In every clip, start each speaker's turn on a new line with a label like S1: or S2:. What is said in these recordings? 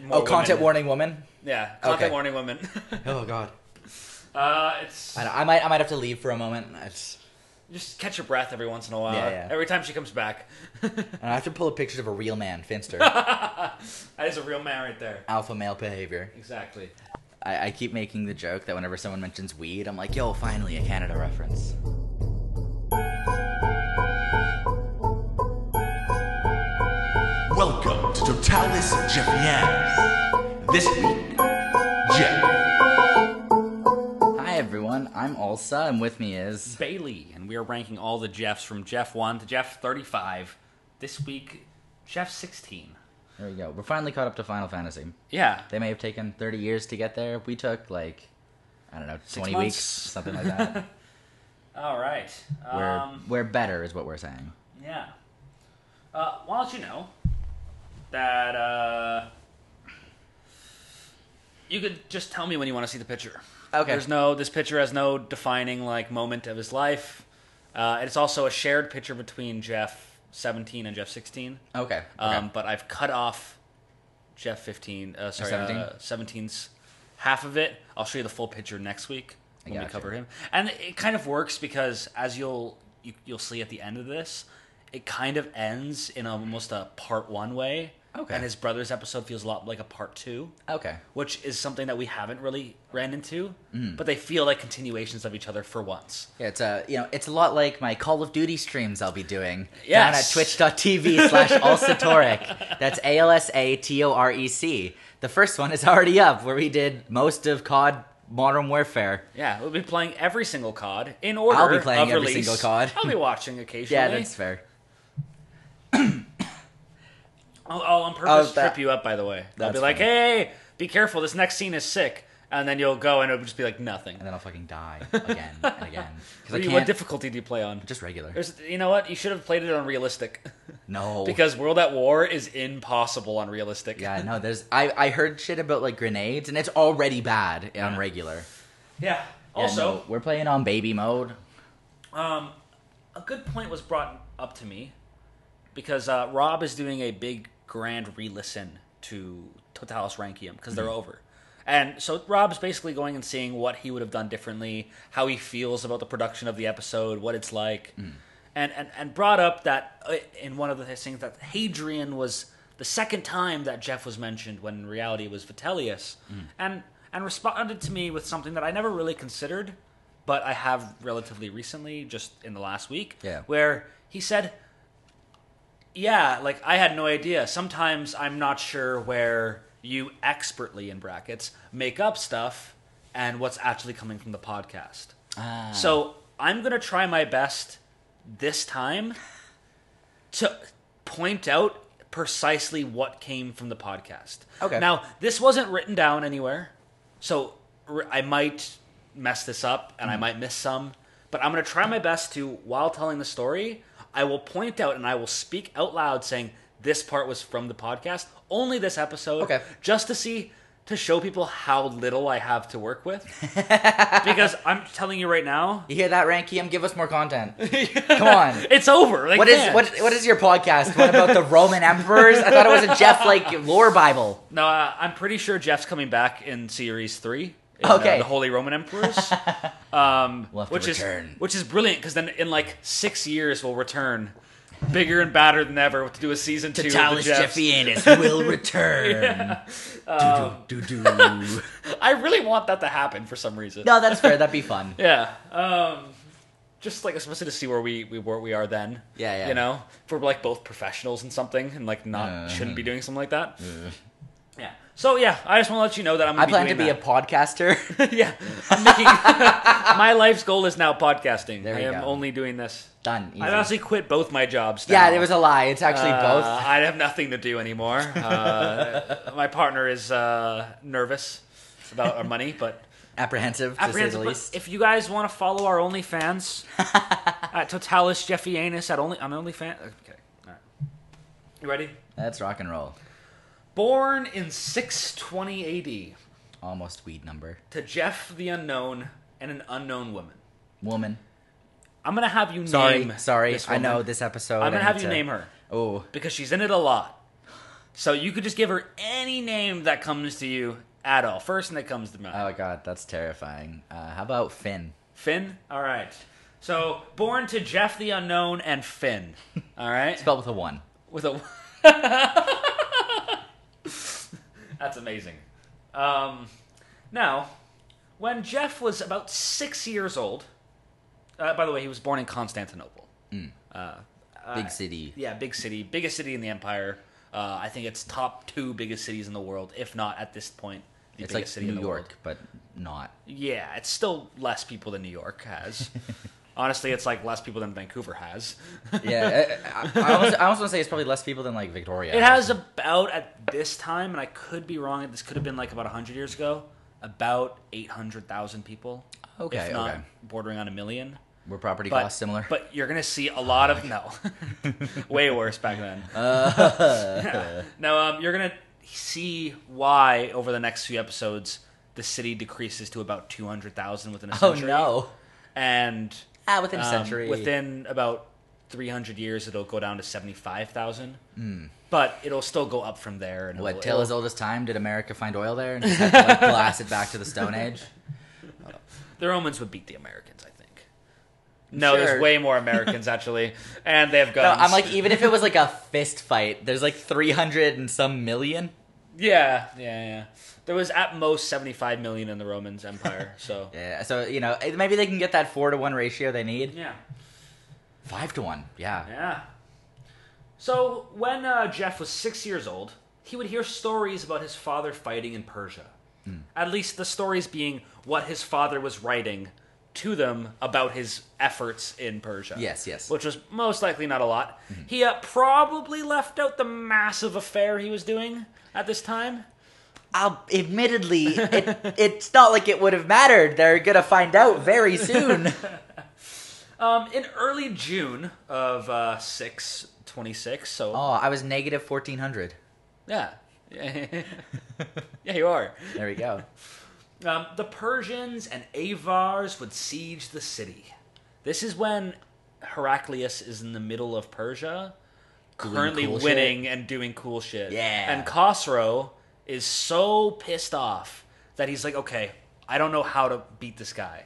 S1: more
S2: Oh, content
S1: women.
S2: warning, woman.
S1: Yeah, content
S2: Okay.
S1: warning women.
S2: Oh God,
S1: uh, it's
S2: I, know, I might I might have to leave for a moment. I, just,
S1: just catch your breath every once in a while.
S2: Yeah, yeah.
S1: Every time she comes back,
S2: and I have to pull up pictures of a real man, Finster.
S1: that is a real man right there.
S2: Alpha male behavior.
S1: Exactly.
S2: I, I keep making the joke that whenever someone mentions weed, I'm like, yo, finally a Canada reference.
S3: Welcome to Totalis Jeffian. This week, Jeff.
S2: Hi everyone, I'm Ulsa, and with me is
S1: Bailey, and we are ranking all the Jeffs from Jeff one to Jeff thirty-five. This week, Jeff sixteen.
S2: there we go. We're finally caught up to Final Fantasy.
S1: Yeah,
S2: They may have taken 30 years to get there. We took like I don't know, 20
S1: months?
S2: weeks, something like that.
S1: All right.
S2: we're
S1: Um,
S2: we're better, is what we're saying.
S1: yeah. Uh, why don't you know that uh, you could just tell me when you want to see the picture.
S2: Okay.
S1: There's no. This picture has no defining like moment of his life. Uh, it's also a shared picture between Jeff 17 and Jeff 16.
S2: Okay. okay.
S1: Um, but I've cut off Jeff 15. Uh, sorry,
S2: 17?
S1: uh, 17's half of it. I'll show you the full picture next week when we
S2: gotcha.
S1: cover him. And it kind of works because as you'll you, you'll see at the end of this, it kind of ends in almost a part one way.
S2: Okay.
S1: And his brother's episode feels a lot like a part two,
S2: okay.
S1: which is something that we haven't really ran into,
S2: Mm.
S1: but they feel like continuations of each other for once.
S2: Yeah, it's a you know, it's a lot like my Call of Duty streams I'll be doing
S1: Yes.
S2: down at twitch.tv slash ulsatoric. That's A L S A T O R E C. The first one is already up where we did most of COD Modern Warfare.
S1: Yeah, we'll be playing every single COD in order.
S2: I'll be playing
S1: of
S2: every
S1: release.
S2: single COD.
S1: I'll be watching occasionally.
S2: Yeah, that's fair.
S1: I'll, I'll on purpose
S2: Oh, that-
S1: trip you up, by the way. I'll
S2: That's
S1: be like,
S2: funny.
S1: hey, be careful, this next scene is sick. And then you'll go and it'll just be like nothing.
S2: And then I'll fucking die again and again. Because I
S1: What do you-
S2: can't
S1: what difficulty do you play on?
S2: just regular.
S1: There's, you know what? You should have played it on realistic.
S2: No.
S1: because World at War is impossible on realistic.
S2: Yeah, no, there's I, I heard shit about like grenades and it's already bad on regular.
S1: Yeah.
S2: Yeah,
S1: Also,
S2: no, we're playing on baby mode.
S1: Um, a good point was brought up to me because uh, Rob is doing a big grand re-listen to Totalis Rankium because they're over. And so Rob's basically going and seeing what he would have done differently, how he feels about the production of the episode, what it's like, and, and and brought up that uh, in one of the things that Hadrian was the second time that Jeff was mentioned when in reality it was Vitellius, and and responded to me with something that I never really considered, but I have relatively recently, just in the last week,
S2: Yeah.
S1: where he said, "Yeah, like I had no idea. Sometimes I'm not sure where you expertly in brackets make up stuff and what's actually coming from the podcast. So I'm gonna try my best this time to point out." precisely what came from the podcast
S2: Okay.
S1: now now, this wasn't written down anywhere, so r- I might mess this up
S2: Mm.
S1: and I might miss some, but I'm going to try my best to, while telling the story, I will point out and I will speak out loud saying this part was from the podcast, only this episode,
S2: Okay.
S1: just to see, to show people how little I have to work with. because I'm telling you right now,
S2: You hear that, Rankium? Give us more content. Come on.
S1: it's over. Like,
S2: What is
S1: man.
S2: what what is your podcast? What about the Roman emperors? I thought it was a Jeff like lore Bible.
S1: No, uh, I'm pretty sure Jeff's coming back in series three. in,
S2: Okay.
S1: uh, the Holy Roman Emperors, um,
S2: We'll have to
S1: which is
S2: return.
S1: which is brilliant because then in like six years we'll return bigger and badder than ever to do a season two. of the
S2: Totalis
S1: Jeffs.
S2: Jeffianus will return.
S1: Um,
S2: Do, do, do, do.
S1: I really want that to happen for some reason.
S2: no, that's fair. That'd be fun.
S1: Yeah. Um, just like especially to see where we we where we are then.
S2: Yeah, yeah.
S1: You know, if we're like both professionals in something and like not shouldn't be doing something like that. Yeah. So yeah, I just want to let you know that I'm. Gonna
S2: I plan to
S1: doing
S2: be
S1: that.
S2: a podcaster.
S1: yeah, I'm making, my life's goal is now podcasting.
S2: There
S1: I
S2: you
S1: am
S2: go.
S1: only doing this.
S2: Done. Easy.
S1: I've honestly quit both my jobs.
S2: yeah,
S1: now.
S2: it was a lie. It's actually
S1: Uh, I have nothing to do anymore. Uh, my partner is uh, nervous about our money, but
S2: both apprehensive, to
S1: apprehensive.
S2: say the
S1: but
S2: least.
S1: If you guys want to follow our OnlyFans at Totalis Jeffy Anus at only on OnlyFans. Okay, all right. You ready?
S2: That's rock and roll.
S1: Born in 620 A.D.
S2: Almost weed number.
S1: to Jeff the Unknown and an unknown woman.
S2: Woman.
S1: I'm gonna have you
S2: Sorry,
S1: name.
S2: sorry.
S1: this
S2: I know
S1: woman.
S2: this episode.
S1: I'm gonna
S2: I
S1: have
S2: need
S1: you
S2: to-
S1: name her
S2: Oh,
S1: because she's in it a lot. So you could just give her any name that comes to you at all. First thing that comes to mind.
S2: Oh god, that's terrifying. Uh, how about Finn?
S1: Finn? All right. So born to Jeff the Unknown and Finn. All right.
S2: Spelled with a one.
S1: With a. That's amazing. Um, now, when Jeff was about six years old, uh, by the way, he was born in Constantinople. Uh,
S2: Big city.
S1: Yeah, big city, biggest city in the empire. Uh, I think it's top two biggest cities in the world, if not at this point the
S2: It's
S1: biggest
S2: like
S1: city in
S2: New
S1: the world.
S2: York, but not.
S1: Yeah, it's still less people than New York has. Honestly, it's like less people than Vancouver has.
S2: Yeah, I, I, I almost, I almost want to say it's probably less people than like Victoria.
S1: It has about at this time, and I could be wrong. This could have been like about hundred years ago. About eight hundred thousand people.
S2: Okay,
S1: if not
S2: okay.
S1: bordering on a million.
S2: Were property
S1: But
S2: costs similar?
S1: But you're gonna see a lot of no, way worse back then.
S2: Uh,
S1: Yeah. No, um, you're gonna see why over the next few episodes the city decreases to about two hundred thousand within a
S2: oh
S1: century.
S2: no!
S1: And
S2: Ah, within a
S1: um,
S2: century.
S1: Within about 300 years, it'll go down to 75,000. But it'll still go up from there. And
S2: Hmm. What,
S1: it'll-
S2: till as
S1: it'll-
S2: old as time? Did America find oil there and just have to like, blast it back to the Stone Age?
S1: the Romans would beat the Americans, I think. No,
S2: Sure.
S1: there's way more Americans, actually. And they have
S2: No,
S1: guns.
S2: I'm like, even if it was like a fist fight, there's like 300 and some million.
S1: yeah, yeah, yeah. There was at most 75 million in the Romans Empire, so.
S2: Yeah, so, you know, eh, maybe they can get that four to one ratio they need.
S1: yeah.
S2: Five to one, yeah.
S1: Yeah. So when uh, Jeff was six years old, he would hear stories about his father fighting in Persia.
S2: Hmm.
S1: At least the stories being what his father was writing to them about his efforts in Persia.
S2: Yes, yes. Hmm.
S1: Which was most likely not a lot. He uh, probably left out the massive affair he was doing at this time.
S2: I'll, admittedly, it, it's not like it would have mattered. They're gonna find out very soon.
S1: Um, in early June of uh, 626, so.
S2: oh, I was negative 1400.
S1: Yeah. yeah, you are.
S2: There we go.
S1: Um, the Persians and Avars would siege the city. This is when Heraclius is in the middle of Persia, currently
S2: cool
S1: winning and doing cool shit.
S2: Yeah.
S1: And Khosrow is so pissed off that he's like, okay, I don't know how to beat this guy.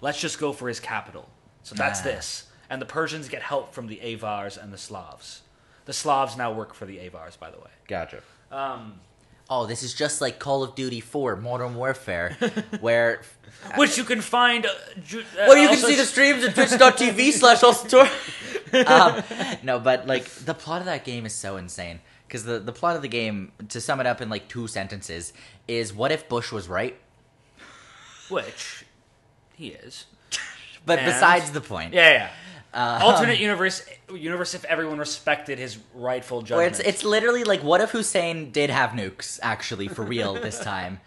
S1: Let's just go for his capital. So that's
S2: Ah.
S1: this. And the Persians get help from the Avars and the Slavs. The Slavs now work for the Avars, by the way.
S2: Gotcha. Um, oh, this is just like Call of Duty 4 Modern Warfare, where
S1: Which you can find. Uh, ju- uh,
S2: Well, you can
S1: also-
S2: see the streams at twitch.tv slash also um, No, but like the plot of that game is so insane. Because the, the plot of the game, to sum it up in like two sentences, is what if Bush was right?
S1: Which he is.
S2: But
S1: And-
S2: besides the point.
S1: Yeah, yeah. Alternate universe, universe if everyone respected his rightful
S2: Where
S1: judgment.
S2: it's it's literally like what if Hussein did have nukes actually for real this time,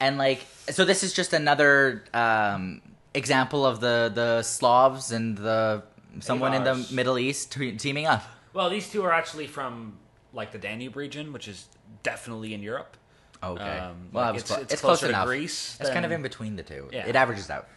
S2: and like so this is just another um, example of the the Slavs and the someone in
S1: Avars.
S2: the Middle East te- teaming up.
S1: well, these two are actually from like the Danube region, which is definitely in Europe.
S2: Okay,
S1: Um,
S2: well that
S1: like,
S2: was
S1: it's-
S2: clo-
S1: it's
S2: it's close
S1: closer to
S2: enough.
S1: Greece
S2: it's kind of
S1: than-
S2: in between the two.
S1: Yeah.
S2: It averages out.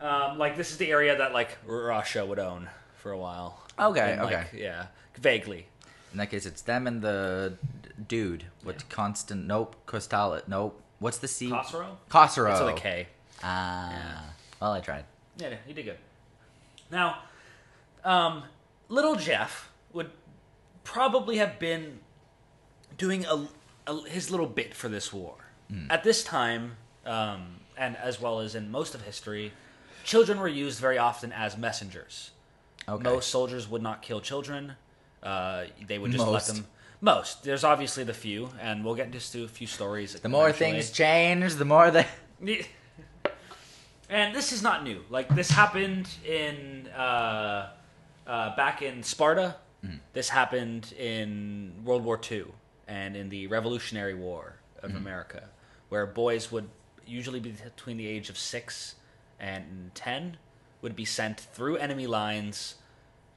S1: Um, like this is the area that like Russia would own for a while.
S2: Okay,
S1: And, like,
S2: okay.
S1: yeah, vaguely.
S2: In that case, it's them and the d- dude with constant. Nope, Costala. Nope. What's the C?
S1: Khosrow?
S2: Khosrow.
S1: It's with a K.
S2: Ah. Well, I tried.
S1: Yeah, yeah, he did good. Now, um, little Jeff would probably have been doing a, a- his little bit for this war.
S2: Hmm.
S1: At this time, um, and as well as in most of history, children were used very often as messengers.
S2: Okay.
S1: Most soldiers would not kill children. Uh, they would just
S2: Most.
S1: let them. Most. There's obviously the few, and we'll get into a few stories.
S2: the more things change, the more they.
S1: Yeah. And this is not new. Like this happened in uh, uh, back in Sparta. This happened in World War II and in the Revolutionary War of
S2: Mm-hmm.
S1: America, where boys would usually be between the age of six and ten would be sent through enemy lines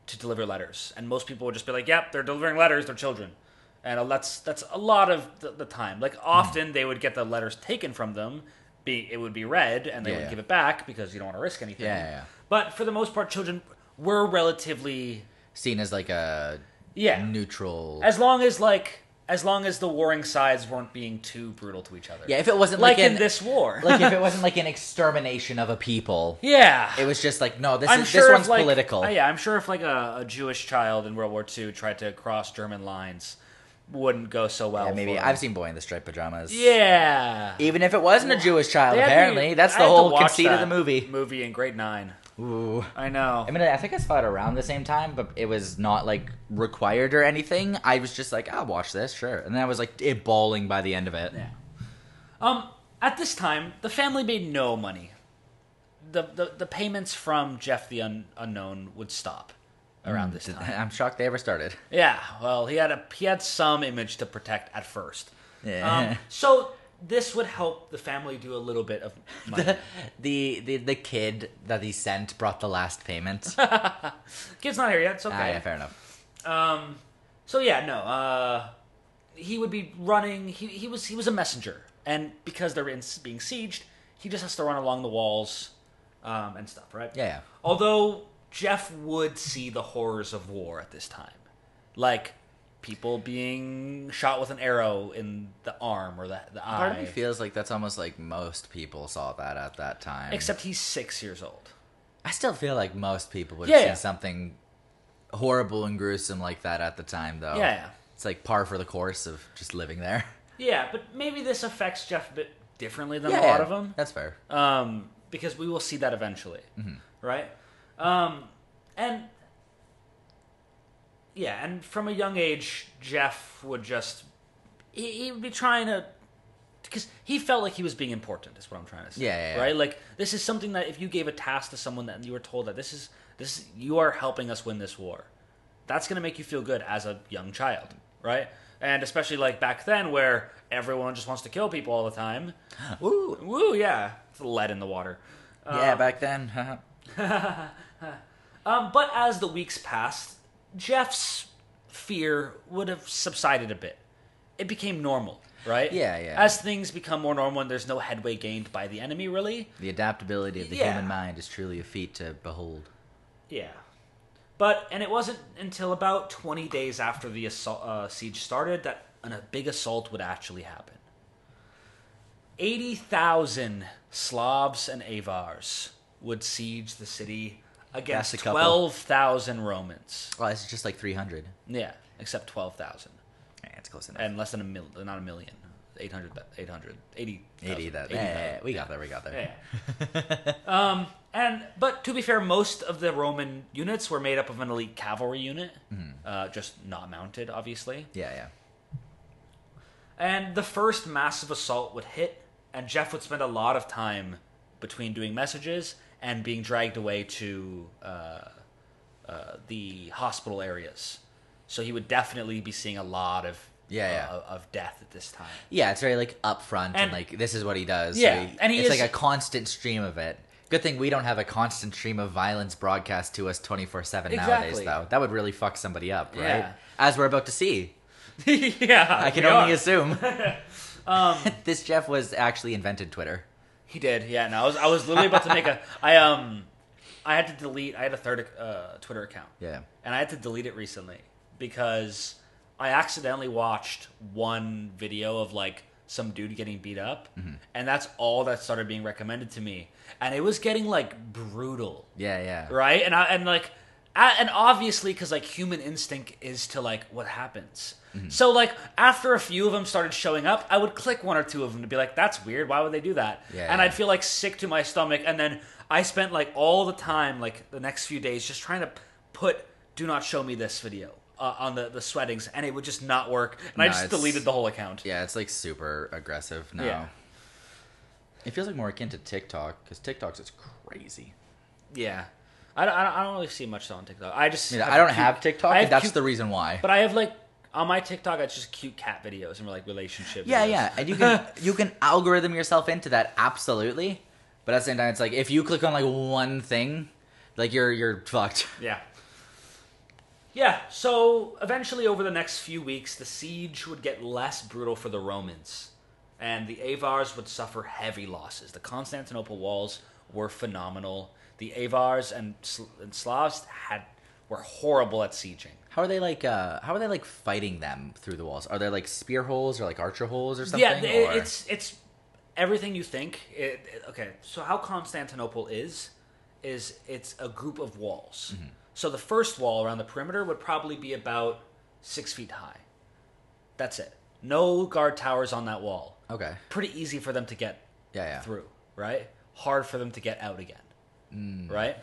S1: to deliver letters, and most people would just be like, "Yep, they're delivering letters. They're children," and uh, that's that's a lot of the, the time.
S2: Hmm.
S1: Like often they would get the letters taken from them, be it would be read, and they
S2: Yeah,
S1: would
S2: yeah.
S1: give it back because you don't want to risk anything.
S2: Yeah, yeah, yeah.
S1: But for the most part, children were relatively
S2: Seen as like a
S1: yeah.
S2: Mm. neutral.
S1: As long as like as long as the warring sides weren't being too brutal to each other.
S2: Yeah, if it wasn't
S1: like,
S2: like,
S1: in
S2: an-
S1: this war.
S2: like if it wasn't like an extermination of a people.
S1: yeah,
S2: It was just like no, this
S1: I'm
S2: is,
S1: sure
S2: this
S1: if,
S2: one's
S1: like-
S2: political.
S1: uh, yeah, I'm sure if like a, a Jewish child in World War II tried to cross German lines, wouldn't go so well.
S2: Yeah, maybe
S1: for
S2: I've
S1: them.
S2: seen Boy in the Striped Pajamas.
S1: Yeah.
S2: Even if it wasn't a Jewish child,
S1: They had me-
S2: apparently that's
S1: I
S2: the
S1: had to
S2: whole
S1: watch
S2: conceit of
S1: that
S2: the movie.
S1: Movie in grade nine.
S2: Ooh.
S1: I know.
S2: I mean, I think I saw it around the same time, but it was not like required or anything. I was just like, I'll watch this, sure. And then I was like, it bawling by the end of it.
S1: Yeah. Um, at this time, the family made no money. The the, the payments from Jeff the Un- Unknown would stop around this time.
S2: I'm shocked they ever started.
S1: Yeah, well, he had a he had some image to protect at first.
S2: Yeah.
S1: Um, so this would help the family do a little bit of money.
S2: the, the the kid that he sent brought the last payment.
S1: Kid's not here yet. It's okay.
S2: Ah, yeah, fair enough.
S1: Um, so yeah, no. Uh, he would be running. He, he was he was a messenger, and because they're in, being sieged, he just has to run along the walls, um, and stuff, right?
S2: Yeah, yeah.
S1: Although Jeff would see the horrors of war at this time, like people being shot with an arrow in the arm or the the eye.
S2: Part of me feels like that's almost like most people saw that at that time.
S1: Except he's six years old.
S2: I still feel like most people would
S1: Yeah,
S2: have
S1: yeah.
S2: seen something horrible and gruesome like that at the time, though.
S1: Yeah, yeah.
S2: It's like par for the course of just living there.
S1: Yeah, but maybe this affects Jeff a bit differently than
S2: yeah,
S1: a lot of them.
S2: That's fair.
S1: um, because we will see that eventually, right? Um, and yeah, and from a young age, Jeff would just he, he would be trying to because he felt like he was being important. Is what I'm trying to say.
S2: Yeah, yeah, yeah.
S1: right. Like this is something that if you gave a task to someone that you were told that this is this you are helping us win this war, that's going to make you feel good as a young child, right? And especially like back then, where everyone just wants to kill people all the time.
S2: Ooh.
S1: Woo, yeah. It's lead in the water.
S2: yeah, back then.
S1: Um, but as the weeks passed, Jeff's fear would have subsided a bit. It became normal, right?
S2: Yeah, yeah.
S1: As things become more normal and there's no headway gained by the enemy, really.
S2: the adaptability of the
S1: Yeah.
S2: human mind is truly a feat to behold.
S1: Yeah. But, and it wasn't until about 20 days after the assault, uh, siege started that an, a big assault would actually happen. 80,000 Slavs and Avars would siege the city
S2: a
S1: against
S2: couple.
S1: 12,000 Romans.
S2: Well, it's just like 300.
S1: Yeah, except 12,000.
S2: Yeah, it's close enough.
S1: And less than a mil, not a million. 800, 800, 80,
S2: 80, that, eh.
S1: 80,000.
S2: yeah, yeah, yeah, we got there, we got there.
S1: Yeah. um, and but to be fair, most of the Roman units were made up of an elite cavalry unit,
S2: Mm-hmm.
S1: uh, just not mounted, obviously.
S2: Yeah, yeah.
S1: And the first massive assault would hit, and Jeff would spend a lot of time between doing messages and being dragged away to uh, uh, the hospital areas. So he would definitely be seeing a lot of
S2: Yeah, yeah.
S1: uh, of- of death at this time.
S2: Yeah, it's very like upfront and,
S1: And-
S2: like this is what he does.
S1: Yeah,
S2: So
S1: and he
S2: it's
S1: is-
S2: like a constant stream of it. Good thing we don't have a constant stream of violence broadcast to us 24 7 nowadays,
S1: Exactly.
S2: though. That would really fuck somebody up, right?
S1: Yeah.
S2: As we're about to see.
S1: yeah,
S2: I can
S1: we
S2: only
S1: are. Um,
S2: assume. this Jeff was actually invented Twitter.
S1: He did, yeah. No, I was I was literally about to make a I um I had to delete I had a third uh, Twitter account.
S2: Yeah.
S1: And I had to delete it recently because I accidentally watched one video of like some dude getting beat up
S2: Mm-hmm.
S1: and that's all that started being recommended to me and it was getting like brutal
S2: Yeah, yeah.
S1: right and i and like a and obviously because like human instinct is to like what happens
S2: Mm-hmm.
S1: so like after a few of them started showing up i would click one or two of them to be like that's weird why would they do that
S2: Yeah.
S1: and i'd feel like sick to my stomach and then i spent like all the time like the next few days just trying to put do not show me this video uh, on the the sweatings and it would just not work and i
S2: No,
S1: just
S2: it's-
S1: deleted the whole account
S2: Yeah, it's like super aggressive now.
S1: Yeah.
S2: It feels like more akin to TikTok because TikTok's just crazy.
S1: yeah I don't, I don't- I don't really see much on tiktok i just
S2: I, mean, I don't
S1: cute-
S2: have TikTok,
S1: I
S2: but
S1: have
S2: that's
S1: cute-
S2: the reason why.
S1: But I have like on my TikTok, it's just cute cat videos and like relationship.
S2: Yeah,
S1: videos.
S2: yeah, and you can you can algorithm yourself into that absolutely, but at the same time, it's like if you click on like one thing, like you're you're fucked.
S1: yeah, yeah. So eventually, over the next few weeks, the siege would get less brutal for the Romans, and the Avars would suffer heavy losses. The Constantinople walls were phenomenal. The Avars and, Sl- and Slavs had were horrible at sieging.
S2: How are they like? Uh, how are they like fighting them through the walls? Are there like spear holes or like archer holes or something?
S1: yeah, it,
S2: or-
S1: it's it's everything you think. It, it- okay, so how Constantinople is is it's a group of walls.
S2: Mm-hmm.
S1: So the first wall around the perimeter would probably be about six feet high. That's it. No guard towers on that wall.
S2: okay.
S1: Pretty easy for them to get
S2: Yeah, yeah.
S1: through, right? Hard for them to get out again, right?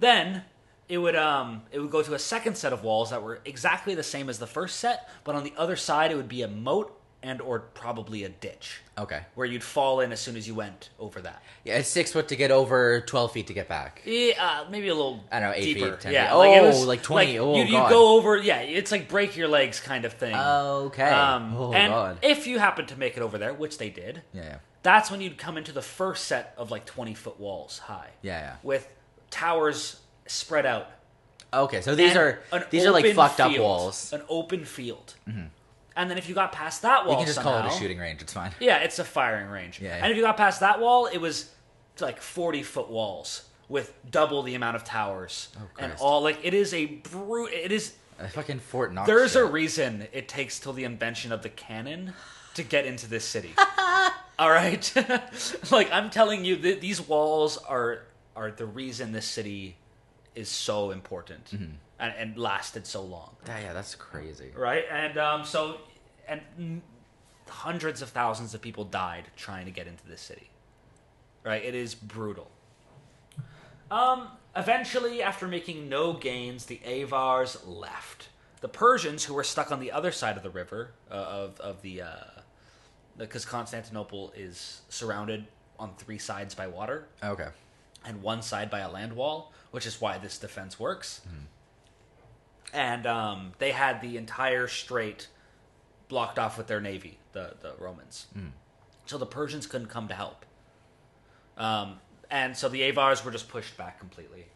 S1: Then it would um it would go to a second set of walls that were exactly the same as the first set, but on the other side it would be a moat and or probably a ditch
S2: Okay.
S1: where you'd fall in as soon as you went over that.
S2: Yeah, it's six foot to get over, twelve feet to get back.
S1: Yeah, uh, maybe a little.
S2: I don't know, eight feet,
S1: deeper.
S2: 10
S1: yeah,
S2: feet.
S1: like it
S2: Oh,
S1: was
S2: like 20. Oh,
S1: you'd,
S2: God.
S1: you'd go over. Yeah, it's like break your legs kind of thing.
S2: Okay.
S1: Um,
S2: Oh,
S1: and
S2: God.
S1: if you happened to make it over there, which they did,
S2: Yeah, yeah.
S1: that's when you'd come into the first set of like 20 foot walls high.
S2: Yeah, yeah.
S1: With towers spread out.
S2: Okay, so these
S1: and
S2: are
S1: an
S2: these are like
S1: open
S2: fucked up
S1: field,
S2: walls. Mm-hmm.
S1: An open field. And then if you got past that wall,
S2: You can just call it a
S1: somehow-
S2: shooting range. It's fine.
S1: Yeah, it's a firing range.
S2: Yeah, yeah.
S1: And if you got past that wall, it was like 40 foot walls with double the amount of towers. and
S2: Oh, Christ.
S1: all like it is a brute it is
S2: A fucking Fort Knox.
S1: there's a
S2: shit.
S1: reason it takes till the invention of the cannon to get into this city. All right, like I'm telling you, th- these walls are are the reason this city is so important and, and lasted so long.
S2: Yeah, yeah, that's crazy.
S1: Right, and um, so and mm, hundreds of thousands of people died trying to get into this city. Right, it is brutal. Um, eventually, after making no gains, the Avars left. The Persians, who were stuck on the other side of the river uh, of of the because Constantinople is surrounded on three sides by water
S2: Okay.
S1: and one side by a land wall, which is why this defense works. And um, they had the entire strait blocked off with their navy, the the Romans. So the Persians couldn't come to help. Um, and so the Avars were just pushed back completely.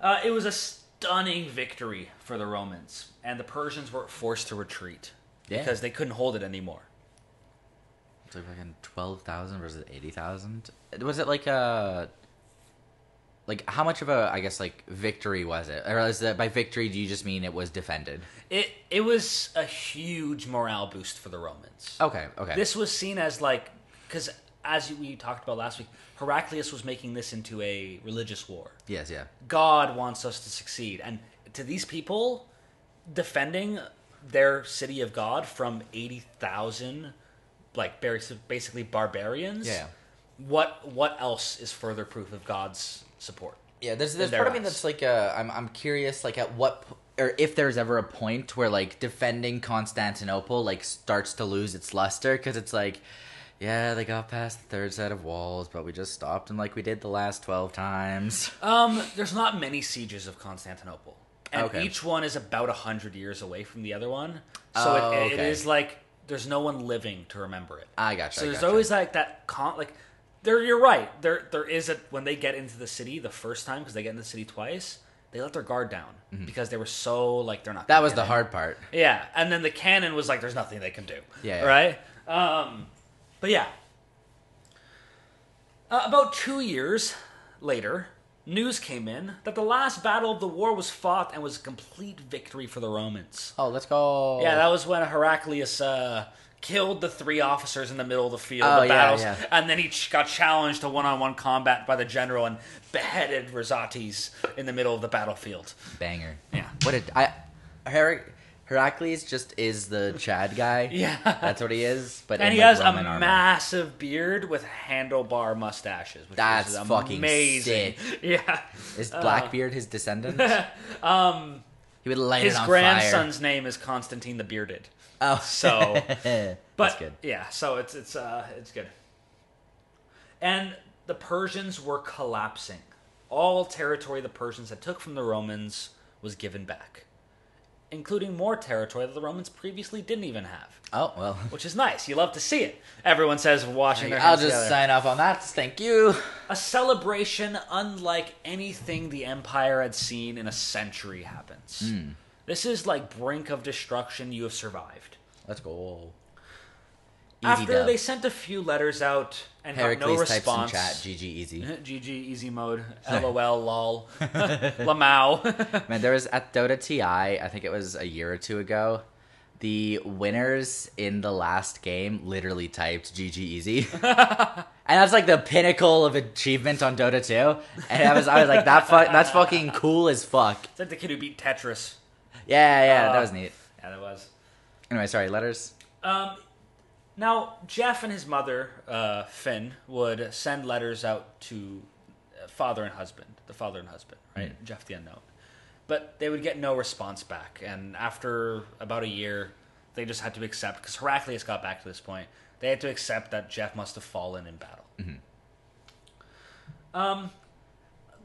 S1: Uh, it was a stunning victory for the Romans, and the Persians were forced to retreat
S2: Yeah.
S1: because they couldn't hold it anymore.
S2: It's like fucking twelve thousand versus eighty thousand. Was it like a like how much of a I guess like victory was it? Or is that by victory do you just mean it was defended?
S1: It it was a huge morale boost for the Romans.
S2: Okay, okay.
S1: This was seen as like because as we talked about last week, Heraclius was making this into a religious war.
S2: yes, yeah.
S1: God wants us to succeed, and to these people, defending their city of God from eighty thousand like bar- basically barbarians.
S2: Yeah.
S1: What what else is further proof of God's support?
S2: Yeah, there's there's
S1: their
S2: part of me
S1: eyes.
S2: that's like uh, I'm I'm curious like at what p- or if there's ever a point where like defending Constantinople like starts to lose its luster because it's like yeah they got past the third set of walls but we just stopped them like we did the last twelve times.
S1: Um, there's not many sieges of Constantinople, and
S2: Okay.
S1: each one is about a hundred years away from the other one. So
S2: Oh,
S1: it, it-
S2: okay. Ah,
S1: it is like there's no one living to remember it.
S2: I gotcha,
S1: So
S2: I
S1: there's
S2: gotcha.
S1: always like that con like there. You're right. There there is a when they get into the city the first time because they get in the city twice. They let their guard down because they were so like they're not.
S2: Mm-hmm. That
S1: gonna
S2: was
S1: get
S2: the
S1: in.
S2: hard part.
S1: Yeah, and then the cannon was like, "There's nothing they can do."
S2: Yeah, yeah.
S1: Right. Um, but yeah. Uh, about two years later, news came in that the last battle of the war was fought and was a complete victory for the Romans.
S2: Oh, let's go.
S1: Yeah, that was when Heraclius uh, killed the three officers in the middle of the field,
S2: Oh,
S1: the
S2: yeah,
S1: battles,
S2: yeah.
S1: and then he ch- got challenged to one-on-one combat by the general and beheaded Rosati's in the middle of the battlefield.
S2: banger.
S1: Yeah.
S2: What a I Her, Heracles just is the Chad guy.
S1: Yeah.
S2: That's what he is. But
S1: And
S2: in,
S1: he
S2: like,
S1: has
S2: Roman
S1: a
S2: armor.
S1: massive beard with handlebar mustaches. Which
S2: That's
S1: is
S2: fucking
S1: amazing. Yeah.
S2: Is
S1: uh,
S2: Blackbeard his descendant? um, he would light
S1: His
S2: it on
S1: grandson's name is Constantine the Bearded.
S2: fire. Oh,
S1: So,
S2: that's
S1: but
S2: good.
S1: yeah, so it's it's uh it's good. And the Persians were collapsing. All territory the Persians had took from the Romans was given back, including more territory that the Romans previously didn't even have,
S2: Oh well.
S1: which is nice. You love to see it. Everyone says washing their
S2: I'll
S1: hands
S2: just
S1: together.
S2: sign off on that. Thank you.
S1: a celebration unlike anything the empire had seen in a century happens.
S2: Hmm.
S1: This is like brink of destruction you have survived.
S2: Let's go.
S1: After
S2: dub.
S1: they sent a few letters out and got no
S2: Heracles types in
S1: response.
S2: chat. GG easy.
S1: GG easy mode. LOL lol. Lamau.
S2: Man, there was at Dota TI, I think it was a year or two ago. The winners in the last game literally typed GG easy. and that's like the pinnacle of achievement on Dota 2. And I was I was like that fu- that's fucking cool as fuck.
S1: Sent the kid who beat Tetris.
S2: Yeah, yeah, that
S1: Uh,
S2: was neat.
S1: Yeah, that was.
S2: Anyway, sorry, letters.
S1: Um, now, Jeff and his mother, uh, Finn, would send letters out to uh, father and husband, the father and husband, right? Jeff the unknown. But they would get no response back. And after about a year, they just had to accept, because Heraclius got back to this point, they had to accept that Jeff must have fallen in battle. Um,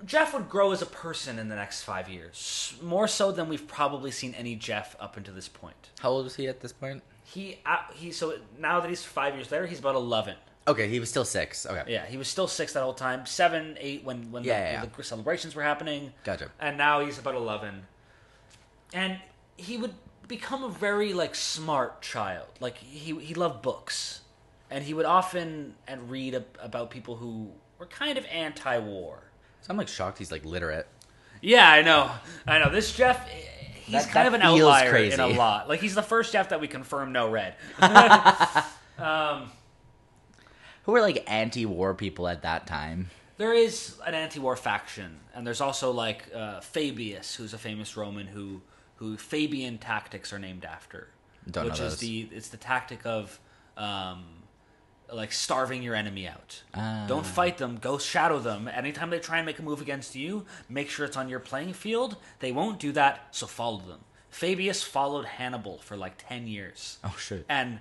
S1: Jeff would grow as a person in the next five years, more so than we've probably seen any Jeff up until this point.
S2: How old was he at this point?
S1: He uh, he. So now that he's five years later, he's about eleven.
S2: Okay, he was still six. Okay.
S1: Yeah, he was still six that whole time. Seven, eight when when the-
S2: Yeah, yeah,
S1: the,
S2: yeah.
S1: celebrations were happening.
S2: Gotcha.
S1: And now he's about eleven, and he would become a very like smart child. Like he he loved books, and he would often and read ab- about people who were kind of anti-war.
S2: So I'm like shocked he's like literate.
S1: Yeah, I know, I know. This Jeff. He's
S2: That-
S1: kind
S2: that
S1: of an
S2: feels
S1: outlier in
S2: crazy.
S1: a lot. Like he's the first Jeff that we confirm no red.
S2: Who were like anti war people at that time?
S1: there is an anti-war faction, and there's also like uh, Fabius, who's a famous Roman who who Fabian tactics are named after,
S2: Don't know
S1: which is
S2: those.
S1: the it's the tactic of um, like starving your enemy out. Don't
S2: Ah.
S1: fight them. Go shadow them. Anytime they try and make a move against you, make sure it's on your playing field. They won't do that, so follow them. Fabius followed Hannibal for like ten years
S2: Oh shit.
S1: and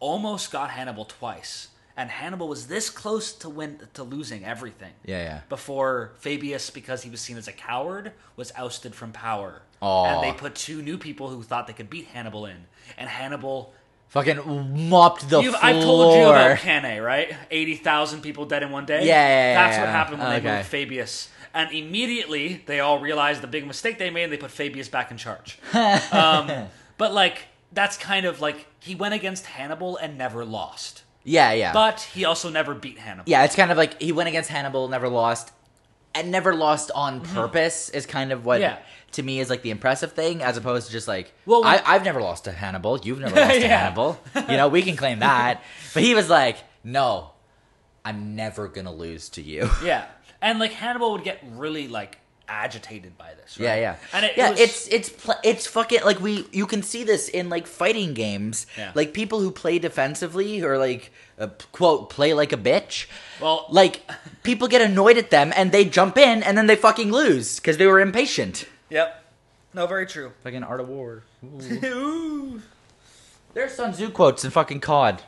S1: almost got Hannibal twice. And Hannibal was this close to win to losing everything.
S2: Yeah, yeah.
S1: Before Fabius, because he was seen as a coward, was ousted from power.
S2: Aw.
S1: And they put two new people who thought they could beat Hannibal in. And Hannibal,
S2: Fucking mopped the
S1: you've,
S2: floor.
S1: I've told you about Cannae, right? Eighty thousand people dead in one day.
S2: Yeah, yeah, yeah,
S1: that's
S2: yeah.
S1: what happened when they
S2: Okay.
S1: moved Fabius. And immediately they all realized the big mistake they made. and They put Fabius back in charge. um, but like, that's kind of like he went against Hannibal and never lost.
S2: Yeah, yeah.
S1: But he also never beat Hannibal.
S2: yeah, it's kind of like he went against Hannibal, never lost, and never lost on purpose is kind of what
S1: Mm-hmm. Yeah.
S2: to me is like the impressive thing, as opposed to just like,
S1: Well,
S2: well,
S1: when-
S2: I, I've never lost to Hannibal, you've never lost to
S1: Yeah.
S2: Hannibal, you know, we can claim that. but he was like, no, I'm never gonna lose to you.
S1: Yeah, and like Hannibal would get really like agitated by this. Right?
S2: Yeah, yeah,
S1: and it,
S2: yeah.
S1: it was,
S2: It's it's pl- it's fucking like we you can see this in like fighting games,
S1: Yeah.
S2: like people who play defensively or like uh, quote play like a bitch.
S1: Well-
S2: like people get annoyed at them and they jump in and then they fucking lose because they were impatient.
S1: yep, no, very true.
S2: Fucking art of war.
S1: Ooh.
S2: There's Sun Tzu quotes in fucking COD.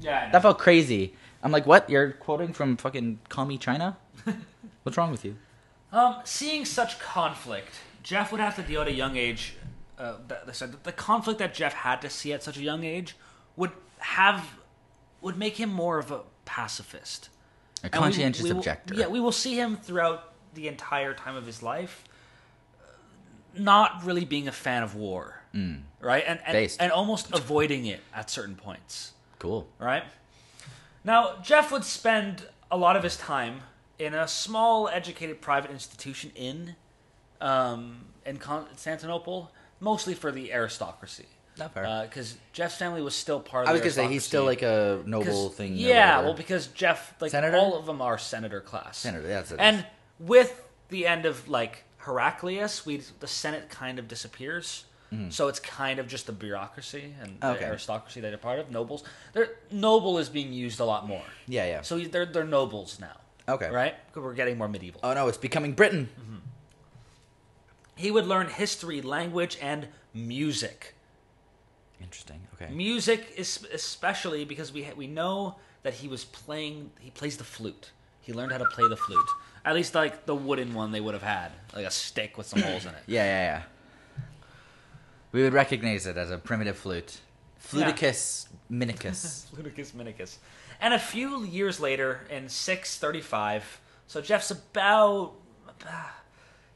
S1: Yeah, I know.
S2: That felt crazy. I'm like, what? You're quoting from fucking commie China? What's wrong with you?
S1: Um, seeing such conflict, Jeff would have to deal at a young age. Uh, the, the, the conflict that Jeff had to see at such a young age would have would make him more of a pacifist,
S2: A
S1: And we-
S2: conscientious
S1: we will-
S2: objector.
S1: yeah, we will see him throughout the entire time of his life, uh, not really being a fan of war, right? And and,
S2: Mm. Based.
S1: and almost avoiding it at certain points
S2: cool.
S1: right? Now, Jeff would spend a lot of his time in a small, educated private institution in um, in Constantinople, mostly for the aristocracy.
S2: Not fair.
S1: Because Jeff's family was still part of.
S2: I was
S1: the
S2: gonna say he's still like
S1: aristocracy.
S2: a noble
S1: 'Cause-
S2: thing. or
S1: Yeah,
S2: whatever.
S1: well, because Jeff, like
S2: Senator?
S1: all of them are senator class.
S2: Senator, that's it.
S1: And with the end of like Heraclius, we the Senate kind of disappears. So it's kind of just the bureaucracy and the
S2: Hmm. Okay.
S1: aristocracy that they're part of. Nobles, they're noble is being used a lot more.
S2: Yeah, yeah.
S1: So they're they're nobles now.
S2: Okay.
S1: right? 'Cause We're getting more medieval.
S2: Oh no, it's becoming Britain.
S1: he would learn history, language, and music.
S2: Interesting. Okay.
S1: Music is especially because we ha- we know that he was playing. He plays the flute. He learned how to play the flute. At least like the wooden one they would have had, like a stick with some holes in it.
S2: Yeah, yeah, yeah. We would recognize it as a primitive flute. Fluticus minicus.
S1: Ludicus Minicus. And a few years later, in 635, so Jeff's about.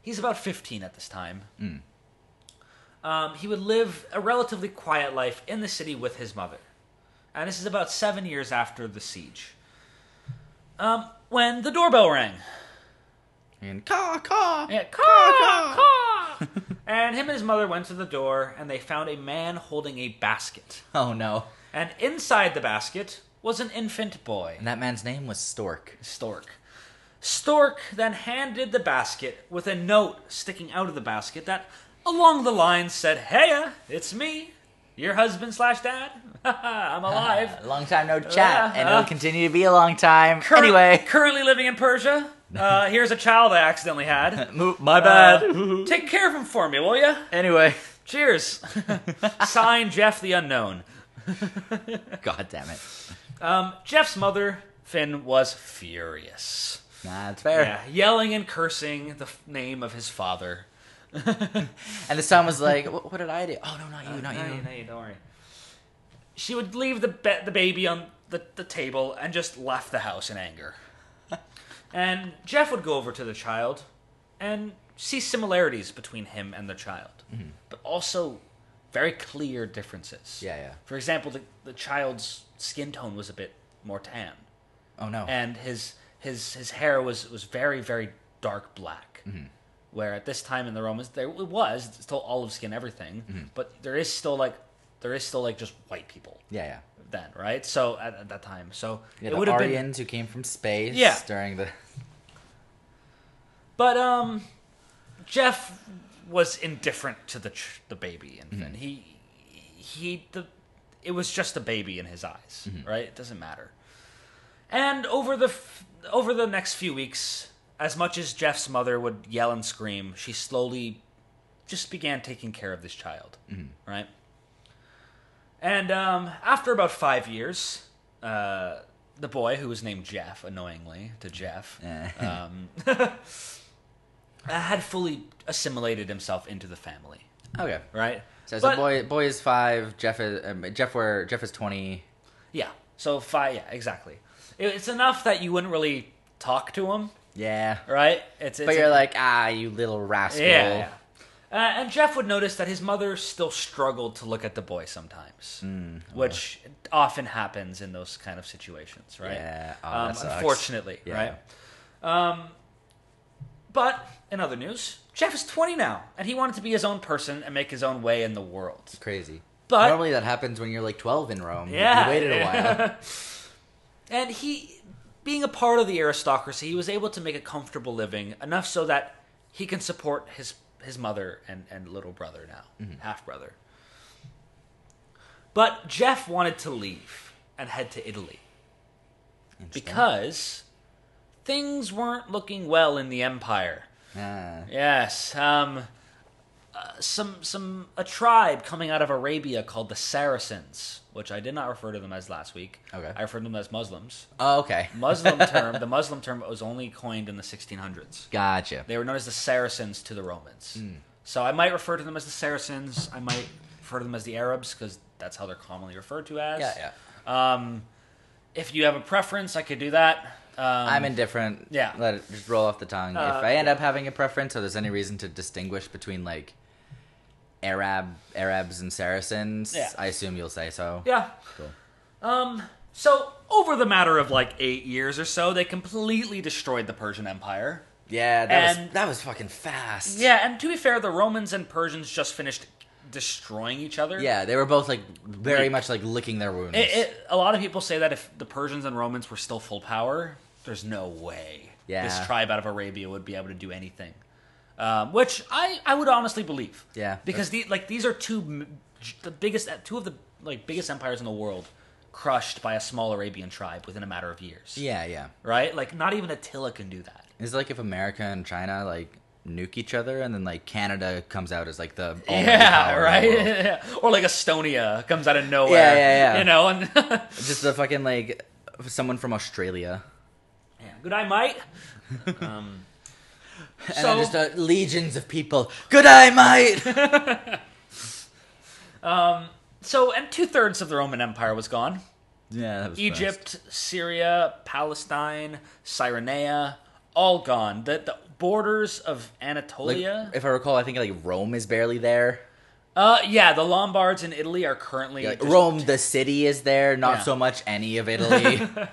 S1: He's about 15 at this time. Um, he would live a relatively quiet life in the city with his mother. and this is about seven years after the siege. Um, when the doorbell rang,
S2: And caw caw.
S1: yeah, caw, caw. and him and his mother went to the door, and they found a man holding a basket,
S2: Oh no!
S1: and inside the basket was an infant boy.
S2: And that man's name was Stork.
S1: Stork. Stork then handed the basket with a note sticking out of the basket that, along the lines, said, "Heya, it's me, your husband slash dad. I'm alive.
S2: long time no chat,
S1: Uh,
S2: and
S1: uh.
S2: it'll continue to be a long time.
S1: Cur-
S2: anyway,
S1: currently living in Persia. Uh, here's a child I accidentally had.
S2: Mo- my bad.
S1: Uh, take care of him for me, will ya?
S2: anyway,
S1: Cheers. Signed, Jeff the Unknown.
S2: God damn it.
S1: Um, Jeff's mother, Finn, was furious.
S2: Nah, it's fair.
S1: Yeah, yelling and cursing the f- name of his father.
S2: And the son was like, "What, what did I do? Oh no, not you, not
S1: No,
S2: you."
S1: Uh, you, no, you, don't worry. She would leave the ba- the baby on the, the table and just left the house in anger. and Jeff would go over to the child and see similarities between him and the child,
S2: Mm-hmm.
S1: but also very clear differences.
S2: Yeah, yeah.
S1: For example, the, the child's skin tone was a bit more tan,
S2: Oh no.
S1: and his his his hair was was very very dark black.
S2: Mm-hmm.
S1: Where at this time in the Romans there it was still olive skin everything,
S2: Mm-hmm.
S1: but there is still like there is still like just white people
S2: yeah, yeah.
S1: then, right? So at, at that time, so
S2: Yeah,
S1: it
S2: the
S1: would have been.
S2: Aryans who came from space
S1: Yeah.
S2: during the
S1: But um, Jeff was indifferent to the ch- the baby, and then he he the it was just a baby in his eyes, right? It doesn't matter. And over the f- over the next few weeks, as much as Jeff's mother would yell and scream, she slowly just began taking care of this child, right? And um, after about five years, uh, the boy who was named Jeff, annoyingly to Jeff, um, uh, had fully assimilated himself into the family,
S2: Okay.
S1: right?
S2: So, so
S1: But-
S2: boy boy is five, Jeff is um, Jeff where Jeff is twenty.
S1: Yeah. So five. Yeah, exactly. It- It's enough that you wouldn't really talk to him,
S2: Yeah.
S1: right? It's, it's
S2: But you're like, ah, you little rascal.
S1: yeah. yeah. Uh, and Jeff would notice that his mother still struggled to look at the boy sometimes,
S2: Hmm, uh-huh.
S1: which often happens in those kind of situations, right?
S2: Yeah, oh,
S1: um,
S2: that sucks.
S1: Unfortunately,
S2: Yeah.
S1: right? Um, but in other news, Jeff is 20 now, and he wanted to be his own person and make his own way in the world.
S2: Crazy.
S1: But-
S2: normally that happens when you're like twelve in Rome.
S1: Yeah.
S2: You waited a while.
S1: And he, being a part of the aristocracy, he was able to make a comfortable living enough so that he can support his his mother and and little brother now, half brother. But Jeff wanted to leave and head to Italy because things weren't looking well in the empire.
S2: Ah.
S1: Yes, um, uh, some some a tribe coming out of Arabia called the Saracens, which I did not refer to them as last week.
S2: Okay.
S1: I referred to them as Muslims.
S2: Oh, okay.
S1: Muslim term, the Muslim term was only coined in the 1600s.
S2: Gotcha.
S1: They were known as the Saracens to the Romans.
S2: Hmm.
S1: So I might refer to them as the Saracens. I might refer to them as the Arabs because that's how they're commonly referred to as.
S2: Yeah, yeah.
S1: Um, if you have a preference, I could do that. Um,
S2: I'm indifferent.
S1: yeah.
S2: Let it just roll off the tongue.
S1: Uh,
S2: if I end up having a preference or there's any reason to distinguish between like Arab Arabs and Saracens,
S1: Yeah.
S2: I assume you'll say so.
S1: Yeah.
S2: Cool.
S1: Um, so over the matter of like eight years or so, they completely destroyed the Persian Empire.
S2: Yeah, that
S1: And-
S2: was that was fucking fast.
S1: Yeah, and to be fair, the Romans and Persians just finished destroying each other.
S2: Yeah, they were both like very
S1: Weak.
S2: much like licking their wounds.
S1: It, it, a lot of people say that if the Persians and Romans were still full power, there's no way
S2: Yeah.
S1: this tribe out of Arabia would be able to do anything. Um, which I, I would honestly believe.
S2: Yeah.
S1: Because the, like these are two m- j- the biggest uh, two of the like biggest empires in the world crushed by a small Arabian tribe within a matter of years.
S2: yeah, yeah.
S1: Right? Like not even Attila can do that.
S2: It's like if America and China like nuke each other and then like Canada comes out as like the almighty
S1: yeah,
S2: power in the world.
S1: right. or like Estonia comes out of nowhere.
S2: Yeah, yeah, yeah.
S1: You know, and yeah,
S2: Just the fucking like someone from Australia.
S1: good eye, mate. Um,
S2: And
S1: So-
S2: then just uh, legions of people. Good eye, mate.
S1: So, and two thirds of the Roman Empire was gone.
S2: yeah, that was fast.
S1: Egypt, Syria, Palestine, Cyrenaica, all gone. The, the borders of
S2: Like,
S1: Anatolia.
S2: If I recall, I think like Rome is barely there.
S1: Uh, yeah, the Lombards in Italy are currently
S2: Like,
S1: just-
S2: Rome, the city, is there. Not
S1: Yeah.
S2: so much any of Italy.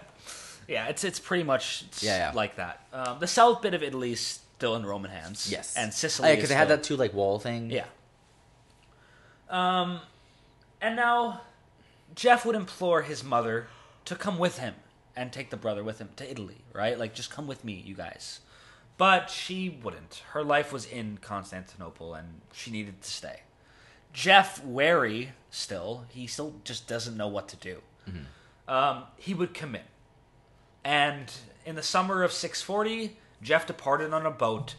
S1: Yeah, it's it's pretty much s-
S2: Yeah, yeah.
S1: like that. Um, the south bit of Italy is still in Roman hands.
S2: yes.
S1: and
S2: Oh,
S1: Sicily.
S2: yeah,
S1: because
S2: because they had that two like wall thing.
S1: Yeah. Um, and now Jeff would implore his mother to come with him and take the brother with him to Italy, right? Like, just come with me, you guys. But she wouldn't. Her life was in Constantinople and she needed to stay. Jeff, wary still, he still just doesn't know what to do. Um, he would commit. And in the summer of 640, Jeff departed on a boat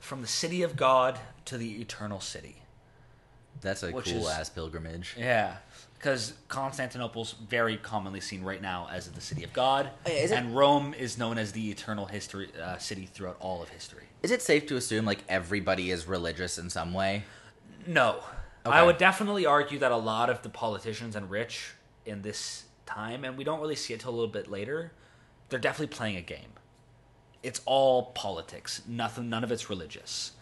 S1: from the city of God to the eternal city.
S2: That's a
S1: Which
S2: cool
S1: is-
S2: ass pilgrimage.
S1: Yeah. Because Constantinople's very commonly seen right now as the city of God,
S2: Is it-
S1: and Rome Oh, is known as the eternal history uh, city throughout all of history.
S2: Is it safe to assume like everybody is religious in some way?
S1: No, I
S2: Okay.
S1: would definitely argue that a lot of the politicians and rich in this time, and we don't really see it till a little bit later, they're definitely playing a game. It's all politics. Nothing. None of it's religious,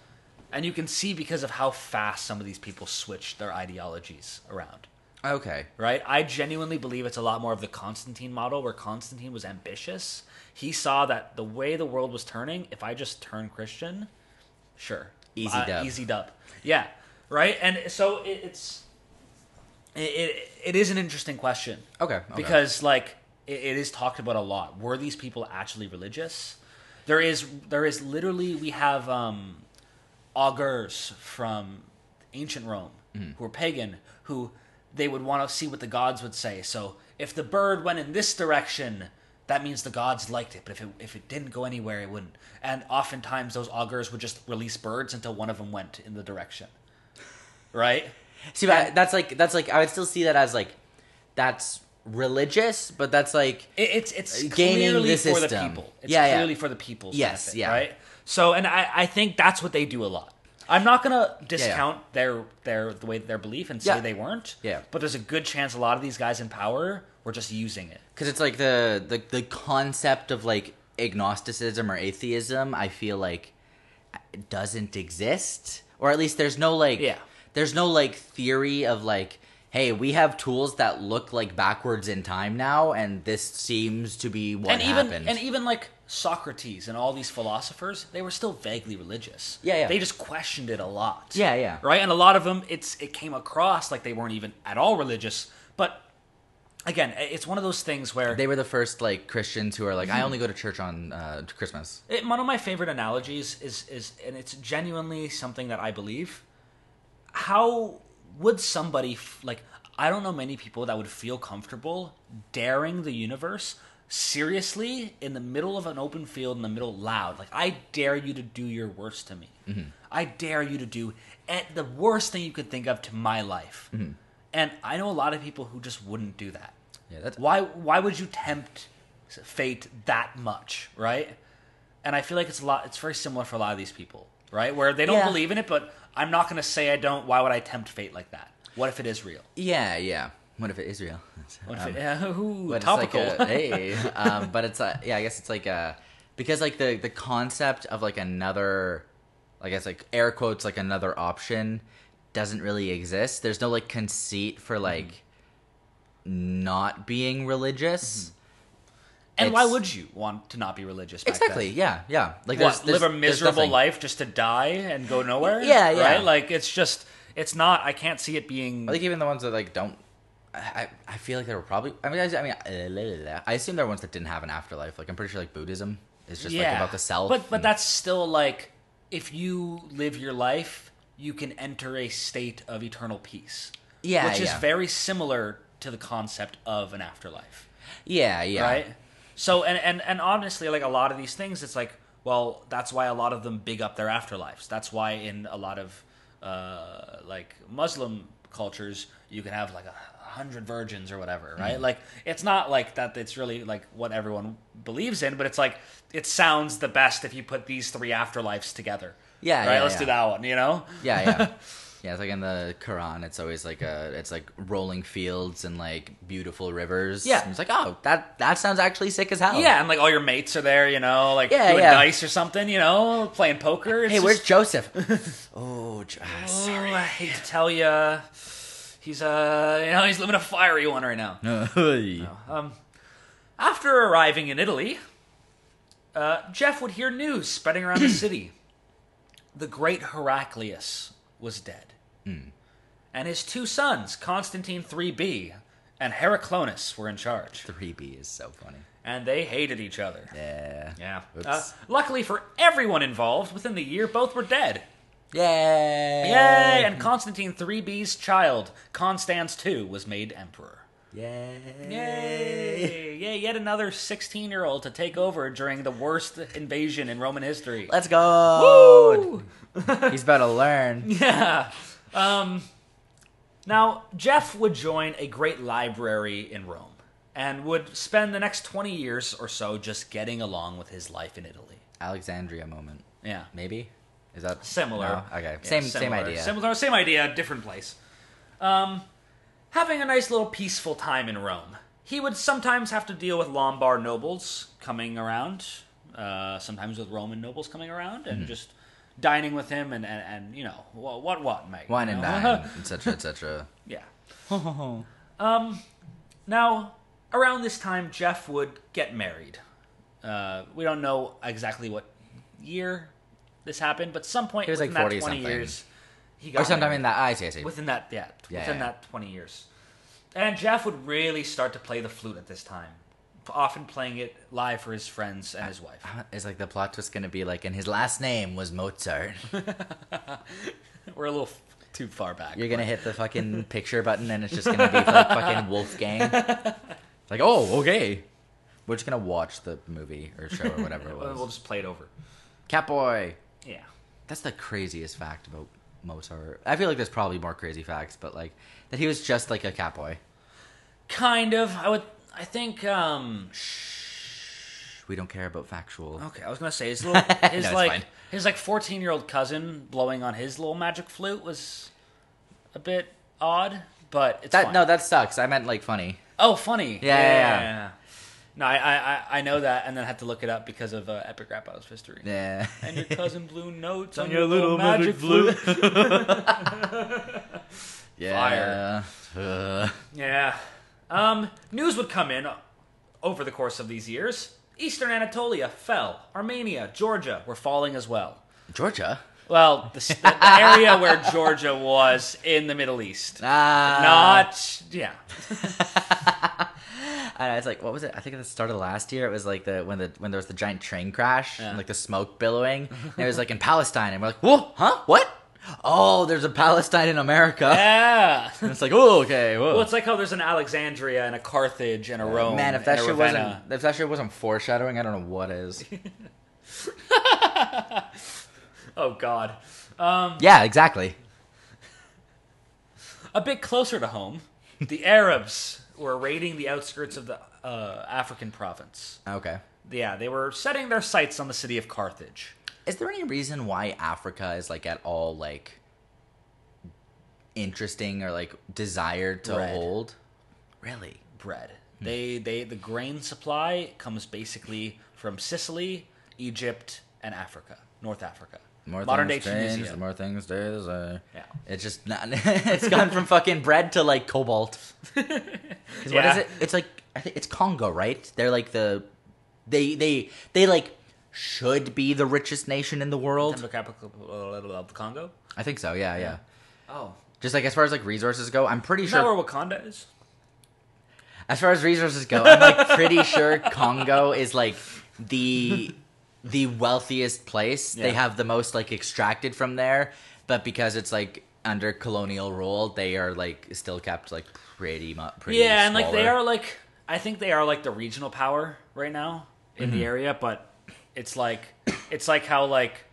S1: and you can see because of how fast some of these people switch their ideologies around.
S2: Okay.
S1: right? I genuinely believe it's a lot more of the Constantine model where Constantine was ambitious. He saw that the way the world was turning, if I just turn Christian, sure.
S2: Easy dub.
S1: Easy dub. Yeah. Right? And so it, it's it, it it is an interesting question.
S2: Okay, okay.
S1: Because like it, it is talked about a lot. Were these people actually religious? There is there is literally we have um augurs from ancient Rome
S2: Hmm.
S1: who were pagan who they would want to see what the gods would say. So if the bird went in this direction, that means the gods liked it. But if it, if it didn't go anywhere, it wouldn't. And oftentimes those augurs would just release birds until one of them went in the direction. Right?
S2: See, but I- that's like that's like I would still see that as like that's religious, but that's like
S1: It, it's it's
S2: Uh, Gaining
S1: clearly
S2: the
S1: for the
S2: system.
S1: people. It's
S2: Yeah, yeah.
S1: clearly for the people's
S2: Yes,
S1: benefit,
S2: yeah.
S1: right? So, and I, I think that's what they do a lot. I'm not gonna discount their their the way their belief and say
S2: Yeah.
S1: they weren't.
S2: Yeah.
S1: But there's a good chance a lot of these guys in power were just using it.
S2: because it's like the, the the concept of like agnosticism or atheism. I feel like it doesn't exist, or at least there's no like
S1: Yeah.
S2: there's no like theory of like hey we have tools that look like backwards in time now, and this seems to be what
S1: and even
S2: happened.
S1: and even like Socrates and all these philosophers, they were still vaguely religious.
S2: Yeah, yeah.
S1: They just questioned it a lot.
S2: Yeah, yeah.
S1: Right, and a lot of them, it's it came across like they weren't even at all religious. But again, it's one of those things where
S2: they were the first like Christians who are like I only go to church on uh, Christmas.
S1: It, one of my favorite analogies is is and it's genuinely something that I believe. How would somebody f- like I don't know many people that would feel comfortable daring the universe seriously in the middle of an open field in the middle loud like I dare you to do your worst to me.
S2: Mm-hmm.
S1: I dare you to do at the worst thing you could think of to my life.
S2: Mm-hmm.
S1: And I know a lot of people who just wouldn't do that.
S2: Yeah, that's
S1: Why why would you tempt fate that much, right? And I feel like it's a lot it's very similar for a lot of these people, right? Where they don't
S2: Yeah.
S1: believe in it, but I'm not going to say I don't. Why would I tempt fate like that? What if it is real?
S2: yeah yeah. What if it is real?
S1: What if it, ooh,
S2: Um, but
S1: topical.
S2: It's like a, hey, um, but it's uh, yeah, I guess it's like uh because like the the concept of like another, I guess like air quotes like another option doesn't really exist. There's no like conceit for
S1: Mm-hmm.
S2: like not being religious.
S1: Mm-hmm. and why
S2: it's-
S1: would you want to not be religious? back
S2: Exactly.
S1: Then?
S2: Yeah. Yeah.
S1: What,
S2: Like there's, there's-
S1: live a
S2: there's
S1: miserable
S2: nothing.
S1: life just to die and go nowhere?
S2: Yeah, yeah.
S1: Right? Like it's just it's not I can't see it being
S2: Like even the ones that like don't. I, I I feel like there were probably. I mean, I, I mean, uh, la, la, la. I assume there are ones that didn't have an afterlife. Like I'm pretty sure like Buddhism is just like about the self.
S1: But but
S2: and-
S1: that's still like if you live your life, you can enter a state of eternal peace.
S2: Yeah,
S1: which is
S2: yeah.
S1: very similar to the concept of an afterlife,
S2: yeah, yeah.
S1: right? So and and and honestly, like a lot of these things, it's like well, that's why a lot of them big up their afterlives. That's why in a lot of uh, like Muslim cultures, you can have like a hundred virgins or whatever,
S2: Mm-hmm.
S1: right? Like it's not like that. It's really like what everyone believes in, but it's like it sounds the best if you put these three afterlives together.
S2: Yeah,
S1: right.
S2: yeah,
S1: let's
S2: yeah.
S1: do that one. You know.
S2: Yeah, yeah. Yeah, it's like in the Quran. It's always like a, it's like rolling fields and like beautiful rivers.
S1: Yeah.
S2: And it's like oh, that that sounds actually sick as hell.
S1: Yeah, and like all your mates are there, you know, like
S2: Yeah,
S1: doing
S2: yeah.
S1: dice or something, you know, playing poker. It's
S2: Hey, where's
S1: just-
S2: Joseph? oh, Jo- ah,
S1: Oh,
S2: sorry.
S1: I hate to tell you, he's uh, you know, he's living a fiery one right now. Um, after arriving in Italy, uh, Jeff would hear news spreading around the city. The great Heraclius was dead,
S2: Hmm.
S1: and his two sons, Constantine 3b and Heraclonus, were in charge,
S2: Three B is so funny.
S1: and they hated each other.
S2: Yeah.
S1: Oh. Yeah.
S2: Oops.
S1: Uh, luckily for everyone involved, within the year, both were dead.
S2: Yay!
S1: Yay! And Constantine 3b's child, Constans II, was made emperor.
S2: Yay!
S1: Yay! Yay, yet another 16 year old to take over during the worst invasion in Roman history.
S2: Let's go. He's about to learn.
S1: Yeah. Um, now, Jeff would join a great library in Rome and would spend the next 20 years or so just getting along with his life in Italy.
S2: Alexandria moment.
S1: Yeah.
S2: Maybe is that
S1: similar.
S2: No? Oh, Okay.
S1: Yeah,
S2: same same
S1: similar.
S2: idea.
S1: Similar, same idea, different place. Um, having a nice little peaceful time in Rome. He would sometimes have to deal with Lombard nobles coming around, uh, sometimes with Roman nobles coming around,
S2: Mm-hmm.
S1: and just dining with him, and, and, and you know what what what mate.
S2: Wine
S1: you
S2: and
S1: know?
S2: dine, etc. etc.
S1: yeah. um, now around this time, Jeff would get married. Uh, we don't know exactly what year this happened, but some point
S2: He was, like,
S1: within
S2: 40
S1: that twenty
S2: something.
S1: years, he got
S2: Or sometime
S1: married
S2: in that. I see. I see.
S1: within that yeah,
S2: Yeah,
S1: within
S2: yeah.
S1: that 20 years and jeff would really start to play the flute at this time often playing it live for his friends and his wife
S2: It's like the plot twist going to be like, and his last name was Mozart.
S1: we're a little f- too far back
S2: You're gonna hit the fucking picture button, and it's just gonna be like fucking Wolfgang. Like, oh, okay. We're just gonna watch the movie or show or whatever it
S1: Well, we'll
S2: was.
S1: just play it over
S2: Catboy.
S1: yeah
S2: That's the craziest fact about Mozart. I feel like there's probably more crazy facts, but like that he was just like a catboy.
S1: kind of i would i think um
S2: We don't care about factual.
S1: okay i was gonna say his little his
S2: No, it's
S1: like
S2: fine.
S1: his like 14 year old cousin blowing on his little magic flute was a bit odd but it's
S2: That
S1: fine.
S2: no, that sucks. I meant like funny.
S1: Oh, funny.
S2: Yeah, yeah, yeah.
S1: No, I, I, I- I know that, and then had to look it up because of uh, Epic Rap Battles History.
S2: Yeah.
S1: And your cousin blew notes on,
S2: On
S1: your,
S2: your
S1: little,
S2: little
S1: magic
S2: magic
S1: flute.
S2: yeah. Uh,
S1: yeah. Um, news would come in over the course of these years. Eastern Anatolia fell. Armenia, Georgia were falling as well.
S2: Georgia.
S1: Well, the, s- the, the area where Georgia was in the Middle East.
S2: Ah.
S1: Not, yeah.
S2: And it's like, what was it? I think at the start of last year, it was like the when the when there was the giant train crash and like the smoke billowing. and it was like in Palestine, and we're like, whoa, huh? What? Oh, there's a Palestine in America.
S1: Yeah.
S2: And it's like, oh, okay, whoa.
S1: Ah. Well, it's like how there's an Alexandria and a Carthage and a Rome.
S2: Man, if that
S1: and a
S2: shit
S1: Ravenna.
S2: wasn't if that shit wasn't foreshadowing, I don't know what is.
S1: Oh God.
S2: yeah, exactly.
S1: A bit closer to home, the Arabs were raiding the outskirts of the uh, African province.
S2: Okay.
S1: Yeah, they were setting their sights on the city of Carthage.
S2: Is there any reason why Africa is like at all like interesting or like desired to
S1: Red.
S2: hold? Really?
S1: Bread.
S2: Hmm.
S1: They they the grain supply comes basically from Sicily, Egypt, and Africa, North Africa, modern day
S2: things change,
S1: Tunisia.
S2: the more things stay the same.
S1: Yeah.
S2: It's just not. it's gone from fucking bread to like cobalt. 'Cause What
S1: Yeah.
S2: is it? It's like I think it's Congo, right? They're like the, they they they like should be the richest nation in the world.
S1: Capital of the Congo.
S2: I think so. Yeah, yeah.
S1: Oh,
S2: Just like as far as like resources go, I'm pretty
S1: is that
S2: sure.
S1: where Wakanda is?
S2: As far as resources go, I'm like pretty sure Congo is like the the wealthiest place. They
S1: Yeah.
S2: have the most like extracted from there, but because it's like under colonial rule, they are like still kept like pretty much. Pretty
S1: yeah, and like they
S2: smaller.
S1: are like I think they are like the regional power right now in the area, but it's like it's like how like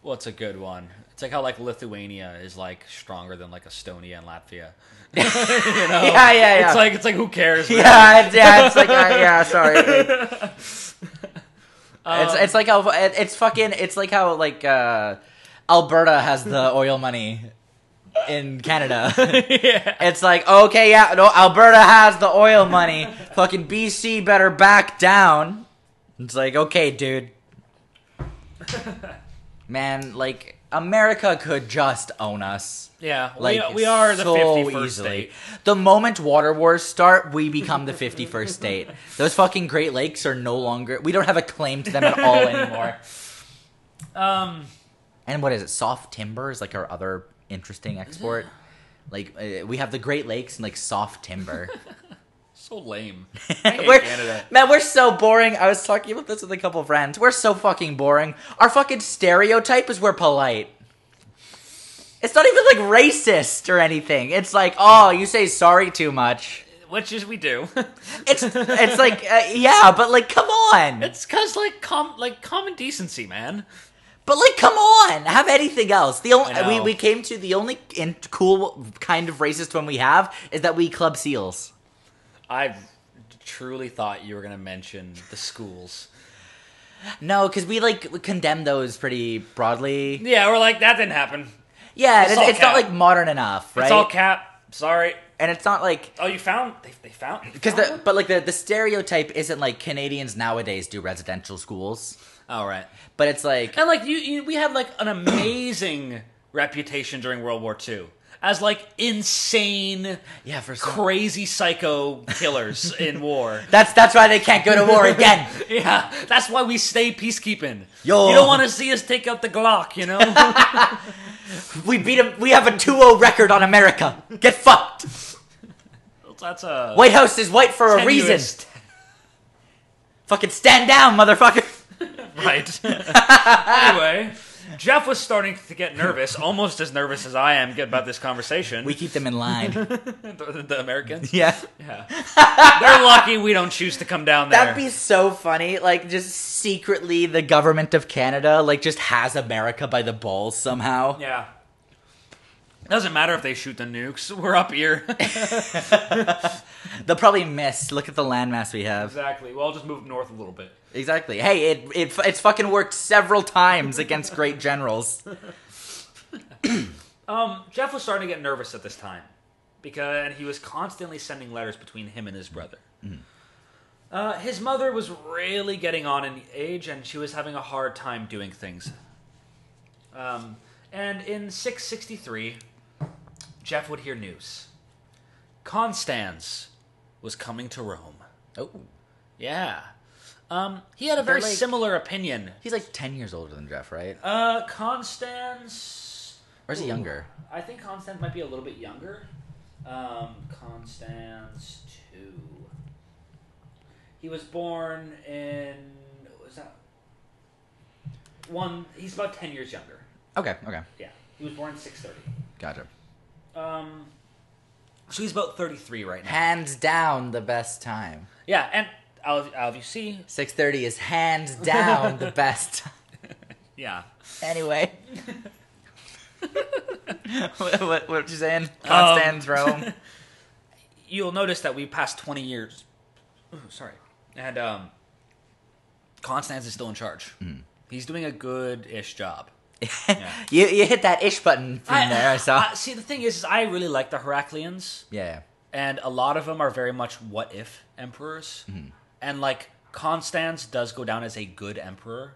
S1: what's a good one? It's like how like Lithuania is like stronger than like Estonia and Latvia.
S2: Yeah, yeah, yeah.
S1: It's like it's like who cares? man?
S2: yeah, it's, yeah, it's like uh, yeah. Sorry. it's it's like how it, it's fucking it's like how like uh, Alberta has the oil money. in Canada. It's like, okay, yeah, no, Alberta has the oil money. Fucking BC better back down. It's like, okay, dude. Man, like America could just own us.
S1: Yeah, we-
S2: Like
S1: we, are the
S2: so
S1: 51st
S2: easily.
S1: state.
S2: The moment water wars start, we become the 51st state. Those fucking Great Lakes are no longer. We don't have a claim to them at all anymore.
S1: Um,
S2: and what is it? Soft timber is like our other interesting export. Like uh, we have the Great Lakes and like soft timber.
S1: so lame. I hate
S2: we're,
S1: Canada.
S2: man, we're so boring. I was talking about this with a couple friends. We're so fucking boring. Our fucking stereotype is we're polite. It's not even like racist or anything. It's like, oh, you say sorry too much.
S1: Which is we do.
S2: It's it's like, uh, yeah, but like, come on.
S1: it's cause like com like common decency, man.
S2: But like, come on, have anything else. The
S1: I know.
S2: only we, we came to the only in- cool kind of racist one we have is that we club seals.
S1: I truly thought you were gonna mention the schools.
S2: No, because we like we condemn those pretty broadly.
S1: Yeah, we're like that didn't happen.
S2: Yeah,
S1: It's
S2: it's,
S1: all
S2: it's not
S1: cap.
S2: like modern enough, right?
S1: It's all cap. Sorry.
S2: and it's not like
S1: Oh, you found they, they found they
S2: because
S1: found
S2: the
S1: one?
S2: but like the the stereotype isn't like Canadians nowadays do residential schools,
S1: all right.
S2: but it's like
S1: And like you, you we had like an amazing reputation during World War II as like insane,
S2: yeah, for some-
S1: crazy psycho killers in war.
S2: that's that's why they can't go to war again.
S1: Yeah, that's why we stay peacekeeping.
S2: Yo.
S1: You don't want to see us take out the Glock, you know?
S2: we beat them. We have a 2-0 record on America. Get fucked.
S1: that's a
S2: White House is white for a
S1: tenuous-
S2: reason. Fucking stand down, motherfucker.
S1: Right. anyway, Jeff was starting to get nervous, almost as nervous as I am about this conversation.
S2: We keep them in line.
S1: the, the Americans.
S2: yeah.
S1: Yeah. They're lucky we don't choose to come down there.
S2: That'd be so funny. Like, just secretly, the government of Canada, like, just has America by the balls somehow.
S1: Yeah. Doesn't matter if they shoot the nukes. We're up here.
S2: They'll probably miss. Look at the landmass we have.
S1: exactly. Well, I'll just move north a little bit.
S2: Exactly. Hey, it, it it's fucking worked several times against great generals.
S1: Um, Jeff was starting to get nervous at this time because and he was constantly sending letters between him and his brother. Uh, his mother was really getting on in age, and she was having a hard time doing things. Um, and in 663, Jeff would hear news. Constans was coming to Rome.
S2: Oh,
S1: Yeah. Um, he had a
S2: They're
S1: very
S2: like-
S1: similar opinion.
S2: he's like ten years older than Jeff, right?
S1: Uh, Constans.
S2: Or is he
S1: Ooh.
S2: younger?
S1: I think Constans might be a little bit younger. Um, Constans two. He was born in was that one? He's about ten years younger.
S2: Okay. Okay.
S1: Yeah, he was born six thirty.
S2: Gotcha.
S1: Um, so he's about thirty three right now.
S2: Hands down, the best time.
S1: Yeah, and I'll I'll you see.
S2: Six thirty is hands down the best. time.
S1: Yeah.
S2: Anyway. what, what, what you saying?
S1: Constans,
S2: Constans, Rome.
S1: Um, you'll notice that we passed 20 years. Ooh, sorry. And um, Constance is still in charge. He's doing a good ish job.
S2: you, you hit that ish button from there, I saw.
S1: see, the thing is, is I really like the Heraclians,
S2: yeah, yeah.
S1: and a lot of them are very much what if emperors.
S2: Mm-hmm.
S1: And like, Constance does go down as a good emperor,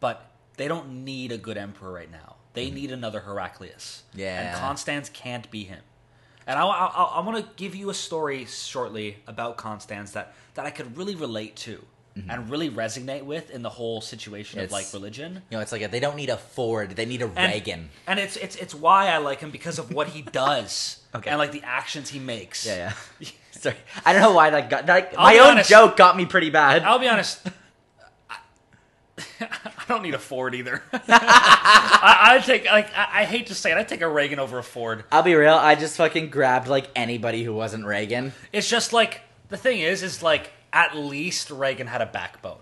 S1: but they don't need a good emperor right now. They need another Heraclius.
S2: Mm-hmm. Yeah.
S1: And Constance can't be him. And I, I, I, I want to give you a story shortly about Constance that, that I could really relate to and really resonate with in the whole situation of
S2: Mm-hmm. It's-
S1: like religion.
S2: You know, it's like they don't need a Ford, they need a
S1: And,
S2: Reagan.
S1: And it's, it's, it's why I like him because of what he does
S2: Okay.
S1: and like the actions he makes.
S2: Yeah, yeah. Sorry. I don't know why that got. That,
S1: I'll
S2: my
S1: be
S2: own
S1: honest.
S2: joke got me pretty bad.
S1: I'll be honest. I, I don't need a Ford either. I, I take like I, I hate to say it. I take a Reagan over a Ford.
S2: I'll be real, I just fucking grabbed like anybody who wasn't Reagan.
S1: It's just like the thing is, is like at least Reagan had a backbone.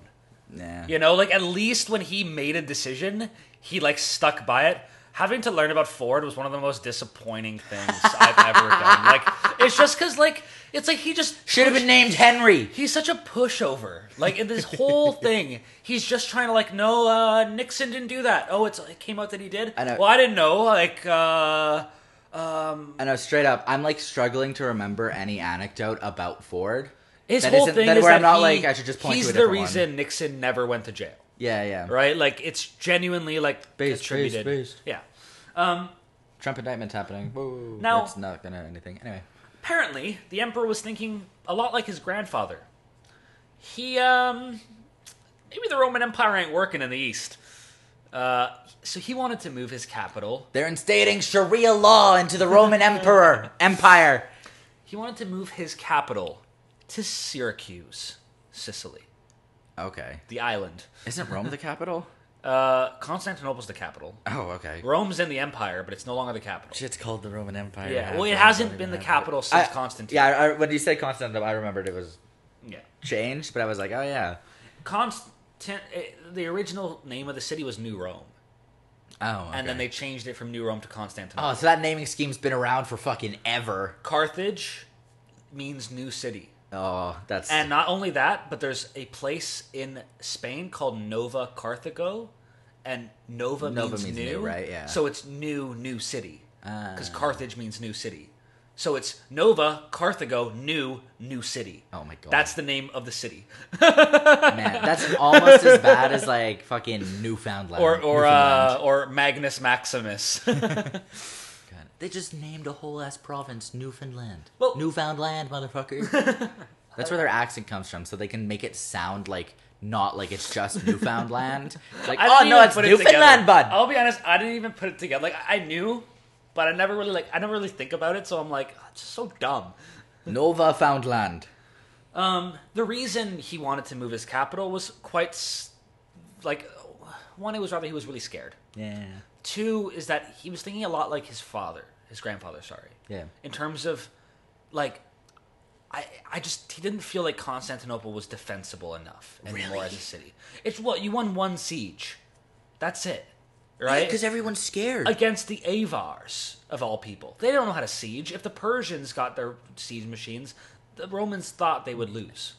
S2: Yeah.
S1: You know, like at least when he made a decision, he like stuck by it. Having to learn about Ford was one of the most disappointing things I've ever done. Like it's just because like it's like he just
S2: Should have been named Henry.
S1: He's such a pushover. Like in this whole thing, he's just trying to like, no, uh, Nixon didn't do that. Oh, it's it came out that he did.
S2: I know.
S1: Well, I didn't know. Like, uh,
S2: I know, straight up, I'm like struggling to remember any anecdote about Ford.
S1: His
S2: That
S1: whole
S2: isn't-
S1: thing
S2: that-
S1: is
S2: where
S1: that
S2: I'm not
S1: he-
S2: like, I should just point to
S1: he's
S2: a
S1: the
S2: different one.
S1: reason Nixon never went to jail,
S2: Yeah, yeah.
S1: right? Like it's genuinely like
S2: Based,
S1: attributed.
S2: based, based.
S1: Yeah.
S2: Trump indictment's happening. Whoa.
S1: Now-
S2: That's not gonna anything. Anyway.
S1: Apparently, the emperor was thinking a lot like his grandfather. He um, maybe the Roman Empire ain't working in the east. Uh, so he wanted to move his capital
S2: They're instating Sharia law into the Roman Emperor Empire.
S1: He wanted to move his capital to Syracuse, Sicily,
S2: Okay.
S1: the island.
S2: Isn't Rome the capital?
S1: Uh, Constantinople's the capital.
S2: Oh, okay.
S1: Rome's in the empire, but it's no longer the capital.
S2: Shit's called the Roman Empire.
S1: Yeah, well, it hasn't been the capital since Constantine.
S2: Yeah, I, when you said Constantinople, I remembered it was
S1: yeah.
S2: changed, but I was like, oh yeah.
S1: Constant. eh, The original name of the city was New Rome,
S2: Oh.
S1: and then
S2: okay.
S1: they changed it from New Rome to Constantinople.
S2: Oh, so that naming scheme's been around for fucking ever.
S1: Carthage means new city.
S2: Oh, that's
S1: And not only that, but there's a place in Spain called Nova Carthago, and Nova,
S2: Nova
S1: means,
S2: means
S1: new,
S2: new, right? Yeah.
S1: So it's new, new city, because
S2: Ah.
S1: Carthage means new city. So it's Nova Carthago, new, new city.
S2: Oh my God.
S1: That's the name of the city,
S2: man. That's almost as bad as like fucking Newfoundland.
S1: or or
S2: Newfoundland. Oh,
S1: uh, or Magnus Maximus.
S2: God. They just named a whole ass province Newfoundland.
S1: Well-
S2: Newfoundland, motherfucker. That's where their accent comes from, so they can make it sound like not like it's just Newfoundland. It's like,
S1: I didn't
S2: oh no,
S1: even
S2: it's
S1: put it
S2: Newfoundland,
S1: together.
S2: bud.
S1: I'll be honest, I didn't even put it together. Like I I knew, but I never really like I never really think about it. So I'm like, "Oh, it's so dumb. Oh.
S2: Nova Foundland.
S1: Um, the reason he wanted to move his capital was quite, s- like, one, it was rather he was really scared.
S2: Yeah.
S1: Two is that he was thinking a lot like his father, his grandfather. Sorry.
S2: Yeah.
S1: In terms of, like, I I just he didn't feel like Constantinople was defensible enough anymore as a city. It's what you won one siege, that's it, right?
S2: Because everyone's scared.
S1: against the Avars of all people. They don't know how to siege. If the Persians got their siege machines, the Romans thought they would lose.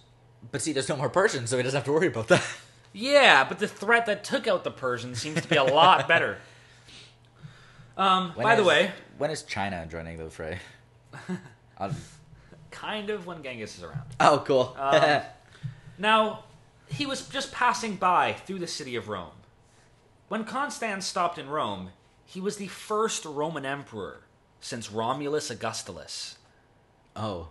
S2: But see, there's no more Persians, so he doesn't have to worry about that.
S1: Yeah, but the threat that took out the Persians seems to be a lot better. Um,
S2: When
S1: by the
S2: is-
S1: way,
S2: when is China joining the fray? Um,
S1: kind of when Genghis is around.
S2: oh, cool.
S1: Um, Now, he was just passing by through the city of Rome. When Constans stopped in Rome, he was the first Roman emperor since Romulus Augustulus
S2: oh,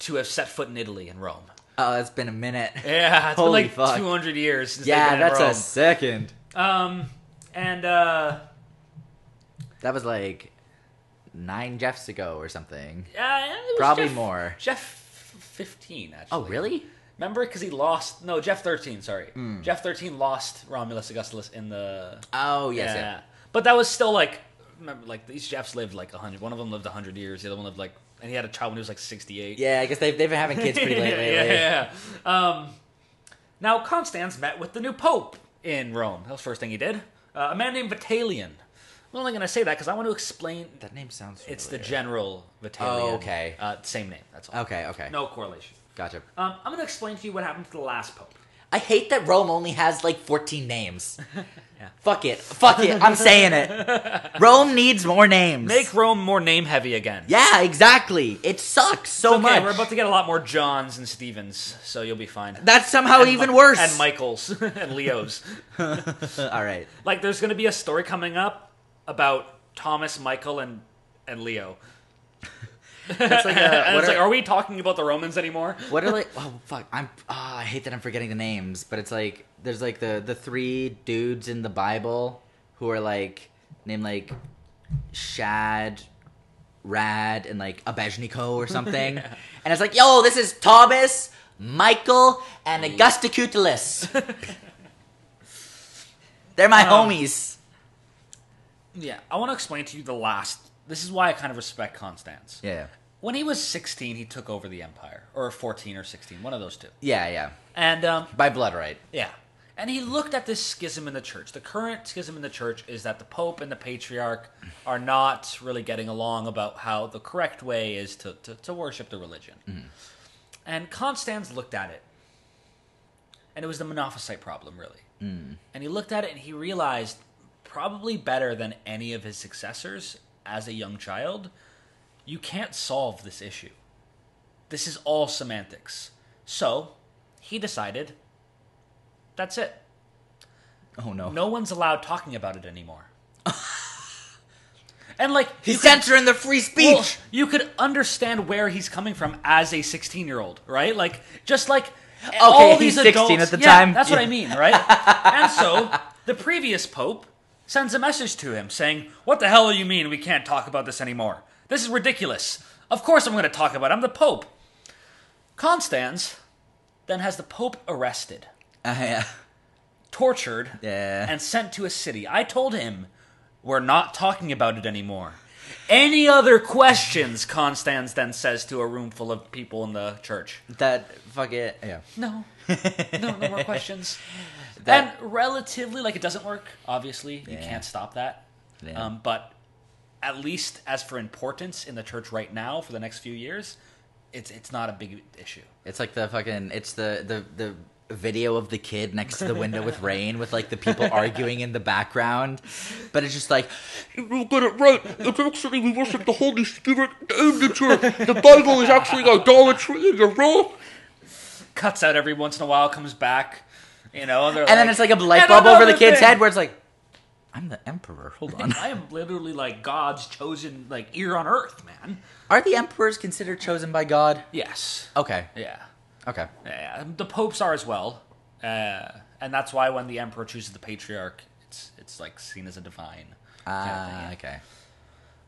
S1: to have set foot in Italy and Rome.
S2: oh, it's been a minute.
S1: Yeah, it's
S2: Holy
S1: been like
S2: fuck.
S1: 200 years since
S2: Yeah,
S1: they've been
S2: that's
S1: in
S2: a
S1: Rome.
S2: second.
S1: Um, and uh,
S2: That was like nine Jeffs ago or something.
S1: yeah, it was
S2: Probably
S1: Jeff-
S2: more.
S1: Jeff 15 actually.
S2: Oh, really?
S1: Remember, because he lost. No, Jeff thirteen. Sorry, Jeff thirteen lost Romulus Augustulus in the.
S2: Oh, yes.
S1: yeah,
S2: Yeah.
S1: but that was still like, remember, like these Jeffs lived like hundred. One of them lived hundred years. The other one lived like, and he had a child when he was like sixty-eight.
S2: Yeah, I guess they've, they've been having kids pretty late lately.
S1: yeah, yeah, yeah. Um, now Constans met with the new pope in Rome. That was the first thing he did. Uh, a man named Vitalian. I'm only going to say that because I want to explain.
S2: That name sounds
S1: It's the
S2: familiar.
S1: general Vitalian.
S2: Oh, okay.
S1: Uh, same name. That's all.
S2: Okay, okay.
S1: No correlation.
S2: Gotcha.
S1: Um, I'm going to explain to you what happened to the last pope.
S2: I hate that Rome only has like 14 names.
S1: Yeah.
S2: Fuck it. Fuck it. I'm saying it. Rome needs more names.
S1: Make Rome more name heavy again.
S2: yeah, exactly. It sucks so
S1: okay,
S2: much.
S1: We're about to get a lot more Johns and Stevens, so you'll be fine.
S2: That's somehow
S1: And Mi-
S2: even worse.
S1: And Michaels and Leos.
S2: All right.
S1: like, there's going to be a story coming up about Thomas, Michael, and and Leo.
S2: That's like a,
S1: and
S2: what
S1: it's
S2: are-
S1: like, are we talking about the Romans anymore?
S2: What are like? Oh fuck! I'm. ah, I hate that I'm forgetting the names, but it's like there's like the the three dudes in the Bible who are like named like Shad, Rad, and like Abednego or something, and it's like, yo, this is Thomas, Michael, and Augusticutulus. They're my
S1: Um,
S2: homies.
S1: Yeah, I want to explain to you the last. This is why I kind of respect Constance.
S2: Yeah.
S1: When he was 16, he took over the empire, or 14 or 16, one of those two.
S2: Yeah, yeah.
S1: And um,
S2: By blood, right?
S1: Yeah. And he looked at this schism in the church. The current schism in the church is that the Pope and the Patriarch are not really getting along about how the correct way is to, to, to worship the religion. And Constans looked at it. And it was the monophysite problem, really. And he looked at it and he realized, probably better than any of his successors, as a young child, you can't solve this issue. This is all semantics. So he decided that's it.
S2: Oh no.
S1: No one's allowed talking about it anymore. and like
S2: He's
S1: you could-
S2: censoring the free speech.
S1: well, you could understand where he's coming from as a 16 year old, right? Like, just like all these
S2: he's 16
S1: adults,
S2: at the
S1: yeah,
S2: time.
S1: That's what
S2: Yeah.
S1: I mean, right? and so the previous pope sends a message to him saying, "What the hell do you mean we can't talk about this anymore? This is ridiculous. Of course I'm going to talk about. It. I'm the pope." Constans then has the pope arrested,
S2: Uh, yeah.
S1: tortured,
S2: Yeah.
S1: and sent to a city. I told him we're not talking about it anymore. Any other questions? Constans then says to a room full of people in the church.
S2: that fuck it. Yeah.
S1: No, no, no more questions.
S2: That-
S1: and relatively, like it doesn't work. Obviously, you
S2: Yeah.
S1: can't stop that.
S2: Yeah.
S1: Um, but at least as for importance in the church right now for the next few years, it's it's not a big issue.
S2: It's like the fucking. It's the the the video of the kid next to the window with rain, with like the people arguing in the background. But it's just like,
S4: You get it right. It's actually we worship the Holy Spirit and the church. The Bible is actually idolatry. You're wrong.
S1: Cuts out every once in a while, comes back. You know, and,
S2: and then it's like a light bulb over the kid's head, where it's like, I'm the emperor. Hold on.
S1: I am literally like God's chosen like ear on earth, man.
S2: Are the emperors considered chosen by God?
S1: Yes.
S2: Okay.
S1: Yeah.
S2: Okay.
S1: Yeah. The popes are as well, uh, and that's why when the emperor chooses the patriarch, it's it's like seen as a divine.
S2: Ah, okay.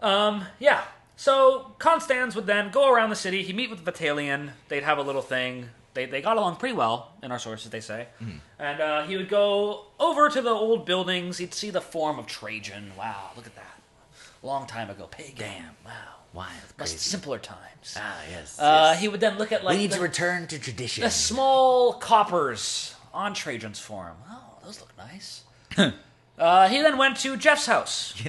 S1: Yeah. So Constans would then go around the city. He meet with Vitalian. They'd have a little thing. They, they got along pretty well in our sources, they say.
S2: Hmm.
S1: And uh, he would go over to the old buildings. He'd see the form of Trajan. Wow, look at that. Long time ago. Pagan. Damn. Wow.
S2: Wild,
S1: Must
S2: crazy.
S1: simpler times.
S2: Ah, yes.
S1: Uh,
S2: yes.
S1: he would then look at like
S2: we need
S1: the,
S2: to return to tradition.
S1: the small coppers on Trajan's form. Oh, those look nice. uh, he then went to Jeff's house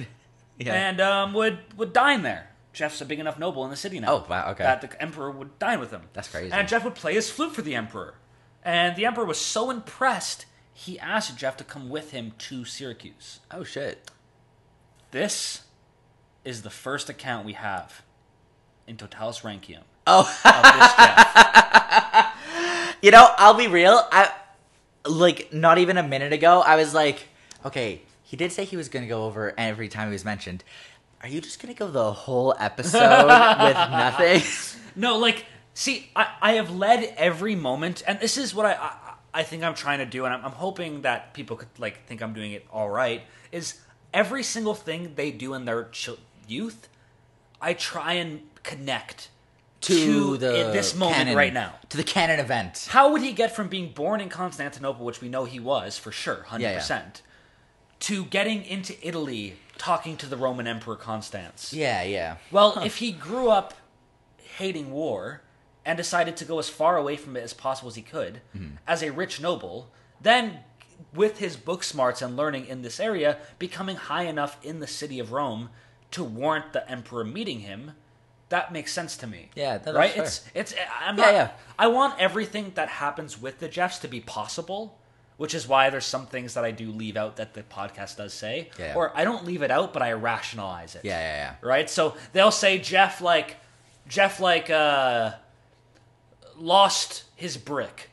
S2: yeah.
S1: and um, would would dine there. Jeff's a big enough noble in the city now.
S2: Oh, wow, okay.
S1: That the emperor would dine with him.
S2: That's crazy.
S1: And Jeff would play his flute for the emperor, and the emperor was so impressed he asked Jeff to come with him to Syracuse.
S2: oh shit.
S1: This is the first account we have in Totalis Rankium.
S2: Oh.
S1: of this Jeff.
S2: You know, I'll be real. I like not even a minute ago, I was like, okay, he did say he was gonna go over every time he was mentioned. Are you just gonna go the whole episode with nothing?
S1: No, like, see, I, I have led every moment, and this is what I, I, I think I'm trying to do, and I'm, I'm hoping that people could, like, think I'm doing it all right, is every single thing they do in their chil- youth, I try and connect to, in this moment
S2: canon-
S1: right now.
S2: To the canon event.
S1: How would he get from being born in Constantinople, which we know he was for sure, 100%, to getting into Italy talking to the Roman Emperor Constance?
S2: Yeah, yeah.
S1: Well, if he grew up hating war and decided to go as far away from it as possible as he could,
S2: Mm-hmm.
S1: as a rich noble, then with his book smarts and learning in this area, becoming high enough in the city of Rome to warrant the emperor meeting him, that makes sense to me.
S2: Yeah, that- that's
S1: right.
S2: fair.
S1: It's it's I'm
S2: Yeah,
S1: not.
S2: yeah.
S1: I want everything that happens with the Jeffs to be possible. Which is why there's some things that I do leave out that the podcast does say,
S2: Yeah.
S1: or I don't leave it out, but I rationalize it
S2: Yeah, yeah, yeah.
S1: right? So they'll say Jeff like Jeff like uh lost his brick.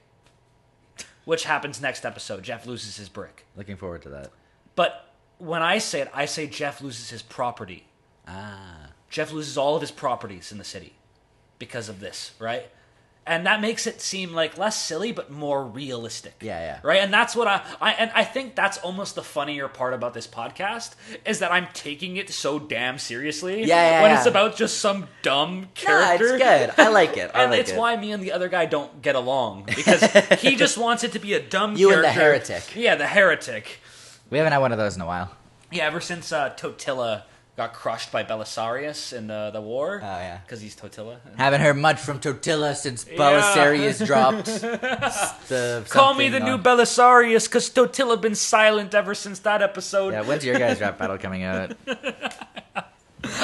S1: Which happens next episode. Jeff loses his brick.
S2: Looking forward to that.
S1: But when I say it, I say Jeff loses his property. Ah. Jeff loses all of his properties in the city because of this, right? And that makes it seem like less silly but more realistic.
S2: Yeah, yeah.
S1: Right? And that's what I, I and I think that's almost the funnier part about this podcast is that I'm taking it so damn seriously.
S2: Yeah, yeah,
S1: When
S2: yeah.
S1: it's about just some dumb
S2: Yeah,
S1: character.
S2: it's good. I like it. I
S1: And
S2: like
S1: it's
S2: it.
S1: why me and the other guy don't get along because he just wants it to be a dumb
S2: You and the
S1: character.
S2: heretic.
S1: Yeah, the heretic.
S2: we haven't had one of those in a while.
S1: Yeah, ever since uh, Totila got crushed by Belisarius in the, the war.
S2: Oh, yeah.
S1: Because he's Totila.
S2: Haven't heard much from Totila since
S1: Yeah.
S2: Belisarius dropped the
S1: Call me
S2: something
S1: the new
S2: on-
S1: Belisarius because Totila been silent ever since that episode.
S2: Yeah, when's your guys' rap battle coming out?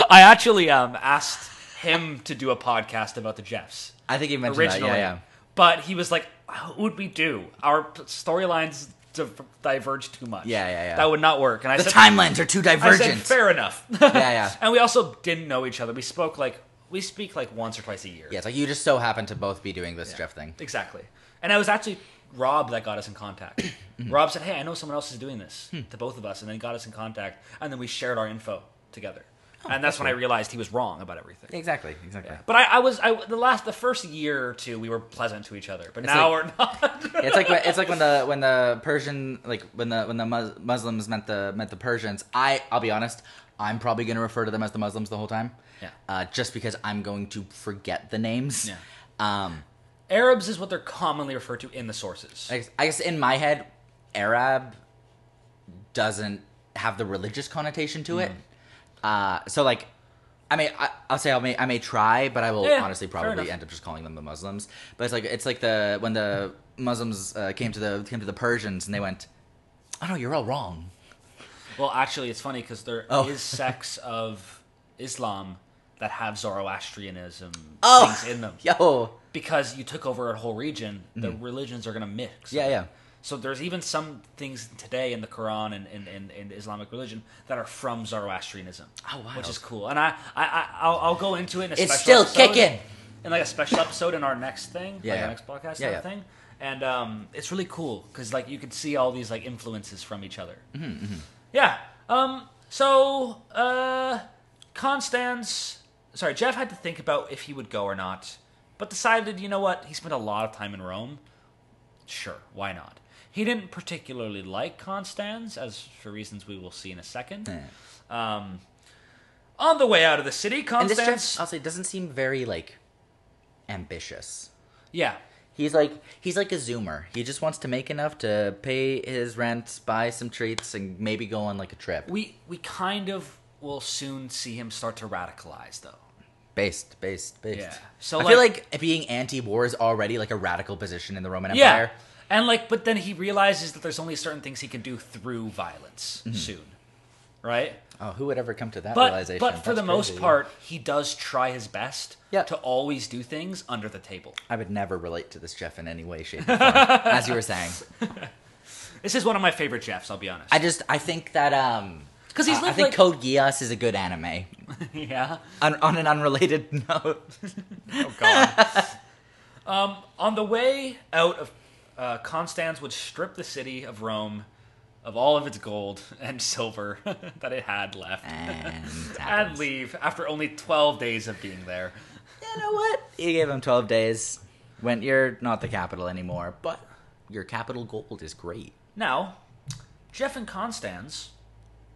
S1: I actually um, asked him to do a podcast about the Jeffs
S2: I think you mentioned
S1: originally.
S2: that. Yeah, yeah.
S1: But he was like, what would we do? Our p- storylines to diverge too much.
S2: Yeah, yeah, yeah.
S1: That would not work. And I
S2: The
S1: said,
S2: timelines are too
S1: I said,
S2: divergent.
S1: fair enough.
S2: yeah, yeah.
S1: and we also didn't know each other. We spoke like we speak like once or twice a year.
S2: Yeah, it's like you just so happen to both be doing this Jeff thing.
S1: Exactly. And it was actually Rob that got us in contact. Mm-hmm. Rob said, "Hey, I know someone else is doing this
S2: Hmm.
S1: to both of us," and then got us in contact, and then we shared our info together.
S2: Oh,
S1: and that's when I realized he was wrong about everything.
S2: Exactly, exactly.
S1: But I, I was I, the last the first year or two we were pleasant to each other, but now we're not.
S2: It's like when- it's like when the when the Persian like when the when the Mus- Muslims met the met the Persians. I I'll be honest, I'm probably gonna refer to them as the Muslims the whole time.
S1: Yeah.
S2: Uh, just because I'm going to forget the names.
S1: Yeah.
S2: Um,
S1: Arabs is what they're commonly referred to in the sources.
S2: I guess, I guess in my head, Arab doesn't have the religious connotation to
S1: Hmm.
S2: it. Uh, so like, I mean, I, I'll say I may I may try, but I will
S1: Yeah,
S2: honestly
S1: fair
S2: probably
S1: enough.
S2: end up just calling them the Muslims. But it's like it's like the when the Muslims uh, came to the came to the Persians and they went, oh no, you're all wrong.
S1: Well, actually, it's funny because there is
S2: Oh.
S1: sects of Islam that have Zoroastrianism
S2: Oh.
S1: things in them.
S2: Yo,
S1: because you took over a whole region, the religions are going to mix.
S2: Mm-hmm. Yeah, yeah.
S1: So there's even some things today in the Quran and in and, and Islamic religion that are from Zoroastrianism.
S2: Oh, wow.
S1: Which is cool. And I, I, I I'll, I'll go into it. In a
S2: It's
S1: special
S2: still
S1: episode,
S2: kicking.
S1: In like a special episode in our next thing,
S2: Yeah,
S1: like
S2: yeah.
S1: our next podcast,
S2: Yeah,
S1: kind
S2: yeah.
S1: of thing. And um, it's really cool because like you can see all these like influences from each other.
S2: Mm-hmm,
S1: Yeah. Um. So, uh, Constance. Sorry, Jeff had to think about if he would go or not, but decided, you know what? He spent a lot of time in Rome. Sure, why not? He didn't particularly like Constans, as for reasons we will see in a second. Um, on the way out of the city,
S2: and this
S1: Constance.
S2: Jeff, uh, I'll say doesn't seem very like ambitious.
S1: yeah,
S2: He's like he's like a zoomer. He just wants to make enough to pay his rent, buy some treats, and maybe go on like a trip.
S1: we we kind of will soon see him start to radicalize, though.
S2: Based, based, based.
S1: Yeah. So,
S2: I feel like being anti-war is already like a radical position in the Roman Empire.
S1: Yeah. And like, but then he realizes that there's only certain things he can do through violence
S2: Mm-hmm.
S1: soon, right?
S2: Oh, who would ever come to that
S1: But
S2: realization?
S1: but for the
S2: That's
S1: most
S2: crazy.
S1: part, he does try his best
S2: Yeah.
S1: to always do things under the table.
S2: I would never relate to this Jeff in any way, shape, or form. as you were saying,
S1: This is one of my favorite Jeffs. I'll be honest.
S2: I just I think that um
S1: 'Cause he's
S2: uh, I
S1: lived,
S2: think
S1: like-
S2: Code Geass is a good anime.
S1: yeah.
S2: On, on an unrelated note,
S1: Oh God. um, on the way out of uh, Constans would strip the city of Rome of all of its gold and silver that it had left,
S2: and,
S1: and
S2: happens.
S1: leave after only twelve days of being there.
S2: you know what? You gave him 12 days. Went, you're not the capital anymore, but your capital gold is great.
S1: Now, Jeff and Constans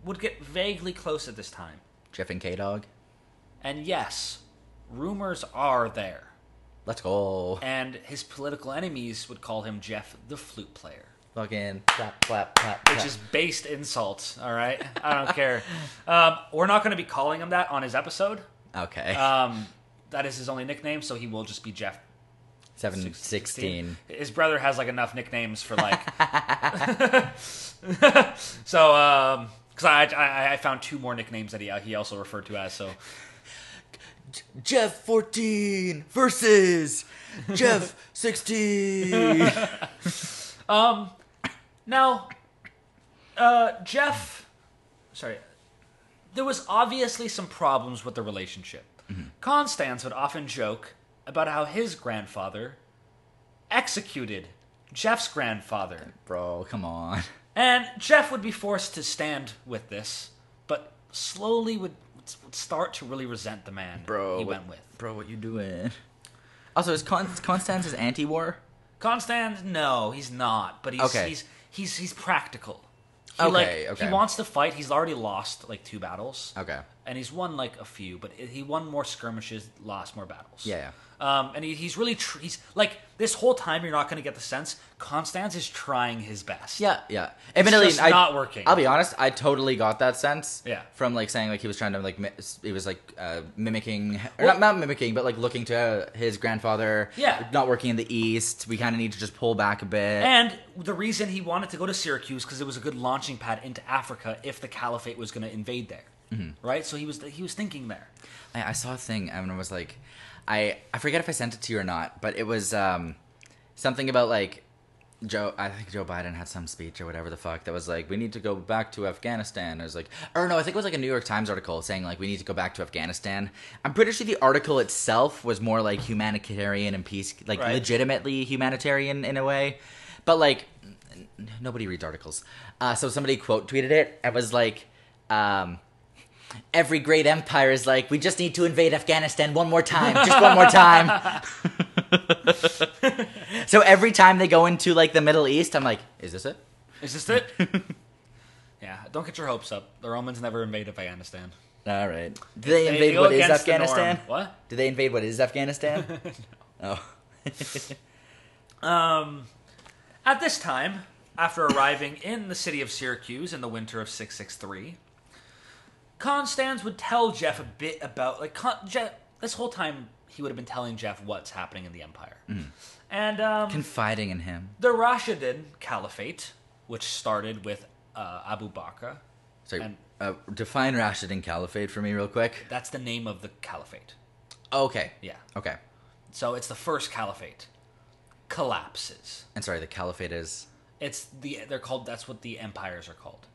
S1: would get vaguely close at this time.
S2: Jeff and K Dog,
S1: And yes, rumors are there.
S2: let's go.
S1: And his political enemies would call him Jeff the Flute Player,
S2: Fucking clap, clap, clap.
S1: which is based insult, all right? I don't care. Um, we're not going to be calling him that on his episode.
S2: Okay.
S1: Um, that is his only nickname, so he will just be Jeff.
S2: Seven sixteen.
S1: 16. His brother has like enough nicknames for like. so, um, because I, I I found two more nicknames that he he also referred to as so.
S2: Jeff 14 versus Jeff 16.
S1: Now, uh, Jeff, sorry, there was obviously some problems with the relationship.
S2: Mm-hmm.
S1: Constance would often joke about how his grandfather executed Jeff's grandfather,
S2: Bro, come on.
S1: and Jeff would be forced to stand with this, but slowly would, would start to really resent the man
S2: Bro.
S1: he
S2: what-
S1: went with.
S2: Bro, what you doing? Also, is Con- Constance is anti-war?
S1: Constance, no, he's not. But he's
S2: Okay.
S1: he's he's he's practical. He,
S2: Okay,
S1: like,
S2: okay.
S1: He wants to fight. He's already lost like two battles.
S2: Okay.
S1: And he's won like a few, but he won more skirmishes, lost more battles.
S2: Yeah, yeah.
S1: Um, and he, he's really tr- he's like this whole time you're not going to get the sense Constance is trying his best.
S2: Yeah, yeah. Admittedly,
S1: just
S2: I,
S1: not working.
S2: I'll be honest. I totally got that sense.
S1: Yeah.
S2: From like saying like he was trying to like mi- he was like uh, mimicking or not, not mimicking but like looking to uh, his grandfather.
S1: Yeah.
S2: Not working in the east. We kind of need to just pull back a bit.
S1: And the reason he wanted to go to Syracuse because it was a good launching pad into Africa if the Caliphate was going to invade there.
S2: Mm-hmm.
S1: Right. So he was he was thinking there.
S2: I, I saw a thing and I was like, I I forget if I sent it to you or not, but it was um something about like Joe, I think Joe Biden had some speech or whatever the fuck that was like, we need to go back to Afghanistan. It was like, or no, I think it was like a New York Times article saying like we need to go back to Afghanistan. I'm pretty sure the article itself was more like humanitarian and peace, like
S1: Right.
S2: legitimately humanitarian in a way, but like n- nobody reads articles. Uh, so somebody quote tweeted it. It was like. Um, Every great empire is like, we just need to invade Afghanistan one more time, just one more time. So every time they go into like the Middle East, I'm like, is this it?
S1: Is this it? yeah, don't get your hopes up. The Romans never invaded Afghanistan.
S2: All right. Do they
S1: They
S2: invade
S1: go
S2: what is
S1: against the norm.
S2: Afghanistan?
S1: What?
S2: Do they invade what is Afghanistan? Oh.
S1: Um, at this time, after arriving in the city of Syracuse in the winter of 663, Constans would tell Jeff a bit about like Con- Jeff. This whole time, he would have been telling Jeff what's happening in the empire,
S2: Hmm.
S1: and um,
S2: Confiding in him.
S1: the Rashidun Caliphate, which started with uh, Abu Bakr.
S2: Sorry.
S1: And-
S2: uh, define Rashidun Caliphate for me real quick.
S1: That's the name of the caliphate.
S2: Okay.
S1: Yeah.
S2: Okay.
S1: So it's the first caliphate collapses.
S2: And sorry, the caliphate is
S1: It's the they're called. That's what the empires are called.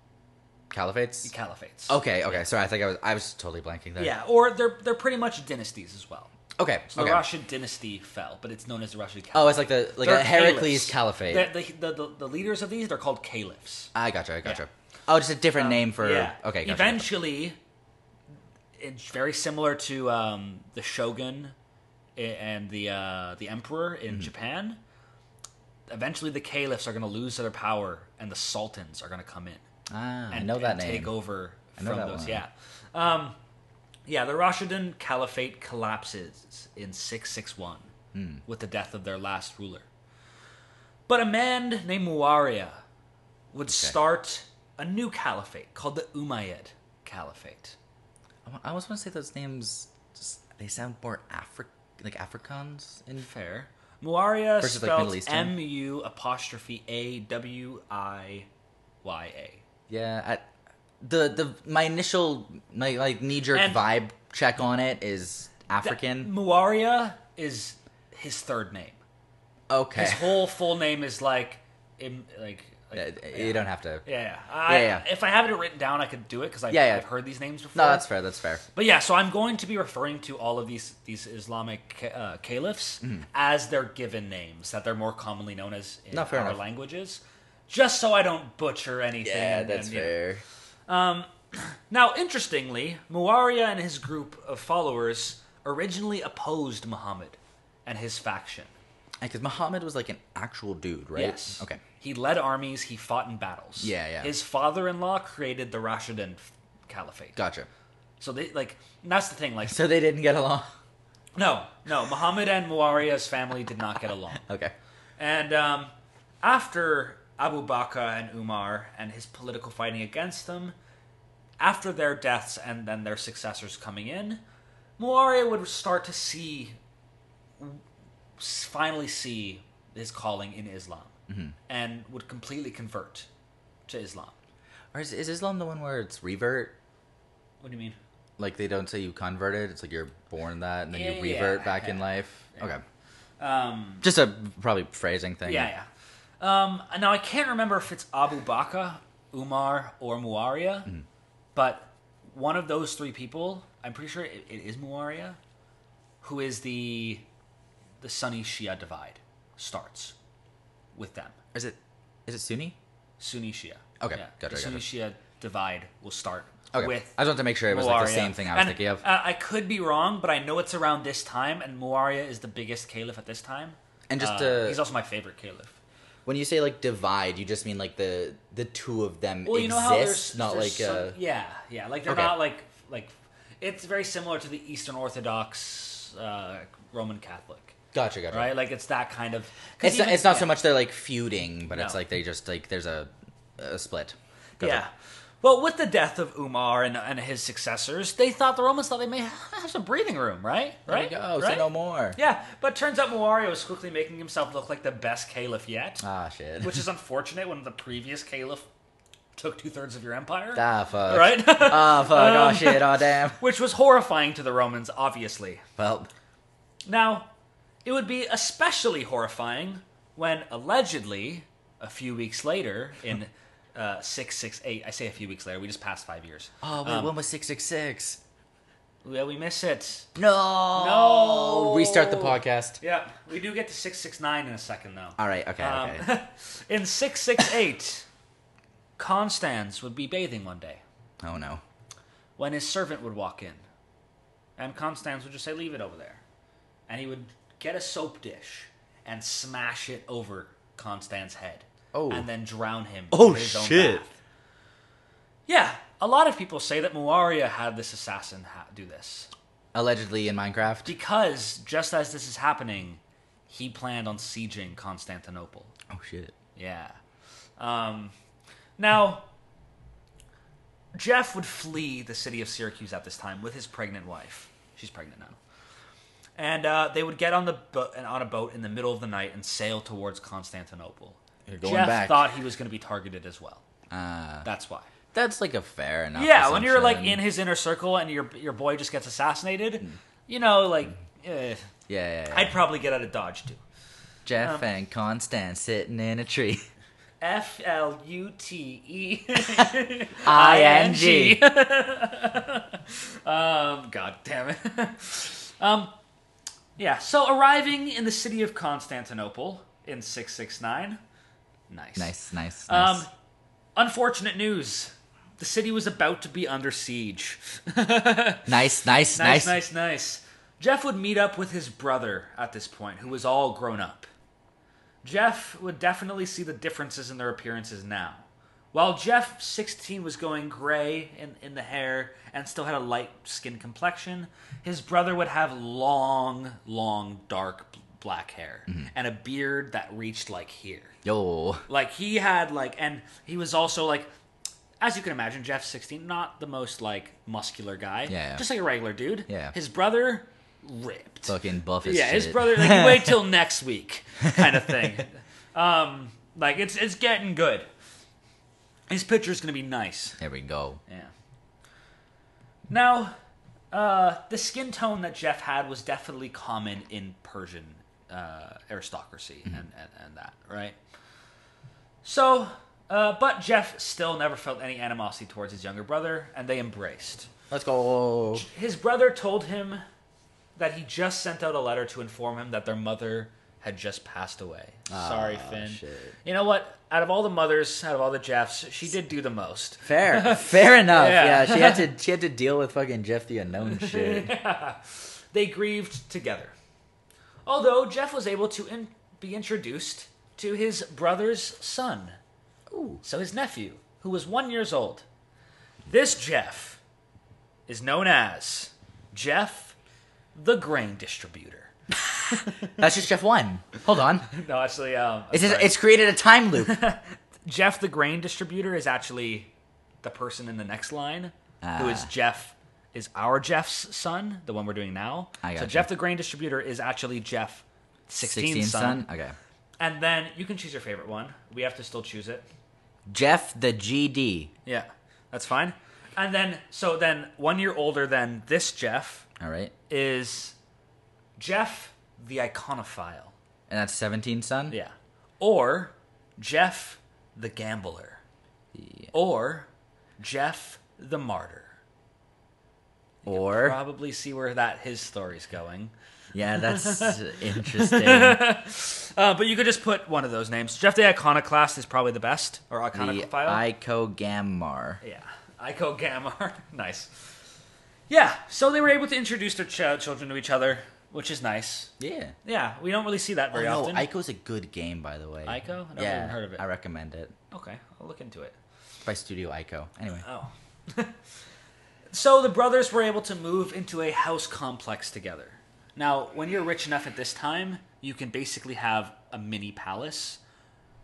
S2: caliphates.
S1: Caliphates.
S2: Okay. Okay. Sorry, I think I was I was totally blanking there.
S1: Yeah, or they're they're pretty much dynasties as well.
S2: Okay.
S1: So
S2: okay.
S1: the Rashid dynasty fell, but it's known as the Rashid. Caliphate.
S2: oh, it's like the like
S1: They're
S2: a Heracles
S1: caliphs.
S2: Caliphate.
S1: The, the, the, the, the leaders of these they're called caliphs.
S2: I gotcha. I gotcha. Oh, just a different name for.
S1: Um, yeah.
S2: Okay. Gotcha, gotcha.
S1: Eventually, it's very similar to um, the shogun i- and the uh, the emperor in
S2: Mm-hmm.
S1: Japan. Eventually, the caliphs are going to lose their power, and the sultans are going to come in
S2: Ah, I
S1: and,
S2: know that
S1: and
S2: name.
S1: take over
S2: I know
S1: from
S2: that
S1: those.
S2: one.
S1: Yeah, um, yeah. The Rashidun Caliphate collapses in six six one
S2: Hmm.
S1: with the death of their last ruler. But a man named Muawiyah would start a new caliphate called the Umayyad Caliphate.
S2: I always want to say those names. Just, they sound more Afri- like Afrikaans. In
S1: Fair. Muawiyah
S2: Versus, like, Middle
S1: spelled
S2: Eastern?
S1: M U apostrophe A W I Y A.
S2: yeah, I, the the my initial my like knee jerk
S1: And-
S2: vibe check on it is
S1: That-
S2: African.
S1: Muawiyah is his third name.
S2: okay,
S1: His whole full name is like, im, like,
S2: Uh,
S1: like
S2: you don't have to.
S1: yeah, yeah. I,
S2: Yeah, yeah.
S1: If I have it written down, I could do it because I've,
S2: Yeah, yeah.
S1: I've heard these names before.
S2: No, that's fair. That's fair.
S1: But yeah, so I'm going to be referring to all of these these Islamic ca- uh, caliphs as their given names that they're more commonly known as in
S2: Mm-hmm. No, fair
S1: our
S2: enough.
S1: languages, just so I don't butcher anything. and- and, you know. Now, interestingly, Muawiyah and his group of followers originally opposed Muhammad and his faction.
S2: Because Muhammad was like an actual dude, right?
S1: Yes.
S2: Okay.
S1: He led armies. He fought in battles.
S2: Yeah, yeah.
S1: His father-in-law created the Rashidun Caliphate.
S2: Gotcha.
S1: So they like and that's the thing. Like
S2: So they didn't get along.
S1: no, no, Muhammad and Muawiyah's family did not get along.
S2: Okay.
S1: And um, after Abu Bakr and Umar and his political fighting against them, after their deaths and then their successors coming in, Muawiyah would start to see, s- finally see his calling in Islam, and would completely convert to Islam.
S2: Or is, is Islam the one where it's revert?
S1: What do you mean?
S2: Like they don't say you converted. It's like you're born that and then
S1: Yeah,
S2: you revert
S1: yeah,
S2: back in
S1: yeah.
S2: life. Okay.
S1: Um,
S2: Just a probably phrasing thing.
S1: Yeah, yeah. Um, now I can't remember if it's Abu Bakr, Umar, or Muawiyah,
S2: Mm-hmm.
S1: but one of those three people, I'm pretty sure it, it is Muawiyah, who is the the Sunni Shia divide starts with them.
S2: Is it is it Sunni?
S1: Sunni Shia.
S2: Okay,
S1: yeah.
S2: gotcha,
S1: The Sunni
S2: gotcha.
S1: Shia divide will start
S2: Okay.
S1: with.
S2: I just wanted to make sure it was like the
S1: Muawiyah.
S2: same thing I was
S1: And,
S2: thinking of.
S1: Uh, I could be wrong, but I know it's around this time, and Muawiyah is the biggest caliph at this time.
S2: And just,
S1: Uh,
S2: uh,
S1: he's also my favorite caliph.
S2: when you say like divide, you just mean like the the two of them
S1: well, you
S2: exist,
S1: know how there's
S2: not
S1: there's
S2: like
S1: some-
S2: uh
S1: yeah, yeah, like they're
S2: Okay.
S1: not like like it's very similar to the Eastern Orthodox uh, Roman Catholic,
S2: Gotcha, gotcha.
S1: right? Like it's that kind of. 'cause
S2: It's not,
S1: even-
S2: it's not so
S1: yeah,
S2: much they're like feuding, but it's
S1: No.
S2: like they just like there's a, a split. Gotcha.
S1: Yeah. Well, with the death of Umar and, and his successors, they thought the Romans thought they may have some breathing room, right?
S2: There
S1: Right?
S2: we go. Say
S1: Right?
S2: no more.
S1: Yeah, but turns out Muawiyah was quickly making himself look like the best caliph yet,
S2: Ah shit.
S1: which is unfortunate when the previous caliph took two thirds of your empire,
S2: ah fuck.
S1: right? Um,
S2: Ah fuck. oh shit. Oh damn.
S1: which was horrifying to the Romans, obviously.
S2: Well,
S1: Now, it would be especially horrifying when allegedly a few weeks later in uh, 668. I say a few weeks later, we just passed five years.
S2: Oh, wait, when was 666?
S1: Yeah, we miss it.
S2: No.
S1: No.
S2: Oh. Restart the podcast.
S1: Yeah, we do get to 669 in a second, though.
S2: All right, okay,
S1: Um,
S2: okay.
S1: in 668, Constans would be bathing one day
S2: Oh, no.
S1: when his servant would walk in. And Constans would just say, Leave it over there. And he would get a soap dish and smash it over Constance's head.
S2: Oh.
S1: And then drown him.
S2: Oh,
S1: in his own
S2: shit.
S1: bath. Yeah, a lot of people say that Muaria had this assassin ha- do this.
S2: Allegedly in Minecraft.
S1: Because just as this is happening, he planned on sieging Constantinople.
S2: Oh, shit.
S1: Yeah. Um, now, Jeff would flee the city of Syracuse at this time with his pregnant wife. She's pregnant now. And uh, they would get on the bo- and on a boat in the middle of the night and sail towards Constantinople.
S2: going
S1: Jeff
S2: back.
S1: thought he was going to be targeted as well. That's why.
S2: That's like a fair enough.
S1: Yeah, when you're like
S2: assumption. Mm.
S1: in his inner circle and your your boy just gets assassinated, you know, like eh,
S2: Yeah, yeah, yeah.
S1: I'd probably get out of dodge too. um,
S2: Jeff and Constance sitting in a tree.
S1: F L U T E.
S2: I-N-G.
S1: um, God damn it. um, yeah, so arriving in the city of Constantinople in 669. Nice.
S2: nice, nice,
S1: Um,
S2: nice.
S1: Unfortunate news. The city was about to be under siege.
S2: nice, nice,
S1: nice,
S2: nice,
S1: nice, nice. Jeff would meet up with his brother at this point, who was all grown up. Jeff would definitely see the differences in their appearances now. While Jeff, 16, was going gray in, in the hair and still had a light skin complexion, his brother would have long, long, dark b- black hair and a beard that reached like here.
S2: Yo.
S1: Like he had like, and he was also like, as you can imagine, Jeff sixteen, not the most like muscular guy.
S2: Yeah.
S1: Just like a regular dude.
S2: Yeah.
S1: His brother ripped.
S2: Fucking buff as
S1: yeah,
S2: shit.
S1: his brother like you wait till next week kind of thing. um, like it's it's getting good. His picture's gonna be nice.
S2: There we go.
S1: Yeah. Now, uh, the skin tone that Jeff had was definitely common in Persian uh, aristocracy and, and, and that, right? So, uh, but Jeff still never felt any animosity towards his younger brother, and they embraced.
S2: Let's go.
S1: His brother told him that he just sent out a letter to inform him that their mother had just passed away. Sorry, Finn.
S2: shit.
S1: You know what? Out of all the mothers, out of all the Jeffs, she did do the most.
S2: Fair, fair enough.
S1: Yeah.
S2: Yeah. she had to. She had to deal with fucking Jeff the unknown shit.
S1: they grieved together. Although Jeff was able to in- be introduced to his brother's son, so his nephew, who was one years old. This Jeff is known as Jeff, the grain distributor.
S2: That's just Jeff one. Hold on.
S1: No, actually, um,
S2: It's
S1: sorry.
S2: it's created a time loop.
S1: Jeff, the grain distributor, is actually the person in the next line, who is Jeff. Is our Jeff's son the one we're doing now?
S2: I
S1: so
S2: gotcha.
S1: Jeff, the grain distributor, is actually Jeff, 16
S2: Sixteen
S1: son.
S2: son. Okay.
S1: And then you can choose your favorite one. We have to still choose it.
S2: Jeff the GD.
S1: Yeah, that's fine. And then, so then one year older than this Jeff
S2: All right,
S1: is Jeff the Iconophile.
S2: and that's seventeen son.
S1: Yeah. Or Jeff the Gambler. Or Jeff the Martyr.
S2: Or
S1: Probably see where that his story's going.
S2: yeah, that's interesting.
S1: Uh, but you could just put one of those names. Jeff the Iconoclast is probably the best, or
S2: the
S1: Iconophile.
S2: Icogamar.
S1: Yeah, Ico Gamar. nice. Yeah, so they were able to introduce their ch- children to each other, which is nice.
S2: Yeah.
S1: Yeah, we don't really see that
S2: Oh,
S1: very
S2: no,
S1: often.
S2: Ico's a good game, by the way.
S1: Ico? I never
S2: yeah,
S1: even heard of it.
S2: I recommend it.
S1: okay, I'll look into it.
S2: It's by Studio Ico. Anyway.
S1: Oh. so the brothers were able to move into a house complex together. Now, when you're rich enough at this time, you can basically have a mini palace.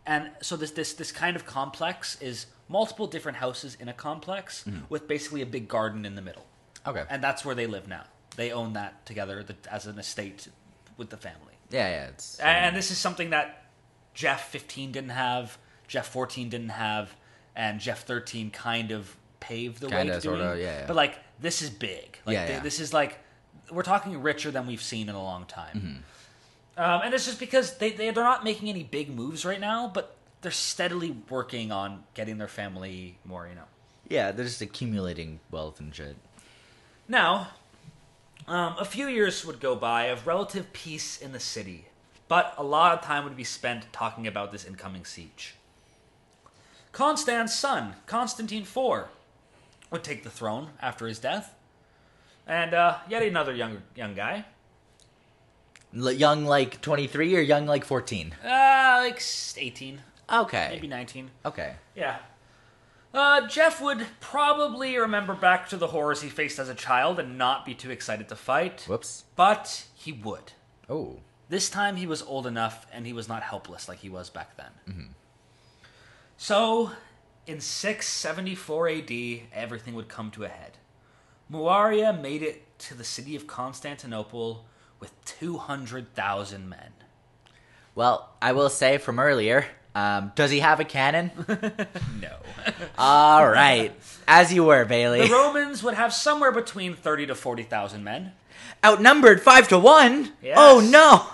S1: And so this this this kind of complex is multiple different houses in a complex
S2: Mm-hmm.
S1: with basically a big garden in the middle.
S2: Okay.
S1: Uh, and that's where they live now. They own that together the, as an estate with the family.
S2: yeah, yeah. It's,
S1: A- And this is something that Jeff 15 didn't have, Jeff 14 didn't have, and Jeff 13 kind of paved the way
S2: Kinda,
S1: to doing.
S2: sorta, yeah, yeah.
S1: But like this is big. Like
S2: Yeah,
S1: th-
S2: yeah.
S1: this is like we're talking richer than we've seen in a Mm-hmm. long time. Um, and it's just because they they- they're not making any big moves right now, but they're steadily working on getting their family more, you know.
S2: Yeah, they're just accumulating wealth and shit.
S1: Now, um, a few years would go by of relative peace in the city, but a lot of time would be spent talking about this incoming siege. Constan's son, Constantine IV, would take the throne after his death, and uh, yet another young young guy,
S2: L- young like 23 or young like 14?
S1: uh, like s- eighteen,
S2: Okay.
S1: Uh, maybe nineteen.
S2: Okay.
S1: Yeah. Uh, Jeff would probably remember back to the horrors he faced as a child and not be too excited to fight.
S2: Whoops.
S1: But he would.
S2: Oh.
S1: This time he was old enough and he was not helpless like he was back then. So, in 674 AD, everything would come to a head. Muaria made it to the city of Constantinople with 200,000 men.
S2: Well, I will say from earlier, um, does he have a cannon?
S1: No.
S2: All right. As you were, Bailey.
S1: the Romans would have somewhere between 30 to 40,000 men.
S2: Outnumbered 5 to 1.
S1: Yes.
S2: Oh no.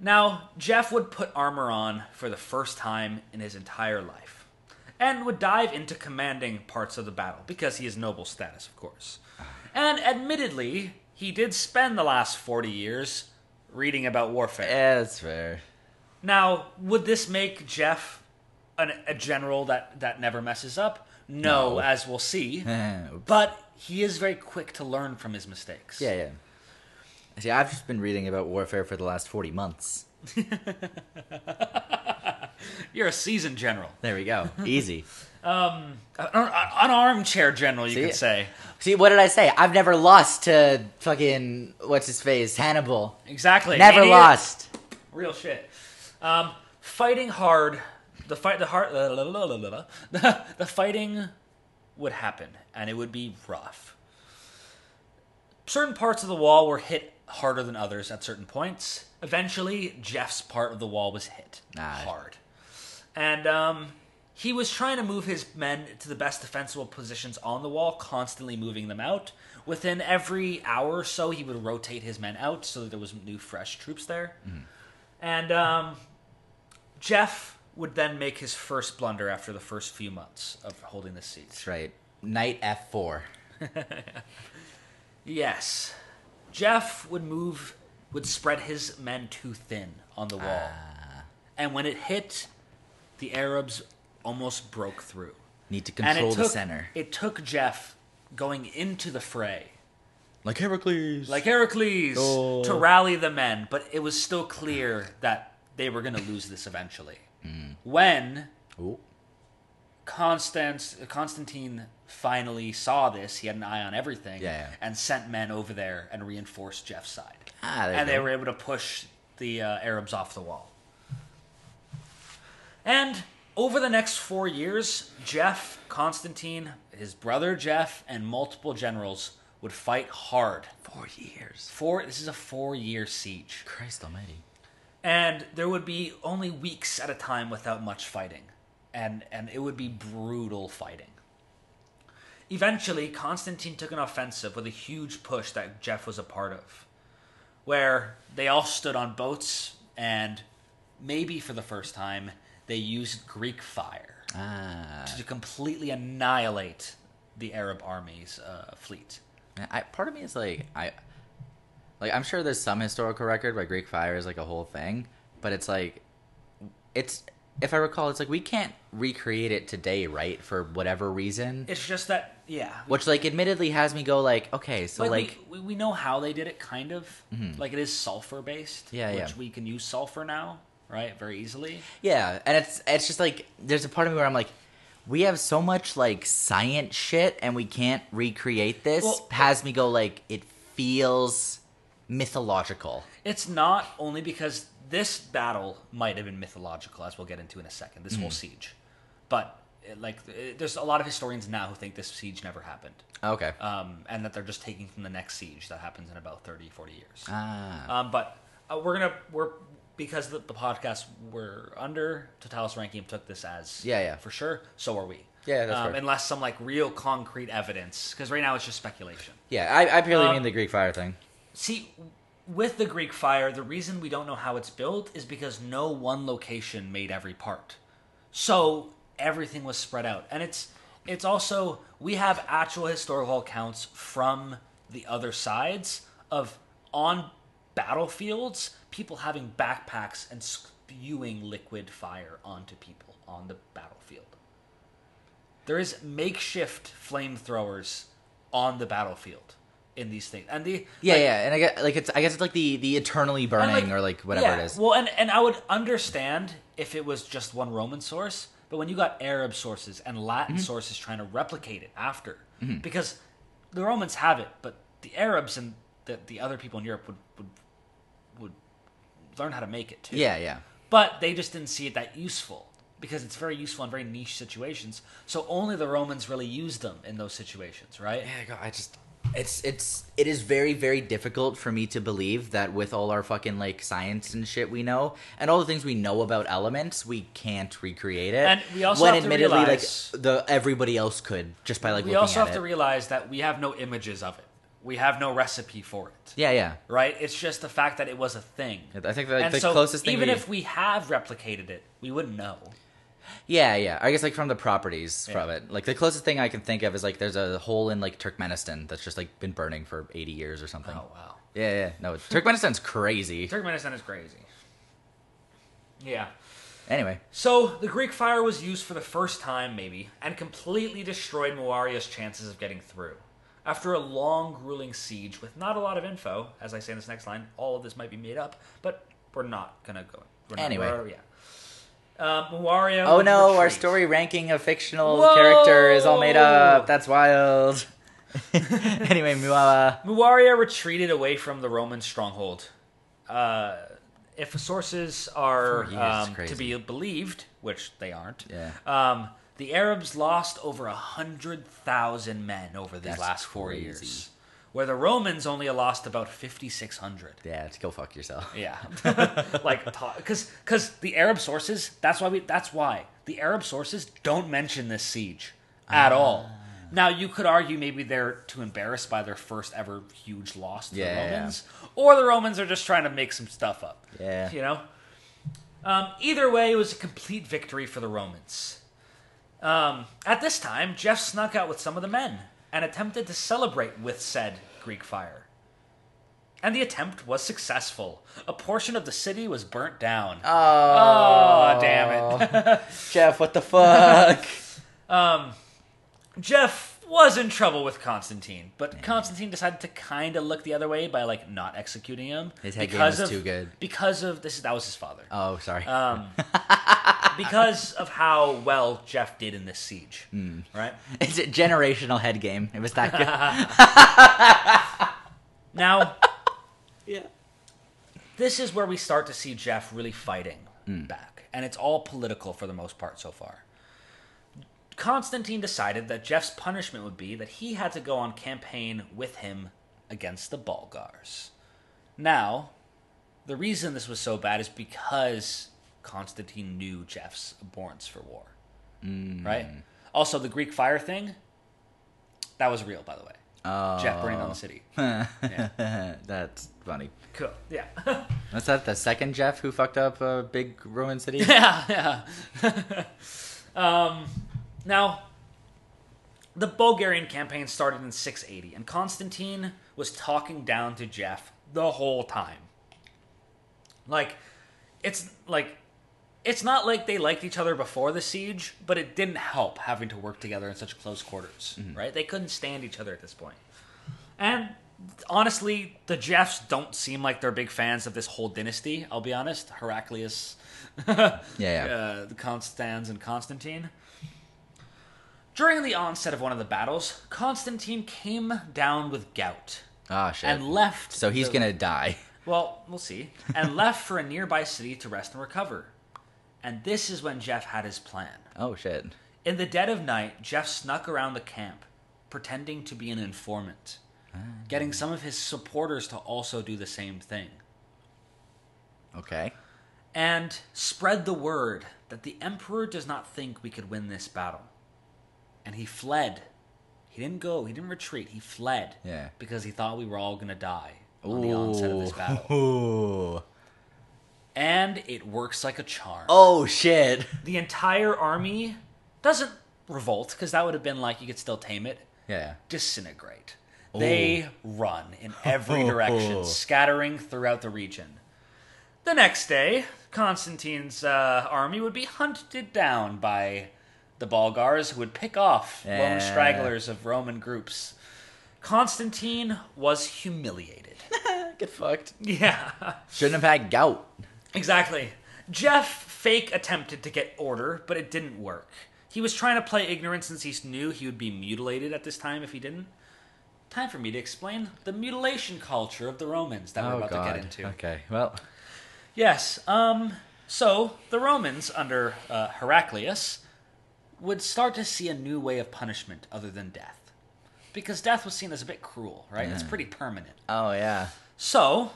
S1: Now, Jeff would put armor on for the first time in his entire life, and would dive into commanding parts of the battle because he is noble status, of course. And admittedly, he did spend the last 40 years reading about warfare.
S2: Yeah, that's fair.
S1: Now, would this make Jeff an, a general that, that never messes up? No,
S2: No.
S1: as we'll see.
S2: Eh, oops.
S1: but he is very quick to learn from his mistakes.
S2: yeah, yeah. See, I've just been reading about warfare for the last 40 months.
S1: You're a seasoned general,
S2: There we go. Easy.
S1: an, an armchair general, you
S2: See?
S1: could say.
S2: See, what did I say? I've never lost to fucking what's his face, Hannibal.
S1: Exactly.
S2: Never
S1: Idiot.
S2: lost.
S1: Real shit. Um, fighting hard. The fight. The heart. la- la- la- la- la- la. The, fighting would happen, and it would be rough. Certain parts of the wall were hit harder than others at certain points. Eventually, Jeff's part of the wall was hit
S2: Ah.
S1: hard, and um, he was trying to move his men to the best defensible positions on the wall, constantly moving them out. Within every hour or so, he would rotate his men out so that there was new, fresh troops there. And um, Jeff would then make his first blunder after the first few months of holding the seat.
S2: That's right. Knight F4.
S1: Yes, Jeff would move, would spread his men too thin on the wall, and when it hit, the Arabs almost broke through.
S2: Need to
S1: And
S2: control
S1: it took,
S2: the center.
S1: It took Jeff going into the fray,
S2: Like Heracles.
S1: like Heracles,
S2: Oh.
S1: to rally the men, but it was still clear that they were going to lose this eventually.
S2: Mm.
S1: When
S2: Ooh.
S1: Constance, Constantine finally saw this. He had an eye on everything,
S2: Yeah, yeah.
S1: and sent men over there and reinforced Jeff's side.
S2: Ah, there you
S1: and they
S2: go.
S1: were able to push the uh, Arabs off the wall. And over the next four years, Jeff, Constantine, his brother Jeff, and multiple generals would fight hard.
S2: Four years.
S1: Four. This is a four-year siege
S2: Christ almighty.
S1: and there would be only weeks at a time without much fighting and and it would be brutal fighting eventually constantine took an offensive with a huge push that jeff was a part of where they all stood on boats and maybe for the first time they used greek fire
S2: Ah.
S1: to completely annihilate the arab army's uh, fleet
S2: I, part of me is like, I. Like, I'm sure there's some historical record where Greek fire is like a whole thing, but it's like. It's. If I recall, it's like we can't recreate it today, right? For whatever reason.
S1: it's just that yeah
S2: Which, like, admittedly has me go, like, okay, so,
S1: like,
S2: like. Mm-hmm.
S1: we, we know how they did it kind of like it is sulfur based
S2: Yeah,
S1: which
S2: yeah.
S1: we can use sulfur now right very easily
S2: Yeah, and it's it's just like there's a part of me where I'm like, we have so much like science shit, and we can't recreate this.
S1: Well-
S2: has me go like it feels mythological.
S1: it's not only because this battle might have been mythological as we'll get into in a second this whole
S2: Mm-hmm.
S1: siege but it, like it, there's a lot of historians now who think this siege never happened
S2: Okay.
S1: um, and that they're just taking from the next siege that happens in about 30 40 years
S2: ah.
S1: Um, but uh, we're gonna we're because the, the podcast we're under Totalis Rankium took this as
S2: Yeah, yeah.
S1: for sure. So are we.
S2: Yeah, that's
S1: um,
S2: fair.
S1: Unless some like real concrete evidence, because right now it's just speculation.
S2: Yeah, I, I purely
S1: um,
S2: mean the Greek fire thing.
S1: See, with the Greek fire, the reason we don't know how it's built is because no one location made every part. So everything was spread out. And it's it's also we have actual historical accounts from the other sides of on battlefields people having backpacks and spewing liquid fire onto people on the battlefield. There is makeshift flamethrowers on the battlefield in these things. And the
S2: Yeah,
S1: like,
S2: yeah, and I guess like it's I guess it's like the the eternally
S1: and,
S2: burning or like whatever
S1: yeah,
S2: it is.
S1: Well, and and I would understand if it was just one Roman source, but when you got Arab sources and Latin
S2: Mm-hmm.
S1: sources trying to replicate it after, because the Romans have it, but the Arabs and the, the other people in Europe would would would learn how to make it too.
S2: yeah, yeah.
S1: But they just didn't see it that useful because it's very useful in very niche situations. So only the Romans really used them in those situations, right?
S2: Yeah, God, I just it's it's it is very very difficult for me to believe that with all our fucking like science and shit we know and all the things we know about elements we can't recreate it.
S1: And we also
S2: when
S1: have to
S2: admittedly
S1: realize-
S2: like the everybody else could just by like
S1: we
S2: looking
S1: also
S2: at
S1: have
S2: it.
S1: to realize that we have no images of it. We have no recipe for it.
S2: yeah, yeah.
S1: right? It's just the fact that it was a thing.
S2: I think that, like,
S1: And
S2: the
S1: so
S2: closest thing
S1: even
S2: we-
S1: if we have replicated it, we wouldn't know.
S2: Yeah, yeah. I guess like from the properties from it. Like the closest thing I can think of is like there's a hole in like Turkmenistan that's just like been burning for 80 years or something.
S1: Oh wow,
S2: Yeah, yeah. No, Turkmenistan's crazy.
S1: Turkmenistan is crazy. Yeah.
S2: Anyway,
S1: So the Greek fire was used for the first time, maybe, and completely destroyed Moaria's chances of getting through. After a long, grueling siege with not a lot of info, as I say in this next line, all of this might be made up, but we're not gonna go. We're not,
S2: Anyway.
S1: we're- yeah. Uh, Moaria.
S2: Oh
S1: would
S2: no, our
S1: retreat.
S2: story ranking of fictional
S1: Whoa!
S2: character is all made up. That's wild. anyway, Muawa.
S1: Muaria retreated away from the Roman stronghold. Uh, if sources are
S2: Four years,
S1: um,
S2: crazy.
S1: to be believed, which they aren't,
S2: Yeah.
S1: um, the Arabs lost over a hundred thousand men over these
S2: That's
S1: last four
S2: crazy.
S1: years, where the Romans only lost about fifty six hundred.
S2: Yeah, just go fuck yourself.
S1: Yeah, like because because the Arab sources. That's why we. That's why the Arab sources don't mention this siege at
S2: Ah.
S1: all. Now you could argue maybe they're too embarrassed by their first ever huge loss to
S2: Yeah, yeah,
S1: the
S2: yeah.
S1: Romans, or the Romans are just trying to make some stuff up.
S2: Yeah.
S1: you know. Um, either way, it was a complete victory for the Romans. Um, at this time, Jeff snuck out with some of the men and attempted to celebrate with said Greek fire. And the attempt was successful. A portion of the city was burnt down. Oh, damn it.
S2: Jeff, what the fuck?
S1: Jeff was in trouble with Constantine, but Constantine decided to kind of look the other way by like not executing him.
S2: His head game
S1: because
S2: was
S1: of-
S2: too good.
S1: Because of this that was his father.
S2: oh, sorry.
S1: Um, because of how well Jeff did in this siege.
S2: Hmm.
S1: Right?
S2: it's a generational head game. It was that good.
S1: Now, yeah, this is where we start to see Jeff really fighting back, and it's all political for the most part so far. Constantine decided that Jeff's punishment would be that he had to go on campaign with him against the Bulgars. Now, the reason this was so bad is because Constantine knew Jeff's abhorrence for war. Right? Also, the Greek fire thing, that was real, by the way. Jeff burning down the city.
S2: That's funny.
S1: Cool. Yeah.
S2: Was that the second Jeff who fucked up a big Roman city?
S1: yeah. Yeah. um, now, the Bulgarian campaign started in 680, and Constantine was talking down to Jeff the whole time. Like, it's like. It's not like they liked each other before the siege, but it didn't help having to work together in such close quarters, right? They couldn't stand each other at this point. And honestly, the Jeffs don't seem like they're big fans of this whole dynasty, I'll be honest. Heraclius,
S2: Yeah, yeah.
S1: uh, the Constans and Constantine. During the onset of one of the battles, Constantine came down with gout
S2: Ah, shit.
S1: and left.
S2: so he's
S1: the-
S2: gonna die.
S1: Well, we'll see. And left for a nearby city to rest and recover. And this is when Jeff had his plan.
S2: Oh shit.
S1: In the dead of night, Jeff snuck around the camp, pretending to be an informant,
S2: Ah.
S1: getting some of his supporters to also do the same thing,
S2: Okay.
S1: and spread the word that the Emperor does not think we could win this battle. And he fled. He didn't go, he didn't retreat, he fled.
S2: Yeah.
S1: Because he thought we were all gonna die. on the onset of this battle.
S2: Ooh.
S1: And it works like a charm.
S2: Oh shit.
S1: The entire army doesn't revolt, because that would have been like you could still tame it.
S2: Yeah.
S1: disintegrate. They run in every direction, scattering throughout the region. The next day, Constantine's uh, army would be hunted down by the Bulgars, who would pick off lone
S2: Yeah.
S1: stragglers of Roman groups. Constantine was humiliated.
S2: Get fucked.
S1: yeah,
S2: Shouldn't have had gout.
S1: exactly. Jeff fake attempted to get order, but it didn't work. He was trying to play ignorant since he knew he would be mutilated at this time if he didn't. Time for me to explain the mutilation culture of the Romans that we're about to get into.
S2: Oh, Okay. Well.
S1: Yes. Um. So the Romans under uh, Heraclius would start to see a new way of punishment other than death, because death was seen as a bit cruel, right? It's pretty permanent.
S2: Oh yeah.
S1: So,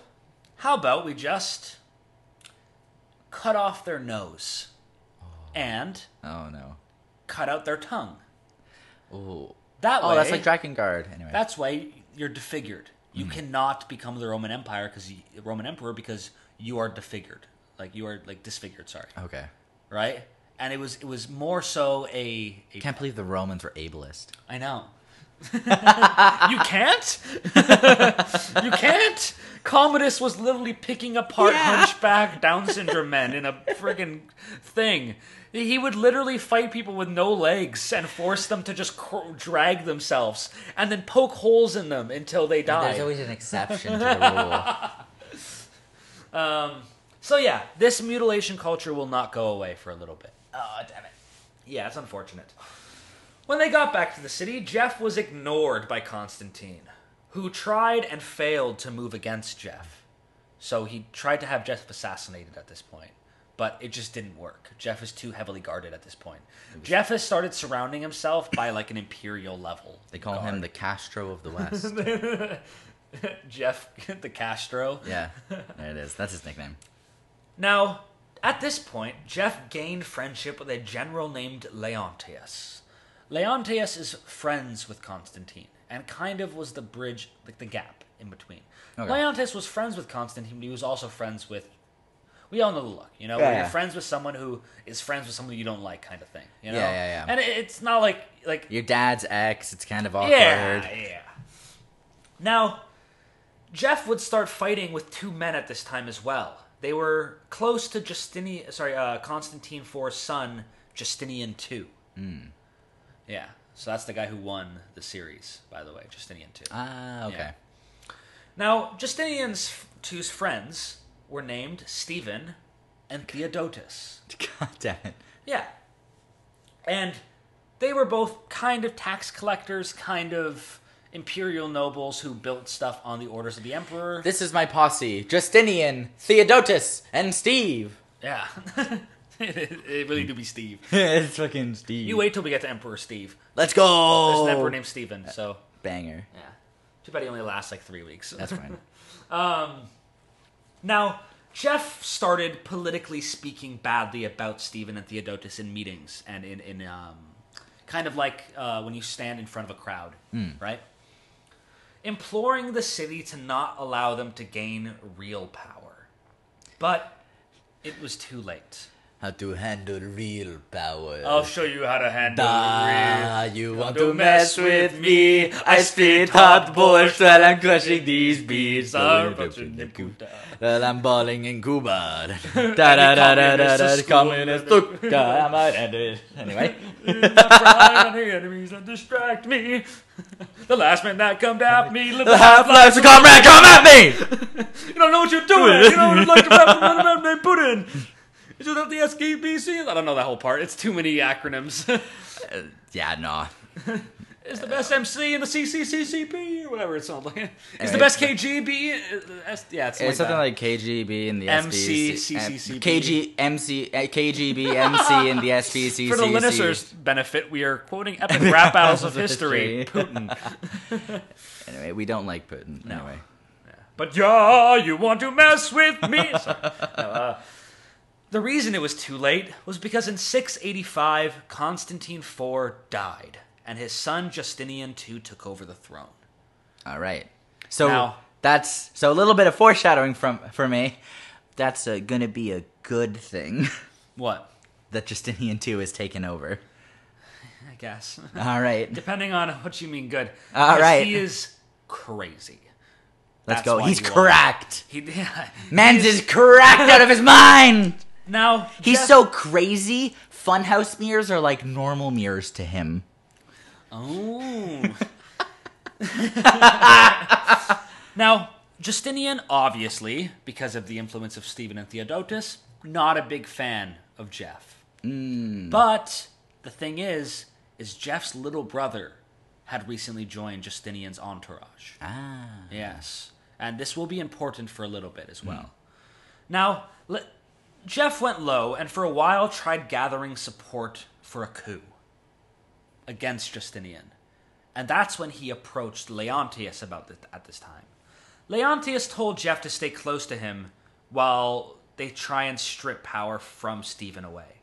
S1: how about we just cut off their nose and
S2: Oh no.
S1: cut out their tongue?
S2: Ooh.
S1: That
S2: Oh,
S1: way,
S2: that's like Hmm. Drakengard. Anyway.
S1: That's why you're defigured. You cannot become the Roman Empire because Roman Emperor because you are defigured, like you are like disfigured. Sorry,
S2: okay.
S1: right? And it was it was more so a. a
S2: Can't believe the Romans were ableist.
S1: I know. you can't. you can't. Commodus was literally picking apart hunchback Down syndrome men in a friggin' thing. He would literally fight people with no legs and force them to just cr- drag themselves and then poke holes in them until they die.
S2: There's always an exception to the rule.
S1: so yeah, this mutilation culture will not go away for a little bit.
S2: oh damn it.
S1: Yeah, it's unfortunate. When they got back to the city, Jeff was ignored by Constantine, who tried and failed to move against Jeff. So he tried to have Jeff assassinated at this point, but it just didn't work. Jeff is too heavily guarded at this point. Jeff has started surrounding himself by like an imperial level.
S2: They call him the Castro of the West.
S1: Jeff the Castro.
S2: yeah. There it is. That's his nickname.
S1: Now, at this point, Jeff gained friendship with a general named Leontius. Leontius is friends with Constantine and kind of was the bridge, like the gap in between.
S2: Okay.
S1: Leontius was friends with Constantine, but he was also friends with. We all know the look, you know, where
S2: Yeah.
S1: you're friends with someone who is friends with someone you don't like, kind of thing, you know.
S2: Yeah, yeah, yeah.
S1: And it- it's not like like
S2: Your dad's ex. It's kind of awkward.
S1: yeah, yeah. Now, Jeff would start fighting with two men at this time as well. They were close to Justinian, sorry, uh, Constantine IV's son, Justinian II.
S2: Hmm.
S1: Yeah, so that's the guy who won the series, by the way, Justinian II.
S2: Ah, okay.
S1: Yeah. Now, Justinian's f- two's friends were named Stephen and Theodotus.
S2: God damn it.
S1: Yeah. And they were both kind of tax collectors, kind of imperial nobles who built stuff on the orders of the emperor.
S2: This is my posse Justinian, Theodotus, and Steve.
S1: yeah. it, it really do be Steve.
S2: it's fucking Steve.
S1: You wait till we get to Emperor Steve.
S2: Let's
S1: There's
S2: go.
S1: an emperor named Stephen, so
S2: Banger.
S1: yeah. Too bad he only lasts like three weeks.
S2: That's fine.
S1: Now, Jeff started politically speaking badly about Stephen and Theodotus in meetings and in, in um, kind of like uh, when you stand in front of a crowd,
S2: Hmm.
S1: right? Imploring the city to not allow them to gain real power. But it was too late.
S2: How to handle real power.
S1: show you how to handle
S2: Ah, you want
S1: Don't
S2: to mess with me? I spit hot balls while I'm crushing these beats. Oh, Well, I'm balling in Cuba. Da da da da da da. Communist look. I might end it anyway.
S1: enemies that distract me. the last man that come at me.
S2: The half life's a comrade. Come at me.
S1: You don't know what you're doing. You don't like the rap they put in. Is it not the SKBC? I don't know that whole part. It's too many acronyms.
S2: Yeah, no.
S1: it's the best MC in the CCCCP or whatever it sounds like. It's the
S2: Uh,
S1: best KGB. uh, uh, S- Yeah, it's,
S2: It's
S1: like
S2: something
S1: that.
S2: like KGB and the
S1: MC,
S2: SBC. uh,
S1: CCCB.
S2: KG, MC, uh, KGB, MC, and the SBCC.
S1: For the listeners' benefit, we are quoting epic rap battles of history. Putin.
S2: Anyway, we don't like Putin. Anyway.
S1: But yeah, you want to mess with me. Sorry. No, uh, the reason it was too late was because in 685, Constantine IV died, and his son Justinian II took over the throne.
S2: All right. So
S1: Now-
S2: That's so a little bit of foreshadowing from for me. That's uh, gonna be a good thing
S1: What?
S2: that Justinian II is taken over.
S1: I guess.
S2: All right,
S1: Depending on what you mean, good.
S2: All
S1: 'Cause
S2: right.
S1: He is crazy. That's
S2: let's go.
S1: why
S2: He's
S1: you are-
S2: cracked.
S1: He yeah.
S2: Mans is cracked out of his mind.
S1: now
S2: He's
S1: Jeff-
S2: so crazy. Funhouse mirrors are like normal mirrors to him.
S1: Ooh. now, Justinian, obviously, because of the influence of Stephen and Theodotus, not a big fan of Jeff. But the thing is, is Jeff's little brother had recently joined Justinian's entourage.
S2: Ah,
S1: Yes. And this will be important for a little bit as well. Now, le- Jeff went low and for a while tried gathering support for a coup against Justinian. And that's when he approached Leontius about this at this time. Leontius told Jeff to stay close to him while they try and strip power from Stephen away.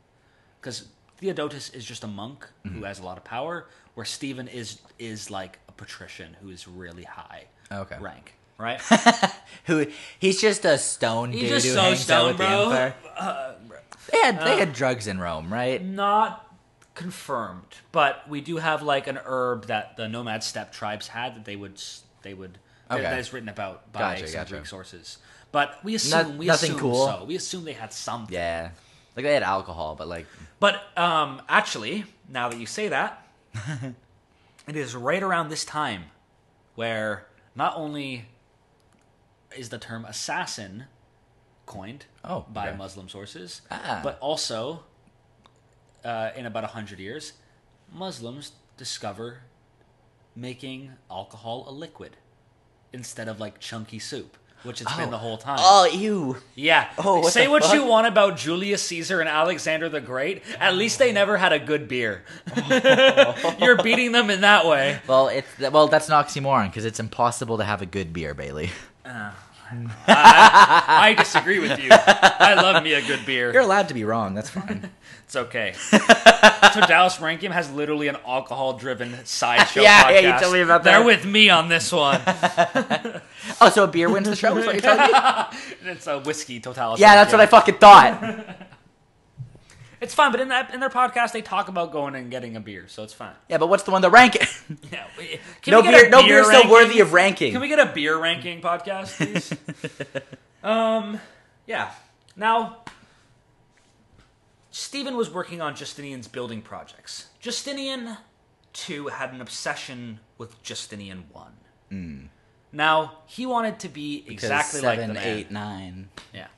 S1: Because Theodotus is just a monk who has a lot of power, where Stephen is is like a patrician who is really high
S2: Okay.
S1: rank, right?
S2: who? He's just a stone
S1: He's
S2: dude
S1: just
S2: who
S1: so
S2: hangs out with
S1: stoned, bro. Uh,
S2: the emperor. they had they had drugs in Rome, right?
S1: Not confirmed, but we do have like an herb that the nomad steppe tribes had that they would s- they would that-
S2: Okay.
S1: that is written about by
S2: Gotcha,
S1: some
S2: gotcha.
S1: Greek sources. But we assume we
S2: nothing
S1: assume
S2: cool.
S1: so. We assume they had something.
S2: Yeah, like they had alcohol, but like
S1: But um, actually, now that you say that, it is right around this time where not only is the term assassin coined
S2: Oh,
S1: by
S2: okay.
S1: Muslim sources,
S2: Ah.
S1: but also uh, in about 100 years, Muslims discover making alcohol a liquid instead of like chunky soup, which it's been the whole time.
S2: oh you.
S1: Yeah.
S2: Oh, what
S1: Say
S2: the
S1: what
S2: fuck?
S1: you want about Julius Caesar and Alexander the Great. At least they never had a good beer. You're beating them in that way.
S2: Well, it's well that's an oxymoron because it's impossible to have a good beer, Bailey.
S1: I disagree with you. I love me a good
S2: You're
S1: beer.
S2: allowed to be wrong. That's fine.
S1: It's okay. so Dallas Rankin has literally an alcohol-driven sideshow
S2: Yeah,
S1: podcast.
S2: yeah, you told me about
S1: They're
S2: that.
S1: with me on this one.
S2: oh, so a beer wins the show? Is what you're telling me?
S1: it's a whiskey totality.
S2: Yeah, that's what I fucking thought.
S1: It's fine, but in that in their podcast they talk about going and getting a beer, so it's fine.
S2: Yeah, but what's the one that rank?
S1: Yeah. we- Can
S2: no
S1: we get a
S2: beer, no beer so
S1: ranking?
S2: worthy of ranking.
S1: Can we get a beer ranking podcast, please? um, yeah. Now, Stephen was working on Justinian's building projects. Justinian II had an obsession with Justinian I. Now he wanted to be exactly like the
S2: Hmm. seven,
S1: man.
S2: eight, nine.
S1: Yeah,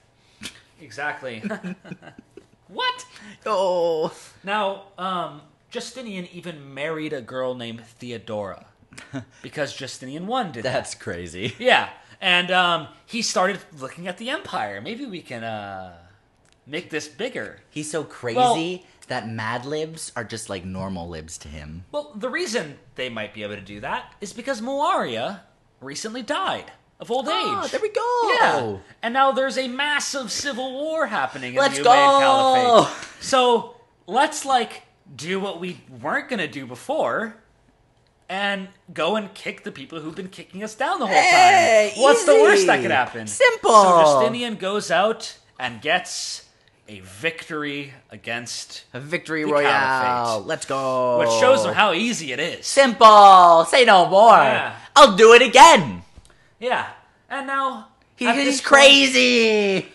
S1: exactly. what?
S2: Oh,
S1: Now, um, Justinian even married a girl named Theodora because Justinian I did that.
S2: that's crazy.
S1: Yeah, and um, he started looking at the empire. Maybe we can uh, make this bigger.
S2: He's so crazy that Mad Libs are just like normal libs to him.
S1: Well, the reason they might be able to do that is because Muaria recently died of old
S2: Oh,
S1: age.
S2: there we go.
S1: Yeah, and now there's a massive civil war happening in
S2: Oh. Let's
S1: the Umayyad
S2: go!
S1: Caliphate. So let's like do what we weren't gonna do before. And go and kick the people who've been kicking us down the whole
S2: Hey,
S1: time. What's the
S2: easy.
S1: worst that could happen?
S2: Simple.
S1: So Justinian goes out and gets a victory against,
S2: A victory
S1: The
S2: royale.
S1: Caliphate.
S2: Let's go.
S1: which shows them how easy it is.
S2: simple. Say no more.
S1: Yeah.
S2: I'll do it again.
S1: Yeah, and now
S2: He-
S1: at
S2: he's
S1: this point-
S2: crazy.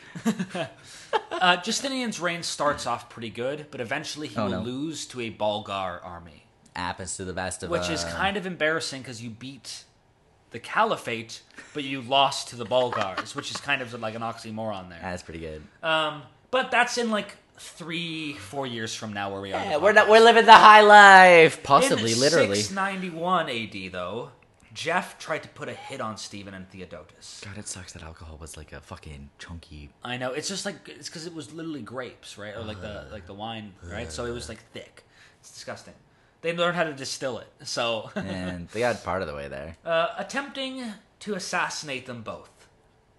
S1: Uh, Justinian's reign starts off pretty good, but eventually he
S2: Oh,
S1: will
S2: no.
S1: lose to a Bulgar army,
S2: Happens to the best of uh,
S1: which is kind of embarrassing because you beat the Caliphate, but you lost to the Bulgars, which is kind of like an oxymoron there.
S2: That's pretty good.
S1: Um, but that's in like three, four years from now where we are. in the
S2: Yeah, we're not,
S1: podcast.
S2: we're living the high life. Possibly,
S1: in
S2: literally.
S1: 691 AD, though, Jeff tried to put a hit on Stephen and Theodotus.
S2: God, it sucks that alcohol was like a fucking chunky.
S1: I know it's just like it's because it was literally grapes, right, or like the like the wine, right? So it was like thick. It's disgusting. They learned how to distill it. So,
S2: And they got part of the way there.
S1: uh, attempting to assassinate them both,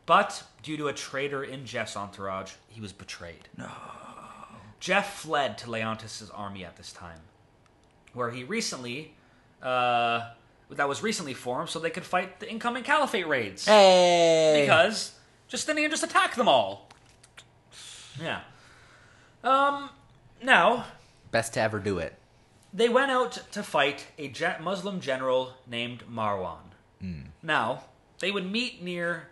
S1: but due to a traitor in Jeff's entourage, he was betrayed. No. Jeff fled to Leontius' army at this time, where he recently uh, that was recently formed so they could fight the incoming caliphate raids.
S2: Hey.
S1: Because Justinian just attacked them all. Yeah. Um, now,
S2: Best to ever do it.
S1: they went out to fight a gen- Muslim general named Marwan.
S2: Hmm.
S1: Now, they would meet near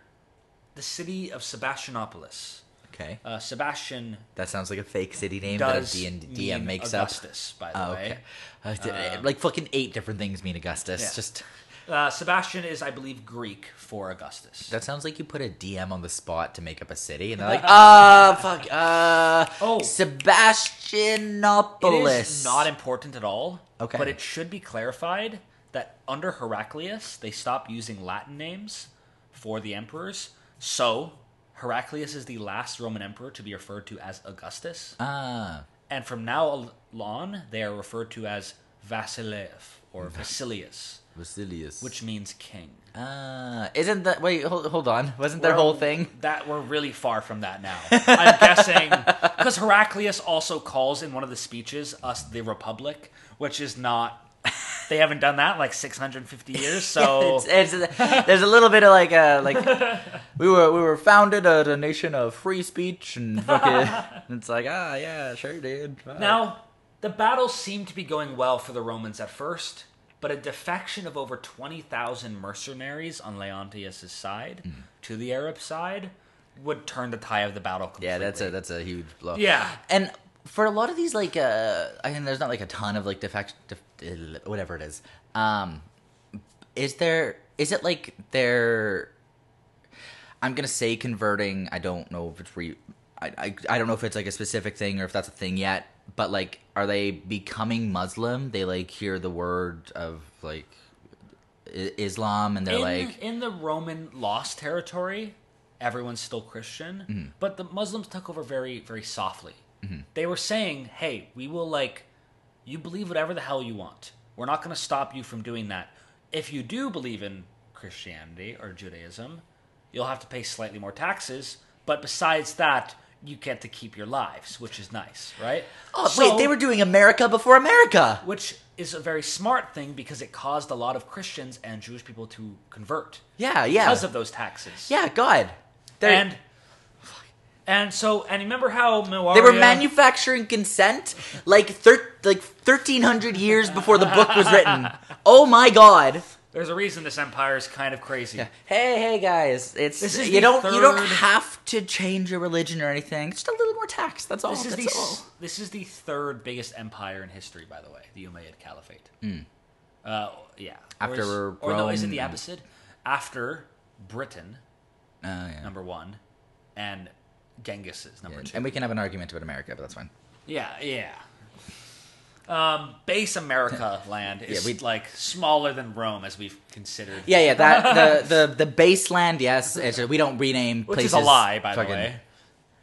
S1: the city of Sebastianopolis.
S2: Okay.
S1: Uh, Sebastian
S2: That sounds like a fake city name that
S1: does
S2: a D&D
S1: mean
S2: DM makes up.
S1: Augustus, by the
S2: Oh,
S1: way.
S2: okay. Uh, d- like fucking eight different things mean Augustus.
S1: Yeah.
S2: Just
S1: Uh, Sebastian is, I believe, Greek for Augustus.
S2: that sounds like you put a DM on the spot to make up a city, and they're like, "Ah, fuck, uh,
S1: Oh. it
S2: Sebastianopolis."
S1: is not important at all.
S2: Okay.
S1: But it should be clarified that under Heraclius, they stopped using Latin names for the emperors. So Heraclius is the last Roman emperor to be referred to as Augustus.
S2: Ah,
S1: and from now on, they are referred to as Vasilev or Vasilius,
S2: Vasilius.
S1: which means king.
S2: ah, isn't that? Wait, hold, hold on. Wasn't their whole thing?
S1: That we're really far from that now. I'm guessing because Heraclius also calls in one of the speeches us the Republic, which is not. They haven't done that in like 650 years, so
S2: It's, it's, there's a little bit of like a like we were we were founded a, a nation of free speech and fucking. it's like ah yeah sure dude. Fuck.
S1: now the battle seemed to be going well for the Romans at first, but a defection of over 20,000 mercenaries on Leontius' side
S2: Hmm.
S1: to the Arab side would turn the tide of the battle. Completely.
S2: yeah, that's a that's a huge blow.
S1: Yeah.
S2: and for a lot of these like uh, I mean, there's not like a ton of like defect def- uh, whatever it is. Um, is there is it like they're I'm gonna say converting. I don't know if it's re. I, I, I don't know if it's like a specific thing or if that's a thing yet. But like, are they becoming Muslim? They like hear the word of like I- Islam, and
S1: in,
S2: they're like,
S1: in the Roman lost territory, everyone's still Christian,
S2: Mm-hmm.
S1: but the Muslims took over very very softly. They were saying, "Hey, we will like you believe whatever the hell you want. We're not going to stop you from doing that. If you do believe in Christianity or Judaism, you'll have to pay slightly more taxes, but besides that, you get to keep your lives, which is nice, right?
S2: oh
S1: So-
S2: wait, they were doing America before America.
S1: which is a very smart thing because it caused a lot of Christians and Jewish people to convert
S2: Yeah, yeah,
S1: because of those taxes.
S2: yeah. God, They're-
S1: and and so and remember how Milwaukee
S2: They were manufacturing consent like thir- like thirteen hundred years before the book was written. Oh my god!
S1: There's a reason this empire is kind of crazy.
S2: Hey, hey guys! It's
S1: This is
S2: you
S1: the
S2: don't you don't
S1: third-
S2: have to change your religion or anything. It's just a little more tax. That's all.
S1: This is
S2: Oh, That's
S1: the
S2: all.
S1: s- this is the third biggest empire in history, by the way, the Umayyad Caliphate. Uh, yeah.
S2: Hmm. After
S1: or, is, or no, is it
S2: Rome
S1: the
S2: and-
S1: Abbasid? After Britain,
S2: Oh, yeah.
S1: number one, and Genghis is number two.
S2: And we can have an argument about America, but that's fine.
S1: Yeah, yeah. Um, base America land is
S2: Yeah, we-
S1: like smaller than Rome, as we've considered.
S2: Yeah, yeah. That the the the baseland. Yes, it's, we don't rename
S1: which
S2: places.
S1: is a lie, by
S2: fucking-
S1: the way.